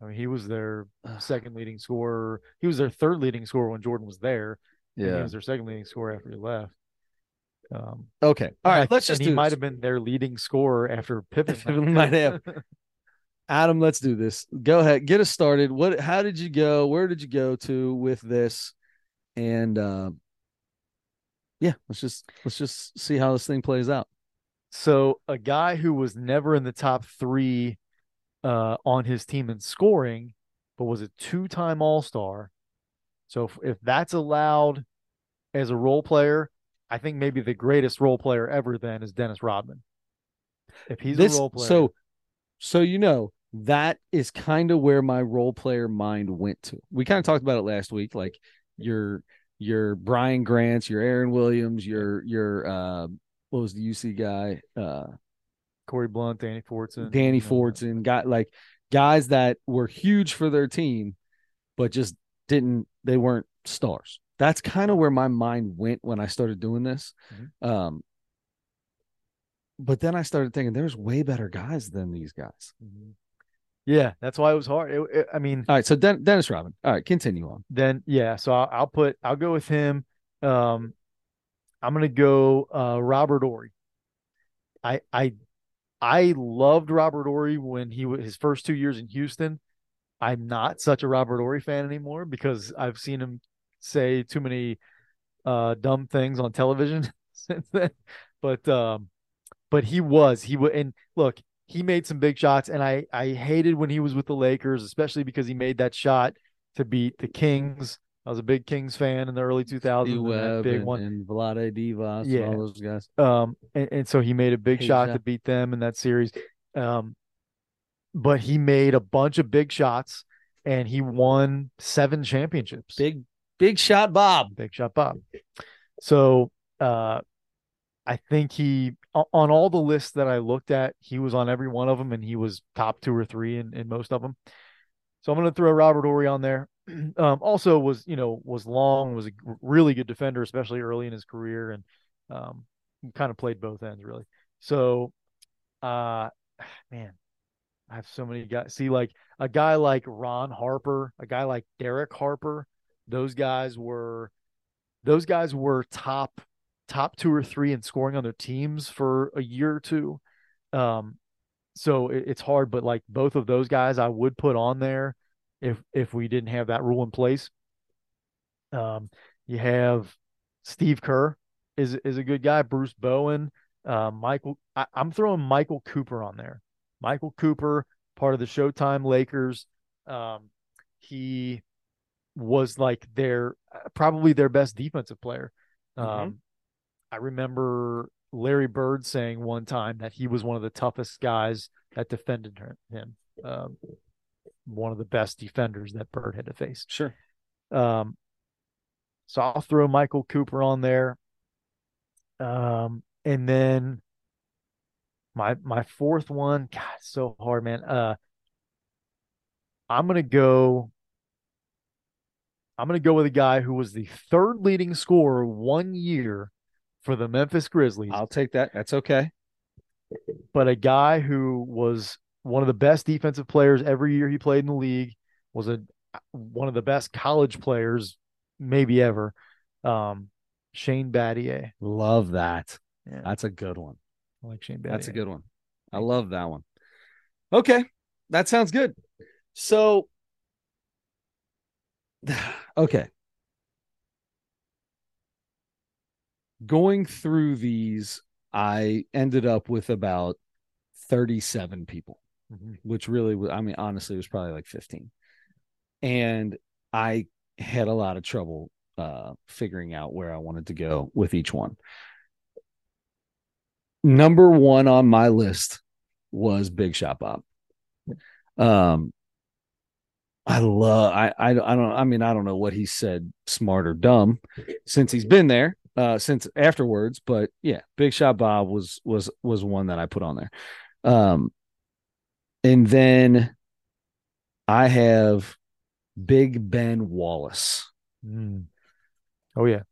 Speaker 2: I mean, he was their
Speaker 1: Ugh.
Speaker 2: second leading scorer. He was their third leading scorer when Jordan was there. and he was their second leading scorer after he left. Um,
Speaker 1: Okay. All
Speaker 2: and I-
Speaker 1: right. Let's just
Speaker 2: and
Speaker 1: do
Speaker 2: he might
Speaker 1: this.
Speaker 2: have been their leading scorer after Pippen. left,
Speaker 1: Pippen
Speaker 2: too.
Speaker 1: might have. Adam, let's do this. Go ahead. Get us started. What how did you go? Where did you go to with this? And uh yeah, let's just let's just see how this thing plays out.
Speaker 2: So a guy who was never in the top three uh, on his team in scoring, but was a two-time All Star. So if, if that's allowed as a role player, I think maybe the greatest role player ever then is Dennis Rodman. If he's
Speaker 1: this,
Speaker 2: a role player,
Speaker 1: So, so you know that is kind of where my role player mind went to. We kind of talked about it last week, like your your Brian Grants, your Aaron Williams, your your uh, what was the UC guy, uh,
Speaker 2: Corey Blunt, Danny Fortson,
Speaker 1: Danny
Speaker 2: you know,
Speaker 1: Fortson, got like guys that were huge for their team, but just didn't they weren't stars. That's kind of where my mind went when I started doing this.
Speaker 2: Mm-hmm.
Speaker 1: Um, but then I started thinking there's way better guys than these guys.
Speaker 2: Mhm. Yeah, that's why it was hard. It- it- I mean,
Speaker 1: All right, so Den- Dennis Robin. All right, continue on.
Speaker 2: then yeah, so I'll, I'll put I'll go with him. Um, I'm gonna go uh, Robert Ory. I I I loved Robert Ory when he was his first two years in Houston. I'm not such a Robert Ory fan anymore because I've seen him say too many uh, dumb things on television since then. But um, but he was he would and look he made some big shots and I I hated when he was with the Lakers especially because he made that shot to beat the Kings. I was a big Kings fan in the early 2000s. and that
Speaker 1: Webb
Speaker 2: big
Speaker 1: uh, and,
Speaker 2: one.
Speaker 1: and Vlade Divas
Speaker 2: Yeah.
Speaker 1: and all those guys.
Speaker 2: Um, and, and so he made a big
Speaker 1: Big
Speaker 2: shot,
Speaker 1: shot.
Speaker 2: to beat them in that series. Um, but he made a bunch of big shots and he won seven championships.
Speaker 1: Big big shot Bob.
Speaker 2: Big Shot Bob. So uh, I think he o- on all the lists that I looked at, he was on every one of them, and he was top two or three in, in most of them. So I'm going to throw Robert Ory on there. um, also was you know was long, was a g- really good defender, especially early in his career, and um, kind of played both ends really. So, uh, man, I have so many guys. See, like a guy like Ron Harper, a guy like Derek Harper, those guys were those guys were top top two or three in scoring on their teams for a year or two um so it, it's hard but like both of those guys i would put on there if if we didn't have that rule in place um you have steve kerr is is a good guy bruce bowen uh, michael I, i'm throwing michael cooper on there michael cooper part of the showtime lakers um he was like their uh, probably their best defensive player.
Speaker 1: Mhm.
Speaker 2: Um, I remember Larry Bird saying one time that he was one of the toughest guys that defended her- him, um, one of the best defenders that Bird had to face.
Speaker 1: Sure.
Speaker 2: Um, so I'll throw Michael Cooper on there. Um, and then my my fourth one, God, it's so hard, man. Uh, I'm gonna go. I'm gonna go with a guy who was the third leading scorer one year for the Memphis Grizzlies,
Speaker 1: I'll take that. That's okay.
Speaker 2: but a guy who was one of the best defensive players every year he played in the league, was a one of the best college players maybe ever. Um, Shane Battier.
Speaker 1: Love that.
Speaker 2: Yeah.
Speaker 1: That's a good one.
Speaker 2: I like Shane Battier.
Speaker 1: That's a good one. I love that one. Okay. That sounds good. So okay. Going through these, I ended up with about 37 people.
Speaker 2: Mhm.
Speaker 1: which really was, I mean, honestly, it was probably like 15. And I had a lot of trouble uh, figuring out where I wanted to go with each one. Number one on my list was Big Shot Bob. Um, I love, I, I, I don't, I mean, I don't know what he said, smart or dumb, since he's been there, uh, since afterwards, but yeah, Big Shot Bob was, was, was one that I put on there. Um, and then I have Big Ben Wallace.
Speaker 2: Mm. Oh yeah.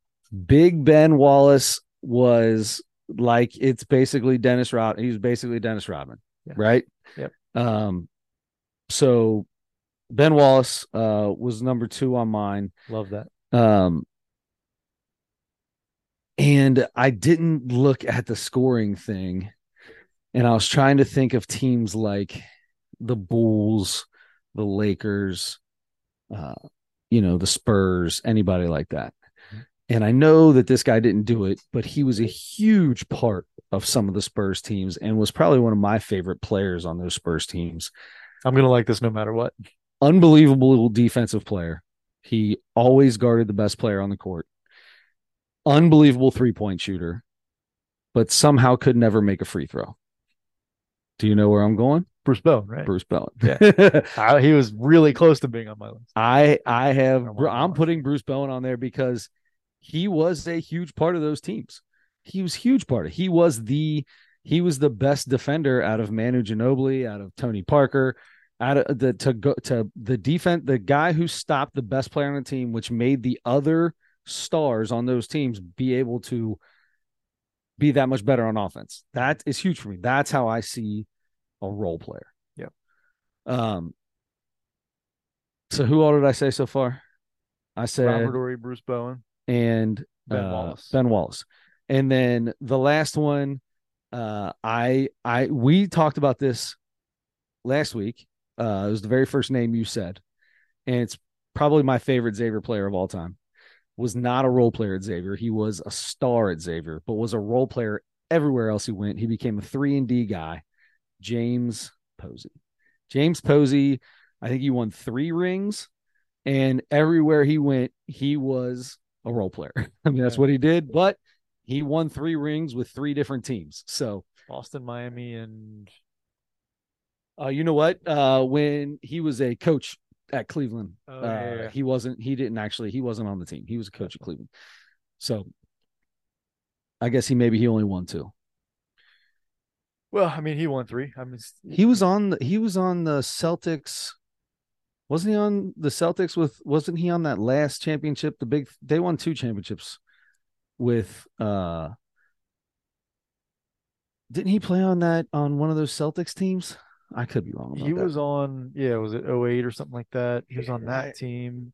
Speaker 1: Big Ben Wallace was like it's basically Dennis Rodman. He was basically Dennis Rodman,
Speaker 2: Yeah.
Speaker 1: right?
Speaker 2: Yep.
Speaker 1: Um, so Ben Wallace uh was number two on mine.
Speaker 2: Love that.
Speaker 1: Um, and I didn't look at the scoring thing, and I was trying to think of teams like the Bulls, the Lakers, uh, you know, the Spurs, anybody like that. And I know that this guy didn't do it, but he was a huge part of some of the Spurs teams and was probably one of my favorite players on those Spurs teams
Speaker 2: I'm gonna like this no matter what.
Speaker 1: unbelievable defensive player. He always guarded the best player on the court. unbelievable three point shooter, but somehow could never make a free throw. Do you know where I'm going?
Speaker 2: Bruce Bowen, right?
Speaker 1: Bruce Bowen.
Speaker 2: I- he was really close to being on my list.
Speaker 1: I I have
Speaker 2: I want
Speaker 1: Bru-
Speaker 2: him
Speaker 1: I'm
Speaker 2: on.
Speaker 1: putting Bruce Bowen on there because he was a huge part of those teams. He was huge part of. He was the he was the best defender out of Manu Ginobili, out of Tony Parker, out of the to go to the defense, the guy who stopped the best player on the team, which made the other stars on those teams be able to be that much better on offense. That is huge for me. That's how I see a role player.
Speaker 2: Yep.
Speaker 1: Um. So who all did I say so far? I said
Speaker 2: Robert Ory, Bruce Bowen,
Speaker 1: and
Speaker 2: Ben
Speaker 1: uh,
Speaker 2: Wallace.
Speaker 1: Ben Wallace. And then the last one, uh, I I we talked about this last week. Uh, it was the very first name you said, and it's probably my favorite Xavier player of all time. Was not a role player at Xavier. He was a star at Xavier, but was a role player everywhere else he went. He became a three and D guy. James Posey. James Posey. I think he won three rings, and everywhere he went, he was a role player. I mean, that's
Speaker 2: Yeah.
Speaker 1: what he did. But he won three rings with three different teams. So
Speaker 2: Boston, Miami, and
Speaker 1: uh, you know what? Uh, when he was a coach at Cleveland,
Speaker 2: Oh,
Speaker 1: uh,
Speaker 2: yeah, yeah, yeah.
Speaker 1: he wasn't. He didn't actually. He wasn't on the team. He was a coach at Cleveland. So I guess he maybe he only won two.
Speaker 2: well, I mean, he won three. I mean, s-
Speaker 1: He was on. The, he was on the Celtics. Wasn't he on the Celtics with? Wasn't he on that last championship? The big. They won two championships with. uh Didn't he play on that on one of those Celtics teams? I could be wrong. About
Speaker 2: he
Speaker 1: that.
Speaker 2: was on. Yeah, was it 08 or something like that? He was on that
Speaker 1: Yeah.
Speaker 2: team.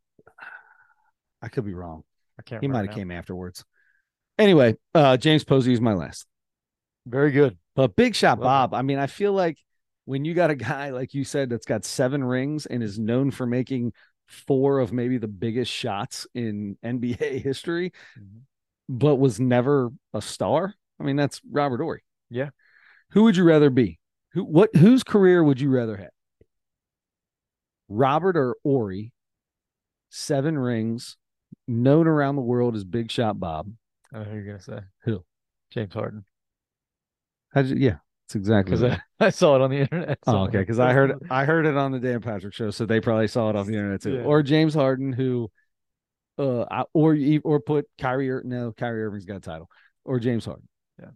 Speaker 1: I could be wrong.
Speaker 2: I can't.
Speaker 1: He
Speaker 2: remember
Speaker 1: might have
Speaker 2: now.
Speaker 1: came afterwards. Anyway, uh, James Posey is my last.
Speaker 2: Very good.
Speaker 1: But big shot
Speaker 2: Love
Speaker 1: Bob. I mean, I feel like when you got a guy like you said that's got seven rings and is known for making four of maybe the biggest shots in NBA history,
Speaker 2: Mhm.
Speaker 1: Mm-hmm. but was never a star. I mean, that's Robert Ory.
Speaker 2: Yeah.
Speaker 1: Who would you rather be? Who what whose career would you rather have? Robert or Ori, seven rings, known around the world as Big Shot Bob.
Speaker 2: I know who you're gonna say.
Speaker 1: Who?
Speaker 2: James Harden.
Speaker 1: How'd you, yeah, it's exactly.
Speaker 2: Because
Speaker 1: what-
Speaker 2: I, I saw it on the internet.
Speaker 1: Oh,
Speaker 2: somewhere.
Speaker 1: okay. Because I heard I heard it on the Dan Patrick show, so they probably saw it on the internet too.
Speaker 2: Yeah.
Speaker 1: Or James Harden, who, uh, I- or you- or put Kyrie. Ir- No, Kyrie Irving's got a title. Or James Harden.
Speaker 2: Yeah.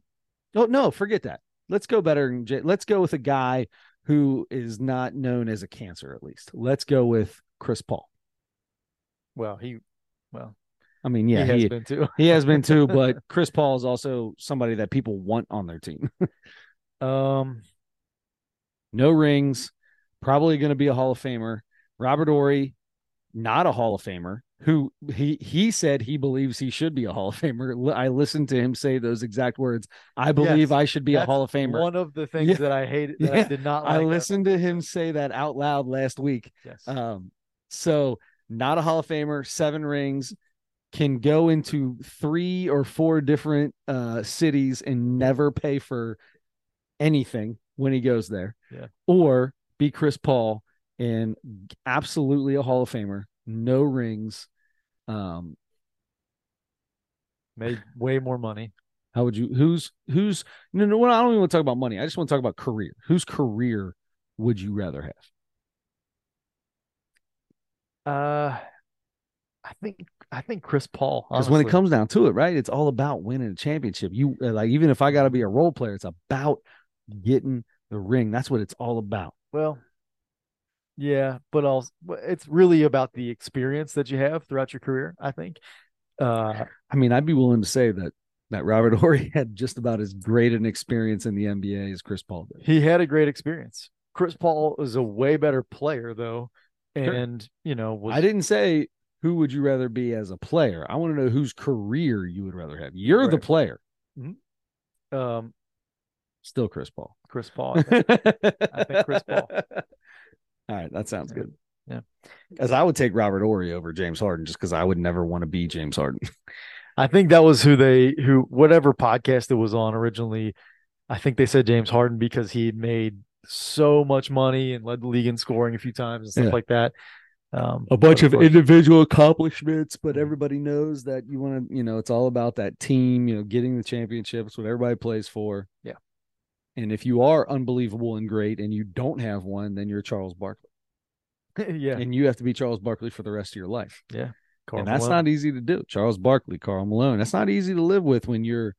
Speaker 1: Oh no, forget that. Let's go better. Than J- Let's go with a guy who is not known as a cancer, at least. Let's go with Chris Paul.
Speaker 2: Well, he. Well,
Speaker 1: I mean, yeah,
Speaker 2: he has
Speaker 1: he,
Speaker 2: been too.
Speaker 1: he has been too, but Chris Paul is also somebody that people want on their team.
Speaker 2: Um,
Speaker 1: no rings, probably going to be a Hall of Famer. Robert Ory, not a Hall of Famer, who he he said he believes he should be a Hall of Famer. L- I listened to him say those exact words. I believe
Speaker 2: Yes,
Speaker 1: I should be a
Speaker 2: that's
Speaker 1: Hall of Famer.
Speaker 2: one of the things
Speaker 1: Yeah.
Speaker 2: that I hated that I
Speaker 1: Yeah.
Speaker 2: did not. Like
Speaker 1: I
Speaker 2: about-
Speaker 1: listened to him say that out loud last week.
Speaker 2: Yes.
Speaker 1: Um, so not a Hall of Famer, seven rings, can go into three or four different uh cities and never pay for anything when he goes there.
Speaker 2: Yeah.
Speaker 1: Or be Chris Paul and absolutely a Hall of Famer, no rings. Um,
Speaker 2: made way more money.
Speaker 1: how would you who's who's no no I don't even want to talk about money. I just want to talk about career. Whose career would you rather have?
Speaker 2: Uh, I think I think Chris Paul.
Speaker 1: Because when it
Speaker 2: honestly.
Speaker 1: comes down to it, right, it's all about winning a championship. You uh, like even if I got to be a role player, it's about getting the ring. That's what it's all about.
Speaker 2: well, yeah, but also but it's really about the experience that you have throughout your career. I think. Uh,
Speaker 1: I mean, I'd be willing to say that that Robert Ory had just about as great an experience in the NBA as Chris Paul did.
Speaker 2: he had a great experience. Chris Paul is a way better player though, and you know was
Speaker 1: I didn't say who would you rather be as a player. I want to know whose career you would rather have. You're the
Speaker 2: Right.
Speaker 1: player,
Speaker 2: um
Speaker 1: still Chris Paul.
Speaker 2: Chris Paul. I think. think Chris Paul.
Speaker 1: All right, that sounds good.
Speaker 2: Yeah.
Speaker 1: Because I would take Robert Ory over James Harden just because I would never want to be James Harden.
Speaker 2: I think that was who they who whatever podcast it was on originally. I think they said James Harden because he had made so much money and led the league in scoring a few times and stuff
Speaker 1: Yeah.
Speaker 2: like that. Um,
Speaker 1: a bunch
Speaker 2: but
Speaker 1: of
Speaker 2: course-
Speaker 1: individual accomplishments, but everybody knows that you want to, you know, it's all about that team, you know, getting the championships, what everybody plays for.
Speaker 2: Yeah.
Speaker 1: And if you are unbelievable and great and you don't have one, then you're Charles Barkley.
Speaker 2: yeah,
Speaker 1: And you have to be Charles Barkley for the rest of your life.
Speaker 2: Karl
Speaker 1: and that's
Speaker 2: Malone.
Speaker 1: not easy to do. Charles Barkley, Carl Malone. That's not easy to live with when you're,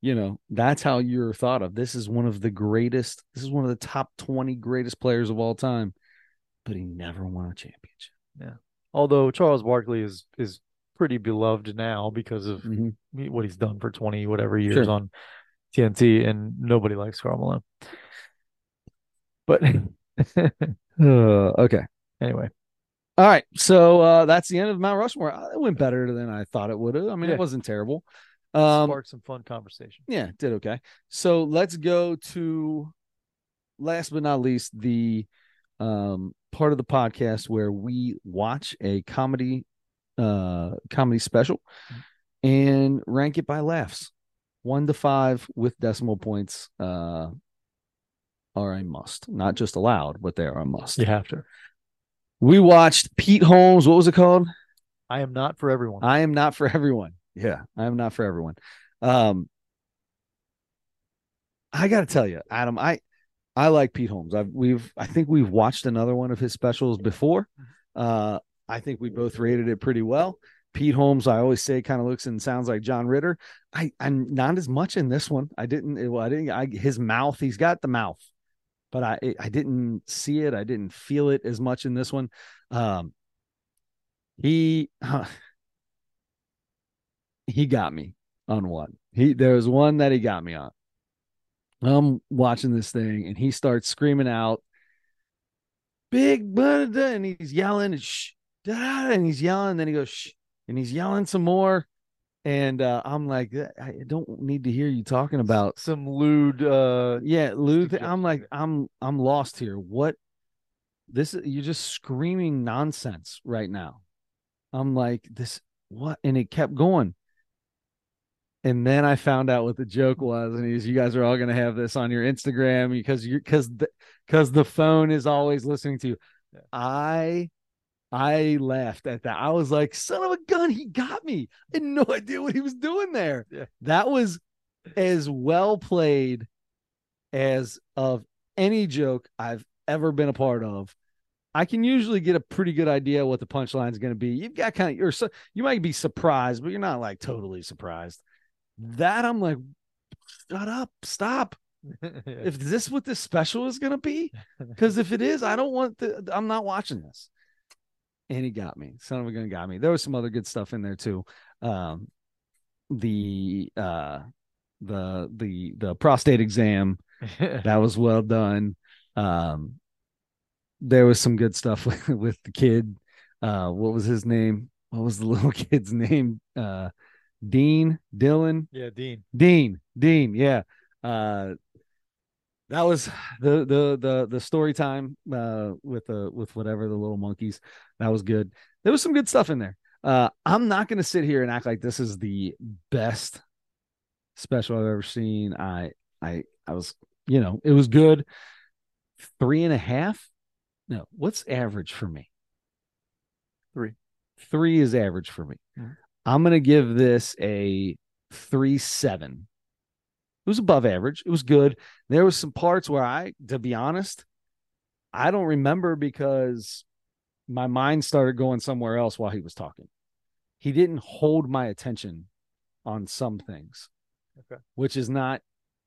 Speaker 1: you know, that's how you're thought of. This is one of the greatest, this is one of the top 20 greatest players of all time, but he never won a championship.
Speaker 2: Although Charles Barkley is is pretty beloved now because of
Speaker 1: Mhm.
Speaker 2: he- what he's done for twenty whatever years
Speaker 1: Sure.
Speaker 2: on TNT, and nobody likes Karl Malone. But
Speaker 1: Uh, okay.
Speaker 2: anyway,
Speaker 1: All right. So uh, that's the end of Mount Rushmore. Uh, It went better than I thought it would have. I mean,
Speaker 2: Yeah.
Speaker 1: it wasn't terrible. Um,
Speaker 2: spark some fun conversation.
Speaker 1: yeah, it did okay. So let's go to last but not least the um, part of the podcast where we watch a comedy uh, comedy special and rank it by laughs. One to five with decimal points uh, are a must, not just allowed, but they are a must.
Speaker 2: You have to.
Speaker 1: We watched Pete Holmes. What was it called?
Speaker 2: I am not for everyone.
Speaker 1: I am not for everyone. Yeah, I am not for everyone. Um, I got to tell you, Adam, I I like Pete Holmes. I've we've I think we've watched another one of his specials before. Uh, I think we both rated it pretty well. Pete Holmes, I always say, kind of looks and sounds like John Ritter. I I'm not as much in this one. I didn't. Well, I didn't. I his mouth. He's got the mouth, but I I didn't see it. I didn't feel it as much in this one. Um, he he got me on one. He there was one that he got me on. I'm watching this thing and he starts screaming out, "Big Buddha!" and he's yelling and shh, da, and he's yelling. And then he goes shh, and he's yelling some more. And uh, I'm like, I don't need to hear you talking about
Speaker 2: some lewd. Uh,
Speaker 1: yeah lou
Speaker 2: Steve Jobs
Speaker 1: i'm like
Speaker 2: here.
Speaker 1: i'm i'm lost here what this is you're just screaming nonsense right now i'm like this what and it kept going and then i found out what the joke was and he's you guys are all going to have this on your instagram because you because because the phone is always listening to you
Speaker 2: Yeah.
Speaker 1: i i laughed at that i was like son of a gun he got me i had no idea what he was doing there
Speaker 2: Yeah.
Speaker 1: that was as well played as of any joke I've ever been a part of. I can usually get a pretty good idea what the punchline is going to be. You've got kind of you're su- you might be surprised, but you're not like totally surprised. That I'm like, shut up, stop.
Speaker 2: yeah.
Speaker 1: If this what this special is going to be, because if it is, I don't want the. I'm not watching this. And he got me. Son of a gun got me. There was some other good stuff in there too. Um, the uh, the the the prostate exam that was well done. Um, there was some good stuff with, with the kid. Uh, what was his name? What was the little kid's name? Uh, Dean, Dylan,
Speaker 2: yeah, Dean.
Speaker 1: Dean, Dean. Yeah. Uh, that was the the the the story time uh, with the with whatever the little monkeys. That was good. There was some good stuff in there. Uh, I'm not going to sit here and act like this is the best special I've ever seen. I I I was you know it was good. Three and a half. No, what's average for me?
Speaker 2: Three.
Speaker 1: Three is average for me.
Speaker 2: Mhm.
Speaker 1: I'm going to give this a three seven. It was above average. It was good. There was some parts where I, to be honest, I don't remember because my mind started going somewhere else while he was talking. He didn't hold my attention on some things,
Speaker 2: Okay.
Speaker 1: which is not,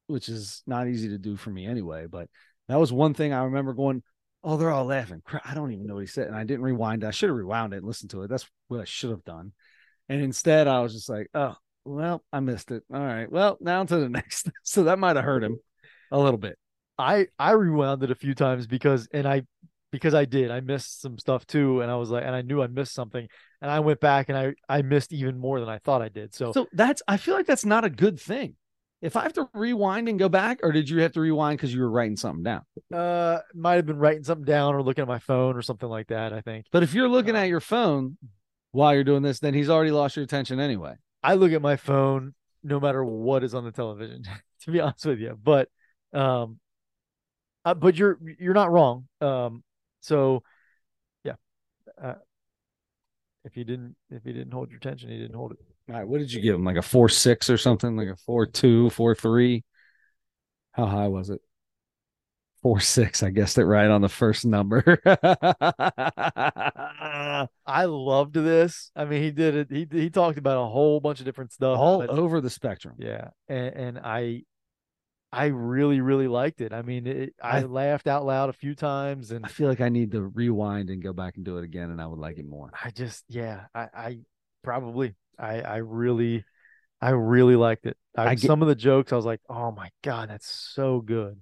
Speaker 1: which is not easy to do for me anyway. But that was one thing I remember going, "Oh, they're all laughing. Crap, I don't even know what he said," and I didn't rewind. it. I should have rewound it and listened to it. That's what I should have done. And instead, I was just like, "Oh, well, I missed it. All right. Well, now to the next. So that might have hurt him a little bit.
Speaker 2: I I rewound it a few times because and I because I did I missed some stuff too and I was like and I knew I missed something and I went back and I I missed even more than I thought I did so
Speaker 1: So that's I feel like that's not a good thing. If I have to rewind and go back, or did you have to rewind because you were writing something down?
Speaker 2: uh might have been writing something down or looking at my phone or something like that I think
Speaker 1: But if you're looking at your phone while you're doing this, then he's already lost your attention anyway.
Speaker 2: I look at my phone no matter what is on the television to be honest with you but um uh, but you're you're not wrong um so yeah uh, if you didn't if you didn't hold your tension, you didn't hold it.
Speaker 1: All right, what did you give him? Like a four six or something? Like a four two, four three? How high was it? Four six. I guessed it right on the first number.
Speaker 2: I loved this. I mean, he did it. He he talked about a whole bunch of different stuff.
Speaker 1: All
Speaker 2: but-
Speaker 1: over the spectrum.
Speaker 2: Yeah, and, and I, I really really liked it. I mean, it, I,
Speaker 1: I-
Speaker 2: laughed out loud a few times, and
Speaker 1: I feel like I need to rewind and go back and do it again, and I would like it more.
Speaker 2: I just yeah, I, I probably I I really, I really liked it. I,
Speaker 1: I get-
Speaker 2: some of the jokes I was like, oh my god, that's so good.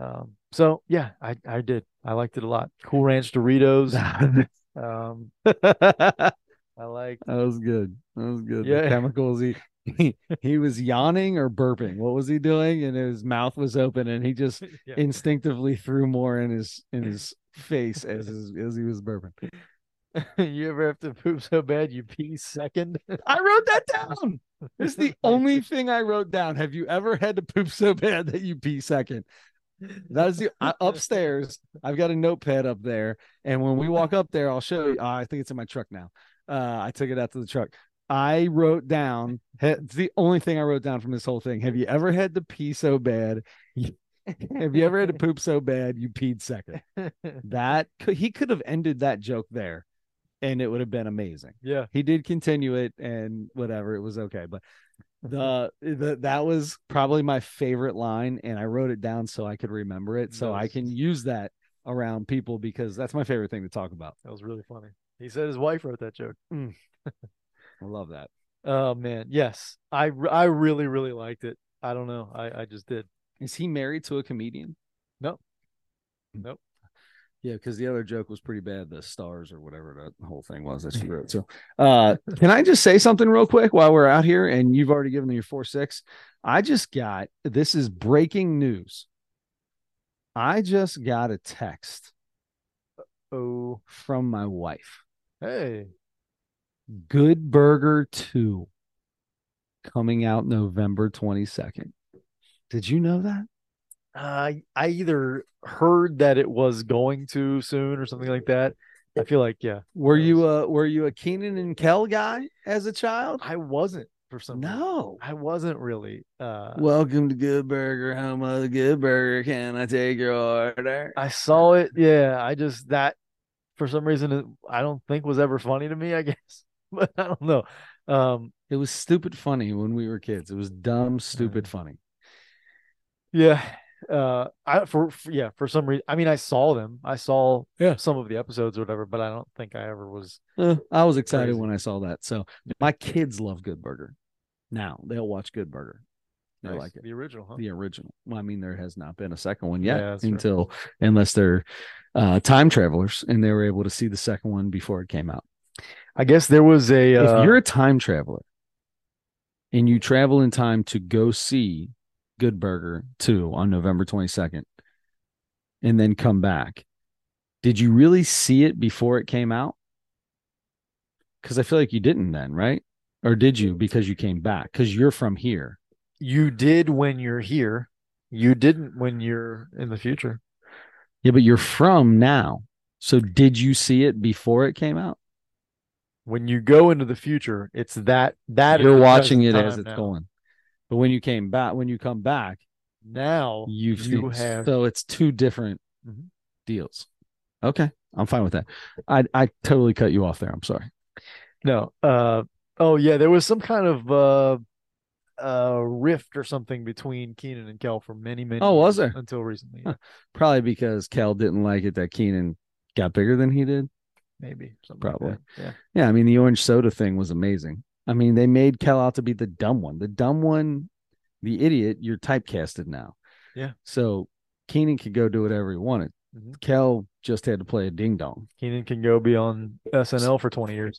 Speaker 2: Um, so yeah, I I did. I liked it a lot. Cool Ranch Doritos.
Speaker 1: that
Speaker 2: um, I liked
Speaker 1: was good. That was good.
Speaker 2: Yeah.
Speaker 1: The chemicals. He, he he was yawning or burping. What was he doing? And his mouth was open, and he just
Speaker 2: yeah.
Speaker 1: instinctively threw more in his in his face as his, as he was burping.
Speaker 2: you ever have to poop so bad you pee second?
Speaker 1: I wrote that down. It's the only thing I wrote down. Have you ever had to poop so bad that you pee second? That is the I, upstairs. I've got a notepad up there, and when we walk up there, I'll show you. uh, I think it's in my truck now. Uh, I took it out to the truck. I wrote down. he- It's the only thing I wrote down from this whole thing. Have you ever had to pee so bad? you- Have you ever had to poop so bad you peed second? That could, he could have ended that joke there, and it would have been amazing
Speaker 2: yeah.
Speaker 1: he did continue it and whatever it was okay but the, the that was probably my favorite line and i wrote it down so i could remember it so i
Speaker 2: Nice.
Speaker 1: can use that around people because that's my favorite thing to talk about
Speaker 2: That was really funny. He said his wife wrote that joke.
Speaker 1: i love that
Speaker 2: Oh man, yes, I re- I really really liked it. I don't know, I I just did.
Speaker 1: is he married to a comedian
Speaker 2: No. Nope.
Speaker 1: yeah because the other joke was pretty bad the stars or whatever the whole thing was that she wrote so uh can i just say something real quick while we're out here and you've already given me your four six i just got this is breaking news i just got a text
Speaker 2: Oh
Speaker 1: from my wife.
Speaker 2: hey,
Speaker 1: Good Burger 2 coming out November 22nd. Did you know that?
Speaker 2: I I either heard that it was going to soon or something like that. I feel like yeah,
Speaker 1: Were you a were you a Keenan and Kel guy as a child?
Speaker 2: I wasn't for some. reason.
Speaker 1: No.
Speaker 2: I wasn't really. Uh,
Speaker 1: Welcome to Good Burger, home of the Good Burger. Can I take your order?
Speaker 2: I saw it. Yeah, I just that for some reason it, I don't think was ever funny to me. I guess, but I don't know. Um,
Speaker 1: It was stupid funny when we were kids. It was dumb, stupid funny.
Speaker 2: Yeah. Uh, I for, for yeah for some reason. I mean, I saw them. I saw
Speaker 1: Yeah.
Speaker 2: some of the episodes or whatever, but I don't think I ever was.
Speaker 1: Uh, I was excited
Speaker 2: Crazy.
Speaker 1: when I saw that. So my kids love Good Burger. Now they'll watch Good Burger. They
Speaker 2: Nice.
Speaker 1: like it.
Speaker 2: The original, huh?
Speaker 1: the original. Well, I mean, there has not been a second one yet
Speaker 2: Yeah, that's true.
Speaker 1: until unless they're uh, time travelers and they were able to see the second one before it came out.
Speaker 2: I guess there was a. Uh,
Speaker 1: If you're a time traveler and you travel in time to go see Good Burger 2 on November 22nd and then come back, did you really see it before it came out? Because I feel like you didn't then, right? Or did you because you came back? Because you're from here.
Speaker 2: you did when you're here. You didn't when you're in the future.
Speaker 1: Yeah, but you're from now. So did you see it before it came out?
Speaker 2: When you go into the future, it's that that
Speaker 1: you're
Speaker 2: is
Speaker 1: watching it
Speaker 2: present
Speaker 1: as
Speaker 2: time
Speaker 1: it's
Speaker 2: now.
Speaker 1: going. But when you came back, when you come back,
Speaker 2: Now
Speaker 1: you've
Speaker 2: you
Speaker 1: seen.
Speaker 2: have
Speaker 1: So it's two different
Speaker 2: Mhm.
Speaker 1: deals. Okay, I'm fine with that. I I totally cut you off there. I'm sorry.
Speaker 2: No. Uh oh yeah, there was some kind of uh uh rift or something between Keenan and Kel for many, many
Speaker 1: Oh, was
Speaker 2: years
Speaker 1: there?
Speaker 2: until recently.
Speaker 1: Huh. Probably because Cal didn't like it that Keenan got bigger than he did.
Speaker 2: Maybe something like
Speaker 1: Probably.
Speaker 2: that. Yeah.
Speaker 1: Yeah, I mean the orange soda thing was amazing. I mean they made Cal out to be the dumb one. The dumb one, the idiot. You're typecasted now.
Speaker 2: Yeah.
Speaker 1: So Keenan could go do whatever he wanted.
Speaker 2: Mhm.
Speaker 1: Cal just had to play a ding dong.
Speaker 2: Keenan can go be on SNL for 20 years.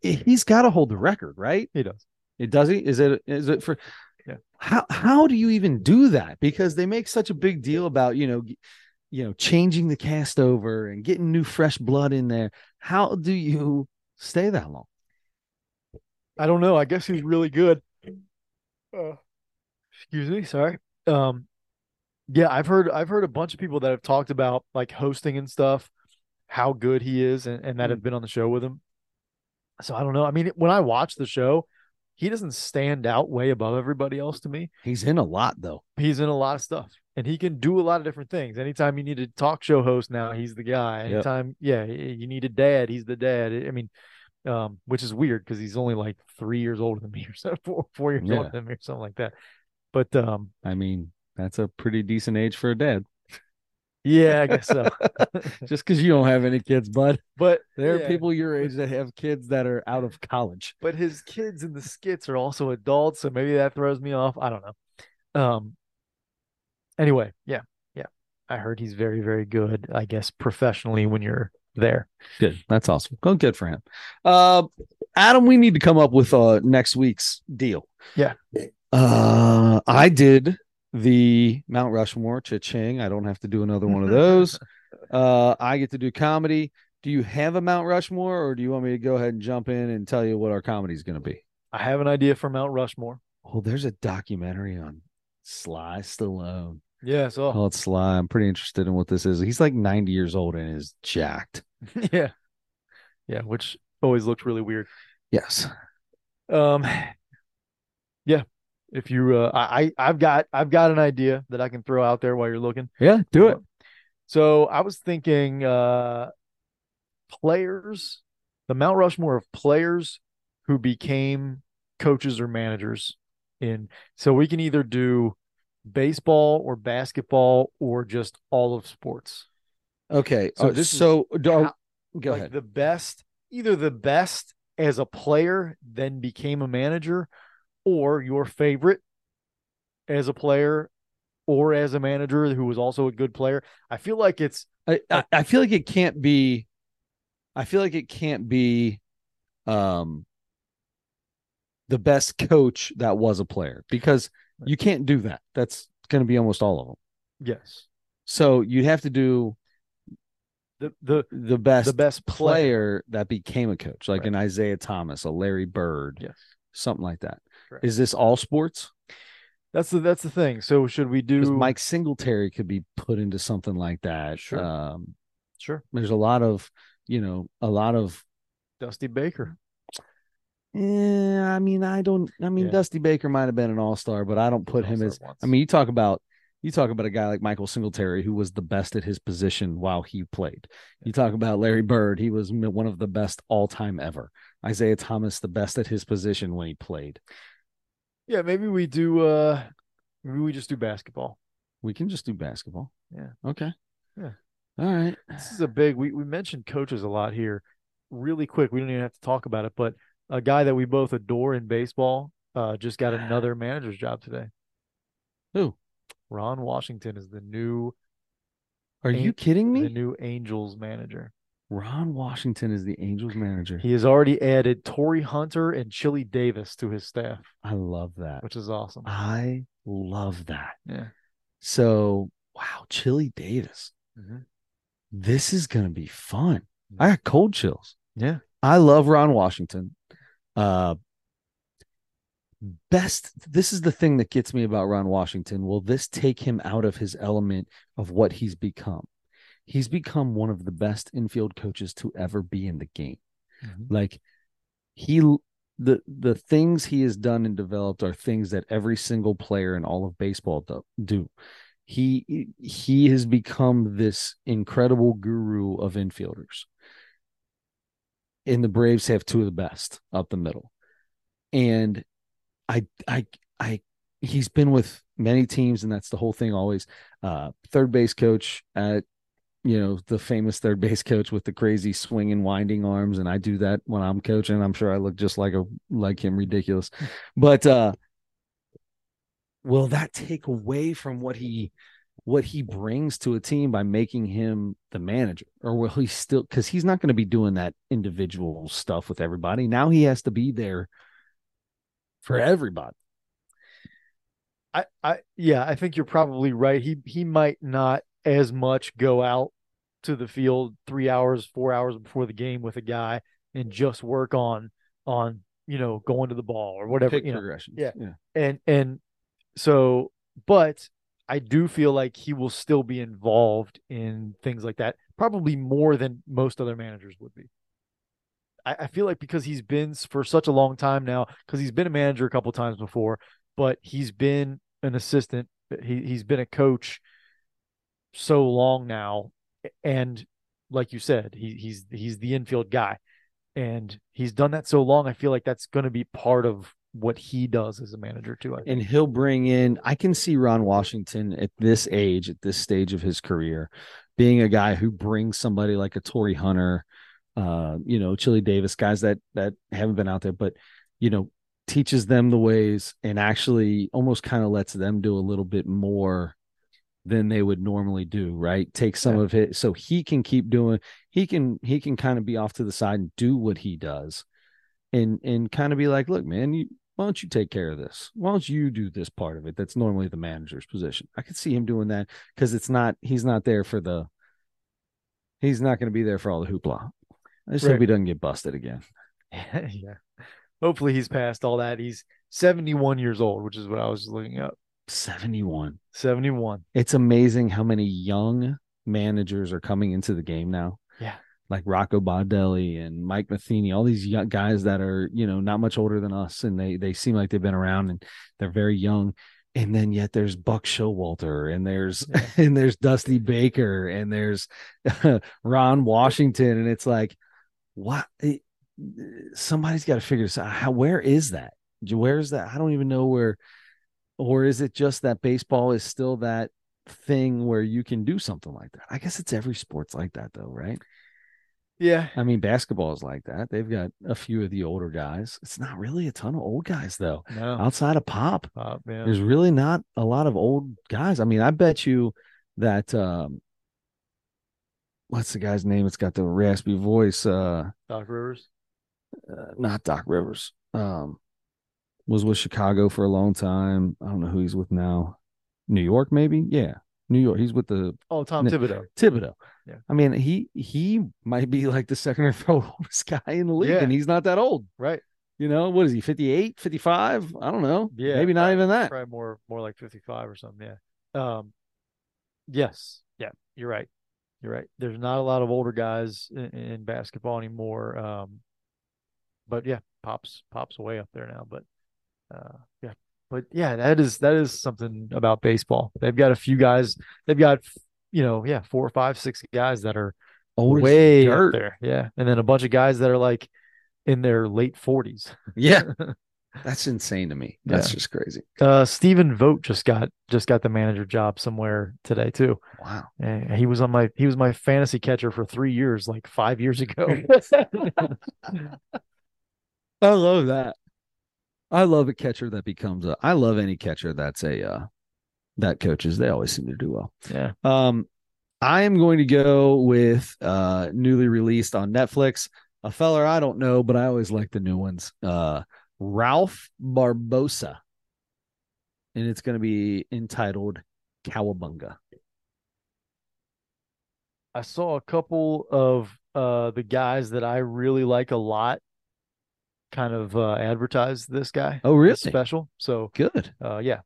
Speaker 1: He's got to hold the record, right?
Speaker 2: He does.
Speaker 1: It does he? Is it is it for
Speaker 2: Yeah.
Speaker 1: how how do you even do that? Because they make such a big deal about, you know, g- you know, changing the cast over and getting new fresh blood in there. How do you stay that long?
Speaker 2: I don't know. I guess he's really good. Uh, excuse me, sorry. Um yeah, I've heard I've heard a bunch of people that have talked about like hosting and stuff, how good he is and, and that have been on the show with him. So I don't know. I mean, when I watch the show, he doesn't stand out way above everybody else to me.
Speaker 1: He's in a lot though.
Speaker 2: He's in a lot of stuff and he can do a lot of different things. Anytime you need a talk show host now, he's the guy.
Speaker 1: Yep.
Speaker 2: Anytime, yeah, you need a dad, he's the dad. I mean, um, which is weird because he's only like three years older than me or so, four, four years
Speaker 1: Yeah.
Speaker 2: older than me or something like that. But um,
Speaker 1: I mean, that's a pretty decent age for a dad.
Speaker 2: yeah, I guess so.
Speaker 1: Just because you don't have any kids, bud.
Speaker 2: But
Speaker 1: There
Speaker 2: yeah.
Speaker 1: are people your age that have kids that are out of college.
Speaker 2: but his kids in the skits are also adults, so maybe that throws me off. I don't know. Um. Anyway, yeah, yeah. I heard he's very, very good. I guess professionally when you're there.
Speaker 1: Good. That's awesome. Well, good for him. Uh, Adam, we need to come up with uh next week's deal.
Speaker 2: Yeah.
Speaker 1: Uh, I did the Mount Rushmore cha-ching. I don't have to do another one of those. uh, I get to do comedy. Do you have a Mount Rushmore, or do you want me to go ahead and jump in and tell you what our comedy is going to be?
Speaker 2: I have an idea for Mount Rushmore.
Speaker 1: Oh, there's a documentary on Sly Stallone
Speaker 2: Yeah. So
Speaker 1: called Sly. I'm pretty interested in what this is. He's like 90 years old and is jacked.
Speaker 2: yeah, yeah. Which always looks really weird.
Speaker 1: Yes.
Speaker 2: Um. Yeah. If you, uh, I, I- I've got, I've got an idea that I can throw out there while you're looking.
Speaker 1: Yeah. Do it.
Speaker 2: So I was thinking uh players, the Mount Rushmore of players who became coaches or managers in so we can either do baseball or basketball or just all of sports.
Speaker 1: Okay. So,
Speaker 2: So this is
Speaker 1: so uh, do-
Speaker 2: how-
Speaker 1: go
Speaker 2: like
Speaker 1: ahead.
Speaker 2: the best, either the best as a player then became a manager or your favorite as a player or as a manager who was also a good player. I feel like it's
Speaker 1: I, I, I feel like it can't be. I feel like it can't be, um, the best coach that was a player because you can't do that. That's going to be almost all of them.
Speaker 2: yes.
Speaker 1: So you'd have to do
Speaker 2: the the
Speaker 1: the best
Speaker 2: the best player.
Speaker 1: player that became a coach, like
Speaker 2: Right.
Speaker 1: an Isaiah Thomas, a Larry Bird,
Speaker 2: Yes.
Speaker 1: something like that. Is
Speaker 2: Correct.
Speaker 1: this all sports?
Speaker 2: That's the that's the thing. So should we
Speaker 1: Because
Speaker 2: do
Speaker 1: Mike Singletary could be put into something like that.
Speaker 2: Sure.
Speaker 1: Um,
Speaker 2: Sure,
Speaker 1: there's a lot of, you know, a lot of
Speaker 2: Dusty Baker.
Speaker 1: Yeah, eh, I mean, I don't. I mean,
Speaker 2: Yeah.
Speaker 1: Dusty Baker might have been an all star, but I don't put him
Speaker 2: All-star
Speaker 1: as.
Speaker 2: once.
Speaker 1: I mean, you talk about you talk about a guy like Michael Singletary, who was the best at his position while he played. You talk about Larry Bird; he was m- one of the best all time ever. Isaiah Thomas, the best at his position when he played.
Speaker 2: yeah, maybe we do. uh Maybe we just do basketball.
Speaker 1: We can just do basketball.
Speaker 2: Yeah.
Speaker 1: Okay.
Speaker 2: Yeah.
Speaker 1: All right.
Speaker 2: This is a big. We we mentioned coaches a lot here. Really quick, we don't even have to talk about it. But a guy that we both adore in baseball uh just got another manager's job today.
Speaker 1: Who?
Speaker 2: Ron Washington is the new
Speaker 1: Are you
Speaker 2: Ain't
Speaker 1: kidding
Speaker 2: the
Speaker 1: me?
Speaker 2: new Angels manager.
Speaker 1: Ron Washington is the Angels manager.
Speaker 2: He has already added Torrey Hunter and Chili Davis to his staff,
Speaker 1: I love that.
Speaker 2: which is awesome.
Speaker 1: I love that.
Speaker 2: Yeah.
Speaker 1: So wow, Chili Davis.
Speaker 2: Mhm.
Speaker 1: This is gonna be fun.
Speaker 2: Mhm.
Speaker 1: I got cold chills.
Speaker 2: Yeah.
Speaker 1: I love Ron Washington. Uh best this is the thing that gets me about Ron Washington. Will this take him out of his element of what he's become? He's become one of the best infield coaches to ever be in the game.
Speaker 2: Mhm.
Speaker 1: Like he the the things he has done and developed are things that every single player in all of baseball do. do. He he has become this incredible guru of infielders. And the Braves have two of the best up the middle. And I I I he's been with many teams and that's the whole thing always uh third base coach uh, at you know the famous third base coach with the crazy swing and winding arms and i do that when i'm coaching i'm sure i look just like a like him ridiculous but uh will that take away from what he what he brings to a team by making him the manager or will he still because he's not going to be doing that individual stuff with everybody now he has to be there for everybody
Speaker 2: I, I yeah, I think you're probably right. He he might not as much go out to the field three hours, four hours before the game with a guy and just work on on you know going to the ball or whatever.
Speaker 1: pick
Speaker 2: You know.
Speaker 1: progression
Speaker 2: yeah.
Speaker 1: yeah
Speaker 2: And and so, but I do feel like he will still be involved in things like that, probably more than most other managers would be. I, I feel like because he's been s- for such a long time now, because he's been a manager a couple times before, but he's been an assistant. He he's been a coach so long now, and like you said, he he's he's the infield guy, and he's done that so long. I feel like that's going to be part of what he does as a manager too. I think.
Speaker 1: and he'll bring in i can see ron washington at this age at this stage of his career being a guy who brings somebody like a tory hunter uh you know chili davis guys that that haven't been out there but you know teaches them the ways and actually almost kind of lets them do a little bit more than they would normally do right take some
Speaker 2: Yeah.
Speaker 1: of it so he can keep doing he can he can kind of be off to the side and do what he does and and kind of be like look man you why don't you take care of this? Why don't you do this part of it? That's normally the manager's position. I could see him doing that because it's not he's not there for the he's not going to be there for all the hoopla. I just hope
Speaker 2: Right.
Speaker 1: he doesn't get busted again.
Speaker 2: yeah. Hopefully he's past all that. He's 71 years old, which is what I was looking up.
Speaker 1: 71.
Speaker 2: 71.
Speaker 1: It's amazing how many young managers are coming into the game now.
Speaker 2: Yeah.
Speaker 1: Like Rocco Baldelli and Mike Matheny, all these young guys that are, you know, not much older than us and they they seem like they've been around and they're very young. And then yet there's Buck Showalter and there's
Speaker 2: Yeah.
Speaker 1: and there's Dusty Baker and there's Ron Washington and it's like what it- somebody's got to figure this out how where is that where is that I don't even know where or is it just that baseball is still that thing where you can do something like that I guess it's every sport's like that though right
Speaker 2: Yeah.
Speaker 1: I mean basketball is like that they've got a few of the older guys it's not really a ton of old guys though
Speaker 2: No.
Speaker 1: outside of pop
Speaker 2: Uh, yeah.
Speaker 1: there's really not a lot of old guys. I mean, I bet you that um what's the guy's name? It's got the raspy voice. Uh,
Speaker 2: Doc Rivers.
Speaker 1: uh not Doc Rivers. Um was with Chicago for a long time. I don't know who he's with now. New York, maybe? Yeah. New York. He's with the
Speaker 2: Oh, Tom
Speaker 1: Nick-
Speaker 2: Thibodeau.
Speaker 1: Thibodeau.
Speaker 2: Yeah.
Speaker 1: I mean, he he might be like the second or third oldest guy in the league,
Speaker 2: Yeah.
Speaker 1: and he's not that old.
Speaker 2: Right.
Speaker 1: You know, what is he, 58, 55? I don't know.
Speaker 2: Yeah.
Speaker 1: Maybe not
Speaker 2: probably-
Speaker 1: even that.
Speaker 2: Probably more more like 55 or something. Yeah. Um yes. Yeah. You're right. You're right. There's not a lot of older guys in, in basketball anymore. Um but yeah, pops pops way up there now, but uh yeah. But yeah, that is that is something about baseball. They've got a few guys. They've got you know, yeah, four, five, six guys that are
Speaker 1: Old as
Speaker 2: way up
Speaker 1: dirt.
Speaker 2: there. Yeah. And then a bunch of guys that are like in their late 40s.
Speaker 1: Yeah. That's insane to me. That's
Speaker 2: Yeah.
Speaker 1: just crazy.
Speaker 2: Uh, Stephen Vogt just got just got the manager job somewhere today too.
Speaker 1: Wow.
Speaker 2: And he was on my he was my fantasy catcher for three years, like five years ago.
Speaker 1: I love that. I love a catcher that becomes a I love any catcher that's a uh that coaches. They always seem to do well.
Speaker 2: yeah,
Speaker 1: Um I am going to go with uh newly released on Netflix. A feller I don't know, but I always like the new ones. Uh Ralph Barbosa. And it's gonna be entitled Cowabunga.
Speaker 2: I saw a couple of uh the guys that I really like a lot, kind of uh advertise this guy
Speaker 1: Oh
Speaker 2: this
Speaker 1: really?
Speaker 2: special. So
Speaker 1: Good.
Speaker 2: uh yeah,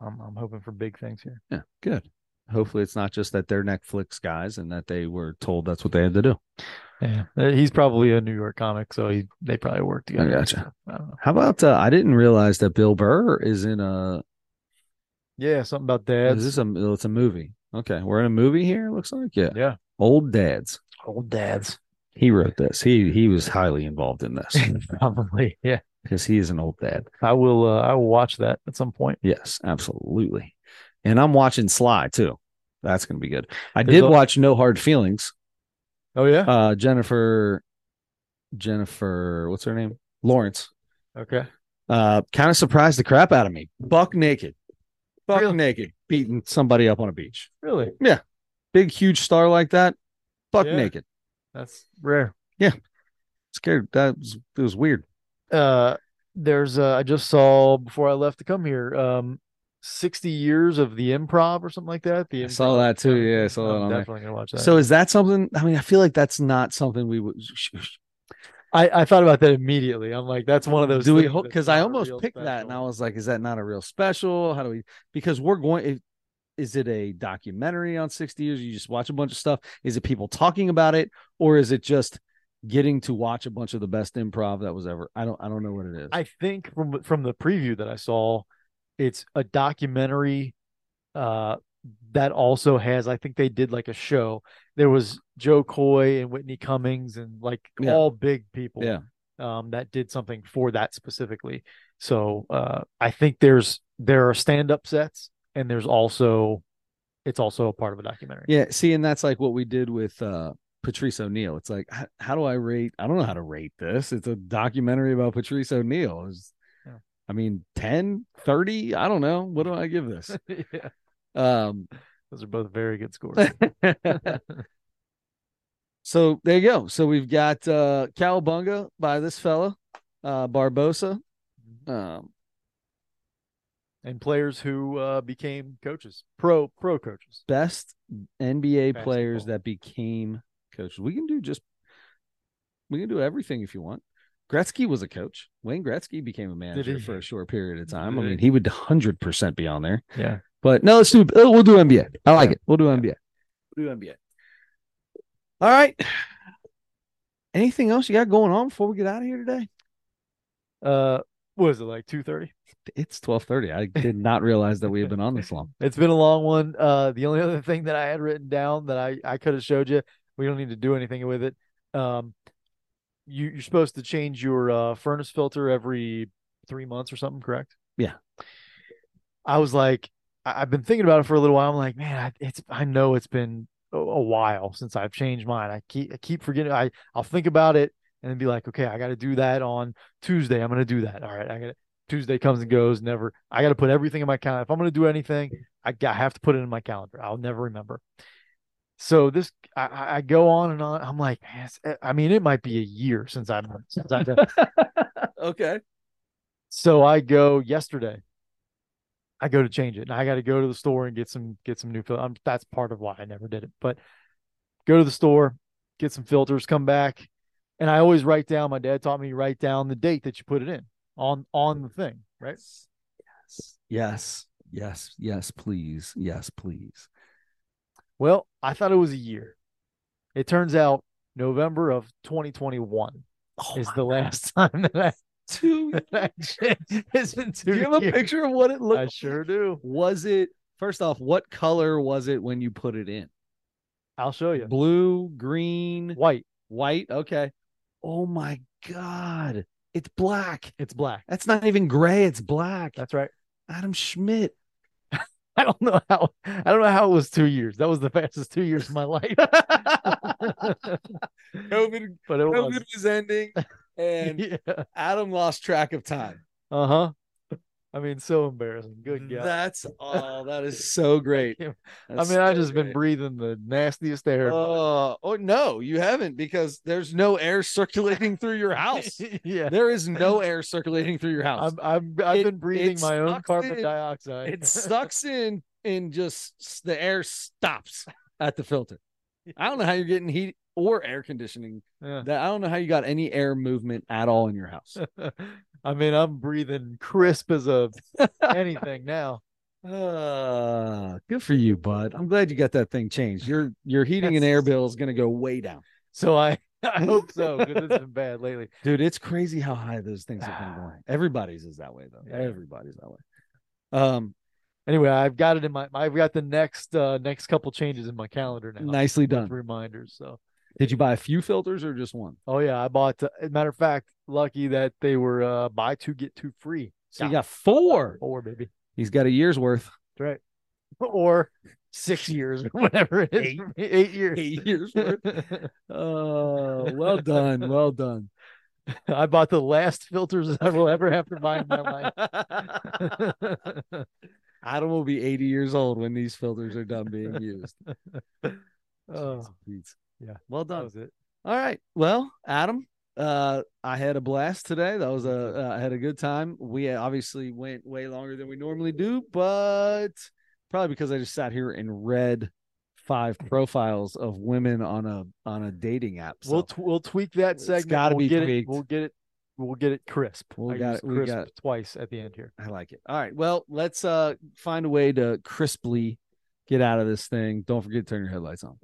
Speaker 2: I'm I'm hoping for big things here.
Speaker 1: Yeah, good. Hopefully, it's not just that they're Netflix guys and that they were told that's what they had to do.
Speaker 2: Yeah, Uh, he's probably a New York comic, so he they probably work together. and
Speaker 1: gotcha.
Speaker 2: stuff. I don't know.
Speaker 1: How about uh, I didn't realize that Bill Burr is in a.
Speaker 2: Yeah, something about
Speaker 1: is
Speaker 2: dads.
Speaker 1: this a? oh, It's a movie. Okay, we're in a movie here. it Looks like yeah.
Speaker 2: Yeah,
Speaker 1: Old dads.
Speaker 2: old dads.
Speaker 1: He wrote this. He he was highly involved in this
Speaker 2: Probably, yeah.
Speaker 1: because he is an old dad.
Speaker 2: I will. Uh, I will watch that at some point.
Speaker 1: Yes, absolutely. And I'm watching Sly too. That's gonna be good. I
Speaker 2: There's
Speaker 1: did
Speaker 2: a-
Speaker 1: watch No Hard Feelings.
Speaker 2: Oh yeah.
Speaker 1: Uh, Jennifer, Jennifer, what's her name? Lawrence.
Speaker 2: Okay.
Speaker 1: uh, kind of surprised the crap out of me. Buck naked, buck
Speaker 2: Really?
Speaker 1: naked, beating somebody up on a beach.
Speaker 2: Really?
Speaker 1: Big, huge star like that, buck
Speaker 2: Yeah.
Speaker 1: naked.
Speaker 2: That's rare.
Speaker 1: Scared. That was it was weird.
Speaker 2: Uh, there's. Uh, I just saw before I left to come here. Um, sixty years of the improv or something like that. The
Speaker 1: I saw
Speaker 2: Improv
Speaker 1: that too.
Speaker 2: comedy
Speaker 1: Yeah, I
Speaker 2: thing.
Speaker 1: saw that
Speaker 2: I'm
Speaker 1: on there.
Speaker 2: definitely gonna watch that.
Speaker 1: So is that something? I mean, I feel like that's not something we would.
Speaker 2: I, I thought about that immediately. I'm like, that's one of those.
Speaker 1: Do we
Speaker 2: things
Speaker 1: hope?
Speaker 2: that's
Speaker 1: Because I
Speaker 2: not a
Speaker 1: almost
Speaker 2: real
Speaker 1: picked that, and I
Speaker 2: special.
Speaker 1: was like, "Is that not a real special? How do we?" Because we're going. If, is it a documentary on sixty years? You just watch a bunch of stuff. Is it people talking about it, or is it just getting to watch a bunch of the best improv that was ever. I don't I don't know what it is.
Speaker 2: I think from from the preview that I saw, it's a documentary uh that also has I think they did like a show. There was Joe Coy and Whitney Cummings and like
Speaker 1: Yeah.
Speaker 2: all big people
Speaker 1: yeah.
Speaker 2: um that did something for that specifically. So uh I think there's there are stand up sets and there's also it's also a part of a documentary.
Speaker 1: Yeah, see and that's like what we did with uh Patrice O'Neill. It's like h- how do I rate I don't know how to rate this. It's a documentary about Patrice O'Neill. It's-
Speaker 2: Yeah.
Speaker 1: I mean 10, 30, I don't know. What do I give this?
Speaker 2: yeah.
Speaker 1: Um
Speaker 2: Those are both very good scores.
Speaker 1: So there you go. So we've got uh Cowabunga by this fella, uh Barbosa. Um
Speaker 2: and players who uh became coaches, pro pro coaches.
Speaker 1: best NBA players
Speaker 2: Basketball.
Speaker 1: that became coaches. We can do just we can do everything if you want. Gretzky was a coach. Wayne Gretzky became a manager
Speaker 2: he?
Speaker 1: for a short period of time. I
Speaker 2: Did he?
Speaker 1: mean, he would 100% be on there.
Speaker 2: Yeah.
Speaker 1: But no, let's do oh, we'll do NBA. I like
Speaker 2: Yeah.
Speaker 1: it. We'll do NBA. We'll do NBA. All right. Anything else you got going on before we get out of here today?
Speaker 2: Uh what is it like 2:30?
Speaker 1: It's 12:30. I did not realize that we have been on this long.
Speaker 2: It's been a long one. Uh, the only other thing that I had written down that I, I could have showed you, we don't need to do anything with it. Um, you you're supposed to change your uh, furnace filter every three months or something, correct?
Speaker 1: Yeah.
Speaker 2: I was like, I, I've been thinking about it for a little while. I'm like, man, I, it's I know it's been a, a while since I've changed mine. I keep I keep forgetting. I I'll think about it and then be like, okay, I got to do that on Tuesday. I'm gonna do that. All right, I got to Tuesday comes and goes. Never. I got to put everything in my calendar. If I'm going to do anything, I, g- I have to put it in my calendar. I'll never remember. So this, I- I, I go on and on. I'm like, man, it's- I mean, it might be a year since I've since I've done.
Speaker 1: Okay.
Speaker 2: so I go yesterday. I go to change it, and I got to go to the store and get some get some new filter. I'm, that's part of why I never did it. But go to the store, get some filters, come back, and I always write down. My dad taught me write down the date that you put it in on on the thing, right?
Speaker 1: Yes. Yes. Yes, please. Yes, please.
Speaker 2: Well, I thought it was a year. It turns out November of 2021
Speaker 1: Oh,
Speaker 2: is the last time that I.
Speaker 1: two.
Speaker 2: That I changed. it's been two
Speaker 1: Do you have a
Speaker 2: years.
Speaker 1: picture of what it looked
Speaker 2: I sure do.
Speaker 1: Was it first off, what color was it when you put it in?
Speaker 2: I'll show you.
Speaker 1: Blue, green,
Speaker 2: White.
Speaker 1: white. Okay. Oh my god. It's black.
Speaker 2: It's black.
Speaker 1: That's not even gray, it's black.
Speaker 2: That's right.
Speaker 1: Adam Schmidt.
Speaker 2: I don't know how. I don't know how it was two years. That was the fastest two years of my life.
Speaker 1: COVID,
Speaker 2: but it was.
Speaker 1: was ending and
Speaker 2: Yeah.
Speaker 1: Adam lost track of time.
Speaker 2: Uh huh. I mean, so embarrassing. Good God.
Speaker 1: That's all. that is so great.
Speaker 2: can't- I
Speaker 1: That's
Speaker 2: mean, I've
Speaker 1: so
Speaker 2: just been
Speaker 1: great.
Speaker 2: breathing the nastiest air.
Speaker 1: Uh, oh no, you haven't because there's no air circulating through your house.
Speaker 2: yeah.
Speaker 1: there is no air circulating through your house.
Speaker 2: I'm, I'm, I've
Speaker 1: It-
Speaker 2: been breathing
Speaker 1: it
Speaker 2: my own
Speaker 1: sucks
Speaker 2: carbon
Speaker 1: in.
Speaker 2: dioxide.
Speaker 1: it sucks in and just s- the air stops at the filter. I don't know how you're getting heat or air conditioning.
Speaker 2: Yeah.
Speaker 1: That I don't know how you got any air movement at all in your house.
Speaker 2: I mean, I'm breathing crisp as a anything now.
Speaker 1: Uh, good for you, bud. I'm glad you got that thing changed. Your your heating and air bill is going to go way down.
Speaker 2: So I, I hope so because it's been bad lately.
Speaker 1: Dude, it's crazy how high those things have been going. Everybody's is that way though.
Speaker 2: Ah. Yeah.
Speaker 1: Everybody's that way. Um,
Speaker 2: Anyway, I've got it in my. I've got the next uh next couple changes in my calendar now.
Speaker 1: nicely
Speaker 2: with
Speaker 1: done.
Speaker 2: reminders. So,
Speaker 1: Did you buy a few filters or just one?
Speaker 2: oh yeah, I bought. Uh, as a matter of fact, lucky that they were uh buy two get two free.
Speaker 1: So you got four.
Speaker 2: Four, baby.
Speaker 1: He's got a year's worth.
Speaker 2: That's right. Or six years or whatever it is.
Speaker 1: Eight.
Speaker 2: for me. Eight years.
Speaker 1: Eight years worth. Oh, well done. Well done.
Speaker 2: I bought the last filters I will ever have to buy in my life.
Speaker 1: Adam will be 80 years old when these filters are done being used.
Speaker 2: oh,
Speaker 1: Jeez Pete.
Speaker 2: yeah.
Speaker 1: Well
Speaker 2: that
Speaker 1: done.
Speaker 2: was it.
Speaker 1: All right. Well, Adam, uh, I had a blast today. That was a uh, I had a good time. We obviously went way longer than we normally do, but probably because I just sat here and read five profiles of women on a on a dating app. So
Speaker 2: We'll t- we'll tweak that
Speaker 1: It's
Speaker 2: segment.
Speaker 1: gotta
Speaker 2: we'll
Speaker 1: be
Speaker 2: get
Speaker 1: tweaked.
Speaker 2: it. We'll get it. We'll get it crisp.
Speaker 1: We'll
Speaker 2: I
Speaker 1: got
Speaker 2: used
Speaker 1: it- we
Speaker 2: crisp
Speaker 1: got
Speaker 2: twice at the end here.
Speaker 1: I like it. All right. Well, let's uh find a way to crisply get out of this thing. Don't forget to turn your headlights on.